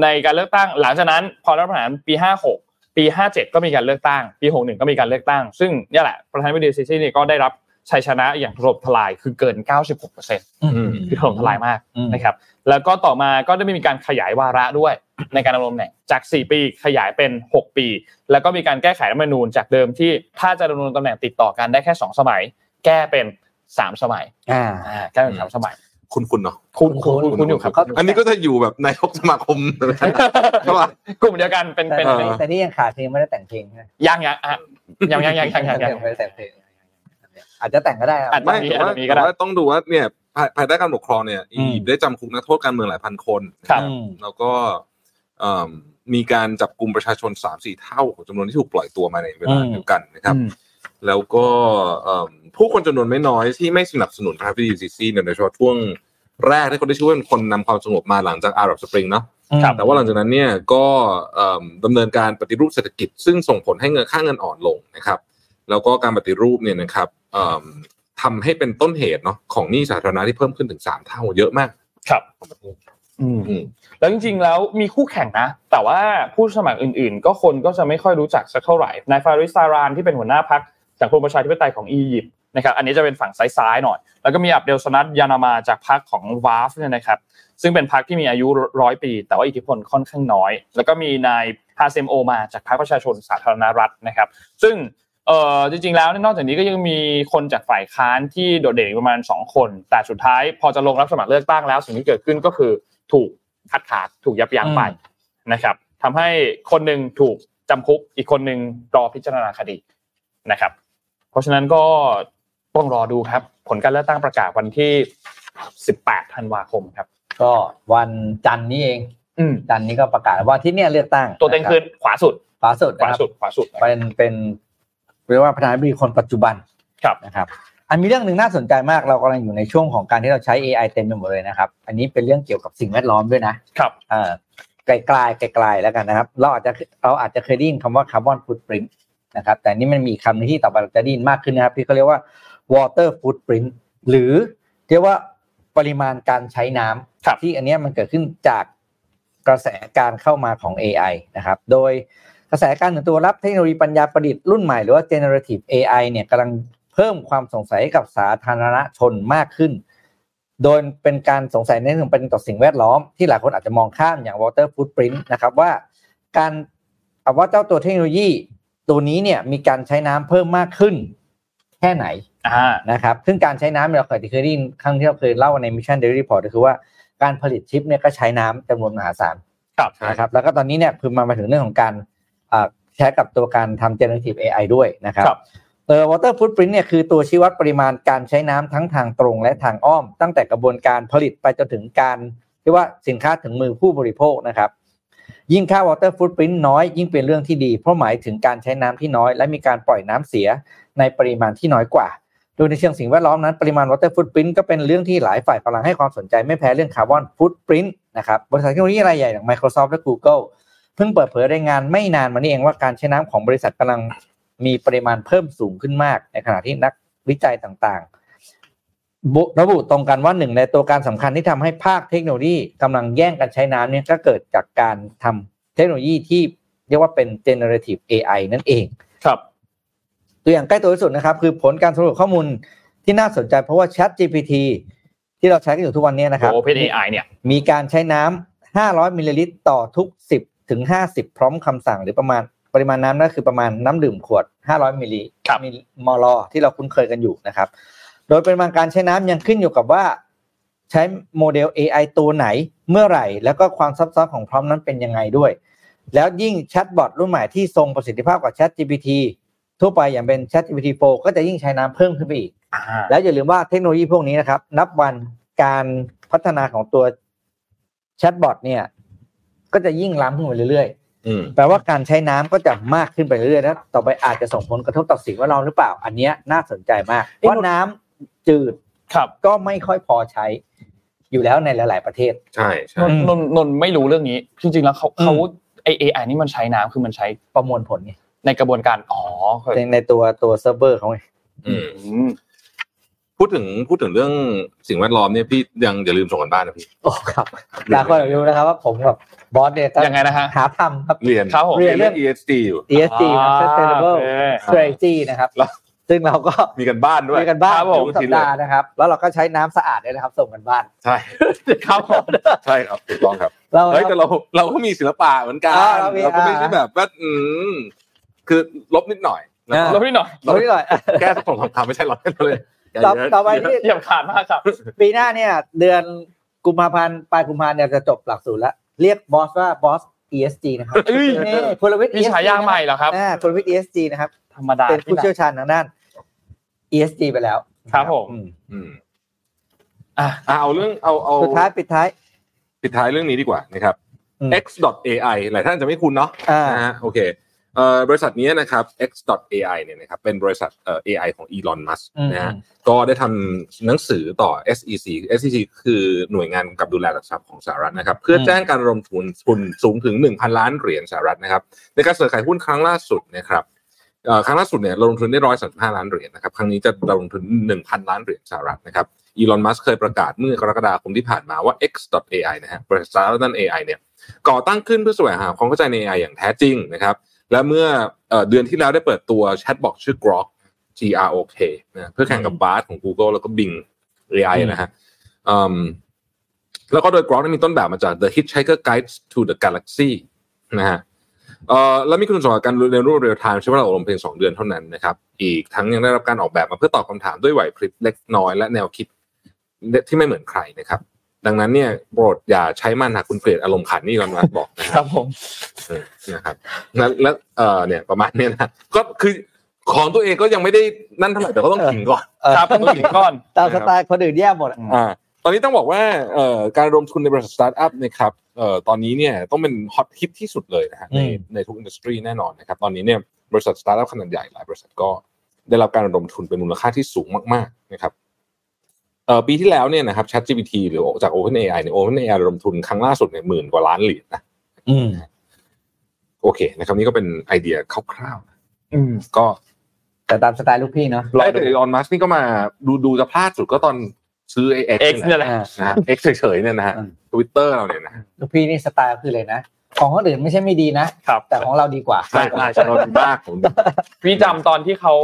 S2: ในการเลือกตั้งหลังจากนั้นพอรัฐประหารปี 56 ปี 57 ก็มีการเลือกตั้ง ปี 61 ก็มีการเลือกตั้ง ซึ่งเนี่ยแหละประธานาธิบดีซิซีเนี่ยก็ได้รับชัยชนะอย่างถล่มทลายคือเกิน 96%
S3: ๆอืม
S2: คือถล่มทลายมาก
S3: อืม
S2: นะครับแล้วก็ต่อมาก็ได้มีการขยายวาระด้วย ในการดำรงตำแหน่งจาก 4 ปีขยายเป็น 6 ปี แล้วก็มีการแก้ไขรัฐธรรมนูญจากเดิมที่ถ้าจะดำรงตำแหน่งติดต่อกันได้แค่ 2 สมัย แก้เป็น 3 สมัย
S3: อ่า
S2: อ่าแก้เป็นสามสมัย
S4: คุณคุณเนาะ
S2: คุณ
S3: คุ้
S2: คุณ
S3: นๆ
S2: คุณอยู่ครับ
S3: เขา
S4: อันนี้ก็จะอยู่แบบนายกสมาคมใช่ป่ะ
S2: กลุ่มเดียวกันเป็น
S3: แต่
S2: เป็น
S4: เออ
S3: แต่นี่ยังขาดเพลงไม่ได้แต่งเพลงใช่ไหม
S2: ยังยังอ่ะยังยังยังยังยังยัง
S3: ไม่ได้แต่งเพลงอาจจะแต่งก็ได้ครับ
S2: อาจจะ
S4: ไม่
S2: นนี้
S4: แต่ว่า
S2: อันนี้ก็ได้
S4: แต่ว่าต้องดูว่าเนี่ยภายภายใต้การปกครองเนี่ย
S3: อืม
S4: อียิปต์ได้จำคุกนักโทษการเมืองหลายพันคน
S2: ครับ
S3: อืม
S4: แล้วก็เอิ่มมีการจับกลุ่มประชาชน3าสี่เท่าของจำนวนที่ถูกปล่อยตัวมาในเวลา
S3: อืม
S4: เดียวกันนะครับ
S2: อืม
S4: แล้วก็เอิ่มผู้คนจำนวนไม่น้อยที่ไม่สนับสนุนพระพิธีซีซีเนี่ยโดยเฉพาะช่วงแรกที่เขาได้ช่วยเป็นคนนำความสงบมาหลังจากอาหรับสปริงเนาะ
S2: ครับ
S4: แต่ว่าหลังจากนั้นเนี่ยก็เอิ่มดำเนินการปฏิรูปเศรษฐกิจ ซึ่งส่งผลให้เงินค่าเงินอ่อนลงนะครับ แล้วก็การปฏิรูปเนี่ยนะครับเอิ่มทำให้เป็นต้นเหตุเนาะของหนี้สาธารณะที่เพิ่มขึ้นถึงสามเท่าเยอะมาก
S2: ครับ
S4: ของประเทศ
S2: อืม
S4: อืม
S2: แล้วจริงๆ แล้วมีคู่แข่งนะ แต่ว่าผู้สมัครอื่นๆ ก็คนก็จะไม่ค่อยรู้จักสักเท่าไหร่ นายฟาริสซารานที่เป็นหัวหน้าพรรคสังคมประชาธิปไตยของอียิปต์นะครับ อันนี้จะเป็นฝั่งซ้ายๆ หน่อย แล้วก็มีอับเดลสนัดยานามาจากพรรคของวาฟเนี่ยนะครับ ซึ่งเป็นพรรคที่มีอายุร้อยปี แต่ว่าอิทธิพลค่อนข้างน้อย แล้วก็มีนายฮาเซมโอมาจากพรรคประชาชนสาธารณรัฐนะครับ ซึ่ง เอ่อจริงๆแล้วเนี่ยนอกจากนี้ก็ยังมีคนจากฝ่ายค้านที่โดดเด่นอีกประมาณ 2 คน แต่สุดท้ายพอจะลงรับสมัครเลือกตั้งแล้ว สิ่งที่เกิดขึ้นก็คือถูกคัดขาดถูกยับยั้งไป
S3: อืม
S2: นะครับทำให้คนหนึ่งถูกจำคุกอีกคนหนึ่งรอพิจารณาคดีนะครับ เพราะฉะนั้นก็ต้องรอดูครับ ผลการเลือกตั้งประกาศวันที่ 18ธันวาคมครับ
S3: ก็วันจันทร์นี้เอง
S2: อืม
S3: จันทร์นี้ก็ประกาศว่าที่เนี่ยเลือกตั้ง
S2: ตัวเต็งคือขวาสุด
S3: ขวาสุด
S2: ข
S3: นะ
S2: วา
S3: ครับ
S2: สุดขวาสุด
S3: เป็นเป็นเรียกว่าประธานาธิบดีคนปัจจุบัน
S2: ครับ
S3: นะครับ อันมีเรื่องหนึ่งน่าสนใจมากเรากำลังอยู่ในช่วงของการที่เราใช้ AI เต็มไปหมดเลยนะครับ อันนี้เป็นเรื่องเกี่ยวกับสิ่งแวดล้อมด้วยนะ
S2: ครับ
S3: เอ่อไกลๆไกลๆแล้วกันนะครับ เราอาจจะเราอาจจะเคยได้ยินคำว่าคาร์บอนฟุตปริน t นะครับ แต่นี่มันมีคำหนึ่งที่ต่อไปเราจะได้ยินมากขึ้นนะครับที่เขาเรียกว่า water footprint หรือเรียกว่าปริมาณการใช้น้
S2: ครับ
S3: ำที่อันเนี้ยมันเกิดขึ้นจากกระแสการเข้ามาของ AI นะครับ โดยกระแสการถึงตัวรับเทคโนโลยีปัญญาประดิษฐ์รุ่นใหม่หรือว่า generative AI เนี่ยกำลังเพิ่มความสงสัยให้กับสาธารณชนมากขึ้น โดยเป็นการสงสัยในเรื่องประเด็นต่อสิ่งแวดล้อมที่หลายคนอาจจะมองข้ามอย่าง water footprint นะครับว่าการเอาว่าเจ้าตัวเทคโนโลยี ตัวนี้เนี่ยมีการใช้น้ำเพิ่มมากขึ้น แค่ไหน
S2: อ่า
S3: นะครับ ซึ่งการใช้น้ำเนี่ยเราเคยเคยได้ยินครั้งที่เราเคยเล่าใน Mission Daily Report ก็คือว่าการผลิตชิปเนี่ยก็ใช้น้ำจำนวนมหาศาล
S2: ครับ
S3: นะครับแล้วก็ตอนนี้เนี่ยคือมามาถึงเรื่องของการอ่าใช้กับตัวการทำ generative AI ด้วยนะครับ
S2: ครับ
S3: เออ water footprint เนี่ยคือตัวชี้วัดปริมาณการใช้น้ำทั้งทางตรงและทางอ้อม ตั้งแต่กระบวนการผลิตไปจนถึงการเรียกว่าสินค้าถึงมือผู้บริโภคนะครับ ยิ่งค่า water footprint น้อยยิ่งเป็นเรื่องที่ดี เพราะหมายถึงการใช้น้ำที่น้อย และมีการปล่อยน้ำเสียในปริมาณที่น้อยกว่า โดยในเชิงสิ่งแวดล้อมนั้นปริมาณ water footprint ก็เป็นเรื่องที่หลายฝ่ายกำลังให้ความสนใจไม่แพ้เรื่องคาร์บอน footprint นะครับบริษัทเทคโนโลยีรายใหญ่อย่าง Microsoft และ Google เพิ่งเปิดเผยรายงานไม่นานมานี้เองว่าการใช้น้ำของบริษัทกำลัง มีปริมาณเพิ่มสูงขึ้นมาก ในขณะที่นักวิจัยต่างๆ บุระบุตรงกันว่าหนึ่งในตัวการสำคัญที่ทำให้ภาคเทคโนโลยีกำลังแย่งกันใช้น้ำเนี่ยก็เกิดจากการทำเทคโนโลยีที่เรียกว่าเป็น generative AI นั่นเอง
S2: ครับ
S3: ตัวอย่างใกล้ตัวที่สุดนะครับ คือผลการสำรวจข้อมูลที่น่าสนใจเพราะว่า Chat GPT ที่เราใช้กันอยู่ทุกวันเนี้นะครับ
S2: Open AI เนี่ย
S3: มีการใช้น้ำ 500 มิลลิลิตรต่อทุก 10 ถึง 50 พร้อมคำสั่ง หรือประมาณปริมาณน้ำนั่นคือประมาณน้ำดื่มขวด 500 มิลลิ
S2: ครับ
S3: มิลลิมอลอร์ที่เราคุ้นเคยกันอยู่นะครับ โดยปริมาณการใช้น้ำยังขึ้นอยู่กับว่า ใช้โมเดล AI ตัวไหนเมื่อไหร่ แล้วก็ความซับซ้อนของพร้อมนั้นเป็นยังไงด้วย แล้วยิ่งแชทบอทรุ่นใหม่ที่ทรงประสิทธิภาพกว่า Chat GPT ทั่วไปอย่างเป็น Chat GPT 4ก็จะยิ่งใช้น้ำเพิ่มขึ้นไปอีก
S2: อ่า
S3: แล้วอย่าลืมว่าเทคโนโลยีพวกนี้นะครับ นับวันการพัฒนาของตัวแชทบอทเนี่ย ก็จะยิ่งล้ำขึ้นไปเรื่อย
S4: อืม
S3: ๆ แปลว่าการใช้น้ำก็จะมากขึ้นไปเรื่อยๆแล้วต่อไปอาจจะส่งผลกระทบต่อสิ่งแวดล้อมหรือเปล่า อันเนี้ยน่าสนใจมาก เพราะน้ำจืด
S2: ครับ
S3: ก็ไม่ค่อยพอใช้ อยู่แล้วในหลาย ๆ ประเทศ
S4: ใช่
S2: น
S4: ใช่
S2: นนนนนไม่รู้เรื่องนี้ จริงๆแล้วเขา
S3: อืม
S2: เขาไอเอไอนี่มันใช้น้ำคือมันใช้
S3: ประมวลผลไง
S2: ในกระบวนการอ๋อครับ
S3: ในในตัวตัวเซิร์ฟเวอร์เขาไง
S4: อืม
S2: อืม
S4: พูดถึงพูดถึงเรื่องสิ่งแวดล้อมเนี่ยพี่ยังอย่าลืมส่งกันบ้านนะพี่
S3: โอ้ครับหลายคนอยากรู้นะครับ ว่าผมกับบอสเนี่ยก็
S2: ยังไงนะฮะ
S3: หาทำครับ
S4: เรียน
S2: ครับผม
S4: เรียนเรื่อง ESG อยู่
S3: ESG ครับ Sustainable
S2: อ่าโอเค
S3: Strategy นะครับ
S4: แล้ว
S3: ซึ่งเราก็
S4: มีกันบ้านด้วย
S3: มีกันบ้าน
S2: ครับผม
S3: ทุกสัปดาห์นะครับ แล้วเราก็ใช้น้ำสะอาดด้วยนะครับ ส่งกันบ้าน
S4: ใช่
S2: ครับผม
S4: ใช่ครับถูกต้องครับ
S3: เรา
S4: เฮ้ยแต่เราเราก็มีศิลปะเหมือนกัน
S3: อ่าเรามี
S4: เราก็ไม่
S3: อ่า
S4: ใช่แบบว่าอืมคือลบนิดหน่อยนะ
S3: อ่า
S2: ลบนิดหน่อย
S3: เราที่หน่อย
S4: แก้สักสองสามคำไม่ใช่ลบนิดเลย
S3: ต่อต่อไปที่
S2: เหยียบขาดมากครับ
S3: ปีหน้าเนี่ย เดือนกุมภาพันธ์ปลายกุมภาพันธ์เนี่ยจะจบหลักสูตรแล้ว เรียกบอสว่าบอส ESG นะครับ
S2: เอ้ย
S3: นี่พลวิทย์
S2: มี
S3: ESG
S2: ฉายาใหม่เหรอครับ
S3: อ่าพลวิทย์ ESG นะครับ
S2: ธรรมดา
S3: เป็น
S2: ที่
S3: ผู้
S2: ไหน
S3: เชี่ยวชาญทางด้าน ESG ไปแล้ว
S2: ครับผม
S3: อื
S4: อืม
S2: อ่ะ
S4: อ่าเอาเรื่องเอาเอา
S3: สุดท้ายปิดท้าย
S4: ปิดท้ายเรื่องนี้ดีกว่านะครับ
S3: อืม
S4: x.ai หลายท่านจะไม่คุ้นเนาะ
S3: อ่า
S4: นะฮะโอเคเอ่อบริษัทนี้นะครับ x.ai เนี่ยนะครับเป็นบริษัทเอ่อ AI ของ Elon Musk
S3: อืม
S4: นะฮะก็ได้ทำหนังสือต่อ SEC SEC คือหน่วยงานกำกับดูแลหลักทรัพย์ของสหรัฐนะครับ เพื่อแจ้งการระดมทุนทุนสูงถึง 1,000 ล้านเหรียญสหรัฐนะครับ ในการซื้อขายหุ้นครั้งล่าสุดนะครับเอ่อครั้งล่าสุดเนี่ยลงทุนได้ร้อยสามห้าล้านเหรียญนะครับ ครั้งนี้จะลงทุนหนึ่งพันล้านเหรียญสหรัฐนะครับอีลอนมัสเคยประกาศเมื่อกรกฎาคมที่ผ่านมาว่า x.ai นะฮะบริษัทสหรัฐนั่น AI เนี่ยก่อตั้งขึ้นเพื่อแสวงหาความเข้าใจใน AI อย่างแท้จริงนะครับ และเมื่อเอ่อเดือนที่แล้วได้เปิดตัวแชทบอทชื่อ Grok G R O K นะเพื่อแข่งกับ Bard ของ Google แล้วก็ Bing AI นะฮะอืมแล้วก็โดย Grok นั้นมีต้นแบบมาจาก The Hitchhiker Guide to the Galaxy นะฮะ เอ่อแล้วมีคุณสมบัติการเรียนรู้เรียลไทม์ใช้เวลาอบรมเพียง 2 เดือนเท่านั้นนะครับ อีกทั้งยังได้รับการออกแบบมาเพื่อตอบคำถามด้วยไหวพริบเล็กน้อยและแนวคิดที่ไม่เหมือนใครนะครับ ดังนั้นเนี่ยโปรดอย่าใช้มันหากคุณเกลียดอารมณ์ขันนี่รอนวัตบอกนะค
S2: ครับ รับผม
S4: เออนะครับแล้วแล้วเอ่อเนี่ยประมาณเนี้ยนะก็คือของตัวเองก็ยังไม่ได้นั่นเท่าไหร่แต่ก็ต้องขิงก่อน
S3: เออ
S2: ครับต้องหินก้อน
S3: ตามสไตล์คนอื่นแย่หมดอะ
S4: อ่าตอนนี้ต้องบอกว่าเอ่อการรวมทุนในบริษัทสตาร์ทอัพนะครับเอ่อตอนนี้เนี่ยต้องเป็นฮอตฮิตที่สุดเลยนะฮะใน
S3: อืม
S4: ในทุกอินดัสทรีแน่นอนนะครับ ตอนนี้เนี่ยบริษัทสตาร์ทอัพขนาดใหญ่หลายบริษัทก็ได้รับการระดมทุนเป็นมูลค่าที่สูงมากๆนะครับเอ่อปีที่แล้วเนี่ยนะครับ ChatGPT หรือจาก OpenAI เนี่ย OpenAI ระดมทุนครั้งล่าสุดเนี่ยหมื่นกว่าล้านเหรียญนะ
S3: อืม
S4: โอเคนะครับนี่ก็เป็นไอเดียคร่าว
S2: อืม
S4: ๆ ก็
S3: แต่ตามสไตล์ลูกพี่เนาะ
S4: ไอ้แต่ออนมัสนี่ก็มาดูดูจะพลาดสุดก็ตอนซื้อไอเอ็ก
S2: X เนี่ยแหละ
S3: อ่า
S4: นะฮะ X เฉยๆเนี่ยนะฮะ
S3: อืม
S4: ทวิตเตอร์เราเนี่ยนะฮะ
S3: ลูกพี่นี่สไตล์คือเลยนะ ของคนอื่นไม่ใช่ไม่ดีนะ
S2: ครับ
S3: แต่ของเราดีกว่า
S4: ใช่ใช่ใช่เราดีมากผม
S2: พี่จำตอนที่เขา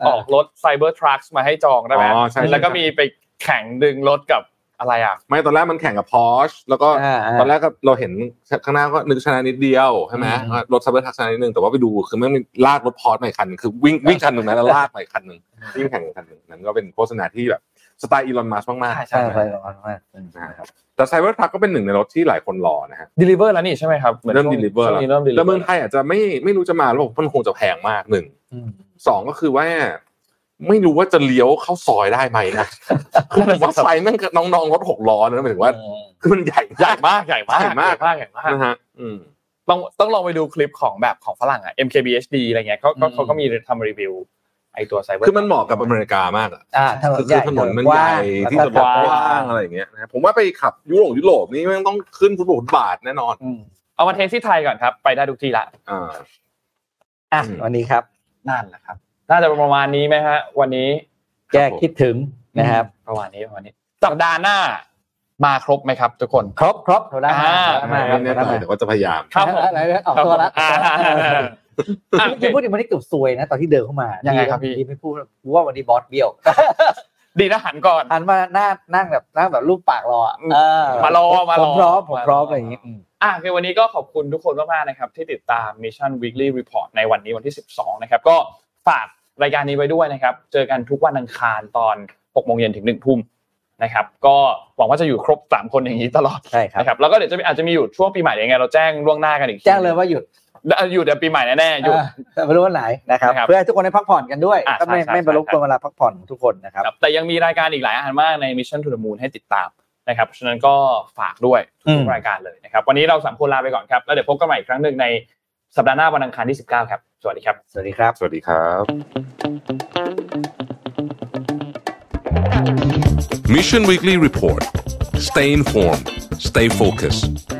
S3: เออ
S2: ออกรถไซเบอร์ทรัคมาให้จองได้ไหม
S4: อ๋อใช่ใช่
S2: แล้วก็มีไปแข่งดึงรถกับอะไรอ่ะ
S4: ไม่ตอนแรกมันแข่งกับพอชแล้วก็
S3: อ่าอ่า
S4: ตอนแรกก็เราเห็นข้างหน้าก็นึกชนะนิดเดียวใช่ไหม
S3: อืม
S4: รถซับเบอร์ทักชนะนิดนึงแต่ว่าไปดูคือมันลากรถพอชมาอีกคันหนึ่งคือวิ่งวิ่งคันหนึ่งนะแล้วลากมาอีกคันหนึ่งวิ่งแข่งกันคันหนึ่งนั่นก็เป็นโฆษณาที่แบบสไตล์อีลอนมัสมากๆ
S2: ใช่
S3: ใช่
S4: นะ
S3: ไปป
S4: ฮะ
S3: ระมาณนั้นอืม
S4: แต่ไซเบอร์ทักก็เป็นหนึ่งในรถที่หลายคนรอนะฮะ
S2: ดลิเวอร์แล้วนี่ใช่ไหมครับหอน
S4: เริ่ม
S2: ช่วง
S4: deliver แล้
S2: ช่
S4: ว
S2: งนี้เริ่มดิลิ
S4: แล้ว
S2: เวอ
S4: เมือง
S2: ร์
S4: ไทยอาจจะไม่ไม่รู้จะมาหรือเปล่าเพราะมันคงจะแพงมากหนึ่ง
S3: อืม
S4: สองก็คือว่าไม่รู้ว่าจะเลี้ยวเข้าซอยได้ไหมนะคือผมว่าไฟแม่งน้องๆรถหกล้อนะหมายถึงว่าคือมันใหญ่
S2: ใหญ่
S4: มาก
S2: มากใหญ่มาก
S4: ใหญ่มาก
S2: ใหญ่มากใหญ่มาก
S4: นะฮะอืม
S2: ต้องต้องลองไปดูคลิปของแบบของฝรั่งอ่ะ MKBHD อะไรเงี้ยเขาก็เขาก็มีทำรีวิวไอตัวไซเบอร์
S4: คือมันเหมาะกับอเมริกามากอะ
S3: อ่าถนน
S4: คือ
S3: ใหญ่
S4: ถนนมันใหญ่ที่
S3: แล้ว
S4: ถ
S3: ก็
S4: นนก
S2: กว้า
S4: ว้าง งอะไรอย่างเงี้ยนะครับผมว่าไปขับยุโรปยุโรปนี่แม่งต้องขึ้นฟุตบาทบาทแน่นอน
S3: อืม
S2: เอามาเทสที่ไทยก่อนครับ ไปได้ทุกที่ละ
S4: อ่า
S3: อ่ะ
S4: อืม
S3: วันนี้ครับ
S2: นั่นแหละครับ น่าจะประมาณนี้ไหมฮะ วันนี้
S3: แก้คิดถึงนะครับ
S4: ผ
S2: ประมาณนี้ประมาณนี้สัปดาห์หน้ามาครบไหมครับ ทุกคน
S3: ครบครบโทรได้
S2: อ่า
S3: มาค
S4: ไม่
S3: รับ
S4: แน่ใจแต่ว่าจะพยายาม
S2: ครับผม
S3: อะไรนะออกตัวละ
S2: อ่าอ่ะโอเค
S3: จริงๆพูดถึงวันนี้เกือบซวยนะตอนที่เดินเข้ามา
S2: ยั
S3: ยัง
S2: ไงครับพี่
S3: ไม่พูดกูว่าวันนี้บอสเบี้ยว
S2: ดีนะหันก่อน
S3: หันมาหน้านั่งแบบนั่งแบบรูปปากรออะ
S2: อืม
S3: เออ
S2: มารอมารอ
S3: ผมพร้อมผมพร้อม
S2: มารออ
S3: อะไรอย่างงี้อืม
S2: อ่ะคือวันนี้ก็ขอบคุณทุกคนมากๆนะครับ ที่ติดตาม Mission Weekly Report ในวันนี้วันที่ 12 นะครับ ก็ฝากรายการนี้ไว้ด้วยนะครับ เจอกันทุกวันอังคารตอน 6 โมงเย็นถึง 1 ทุ่มนะครับ ก็หวังว่าจะอยู่ครบ 3 คนอย่างนี้ตลอด
S3: ใช่ครับ
S2: นะครับ แล้วก็เดี๋ยวจะมีอาจจะมีอยู่ช่วงปีใหม่เดี๋ยวยังไง เราแจ้งล่วงหน้ากันอีกที
S3: แจ้งเลยว่าหยุด
S2: เอ่ออยู่เดี๋ยวปีใหม่แน่ๆหยุด
S3: เออแต่ไม่รู้วันไหนนะครับ
S2: นะครับ
S3: เพื่อให้ทุกคนได้พักผ่อนกันด้วย
S2: อ่ะ
S3: ก็ไม่
S2: ใช่ใช่
S3: ไม่บรบกวน
S2: ใช่
S3: เวลาพักผ่อนของทุกคนนะครับ
S2: ครับแต่ยังมีรายการอีกหลายอันมากใน Mission to the Moon ให้ติดตามนะครับเพราะฉะนั้นก็ฝากด้วย
S3: อื
S2: ทุ
S3: ม
S2: กรายการเลยนะครับวันนี้เราสามคนลาไปก่อนครับแล้วเดี๋ยวพบกันใหม่อีกครั้งหนึ่งในสัปดาห์หน้าวันอังคารที่ 19 ครับสวัสดีครับ
S3: สวัสดีครับ
S4: สวัสดีครับ
S1: Mission Weekly Report. Stay informed, stay focused.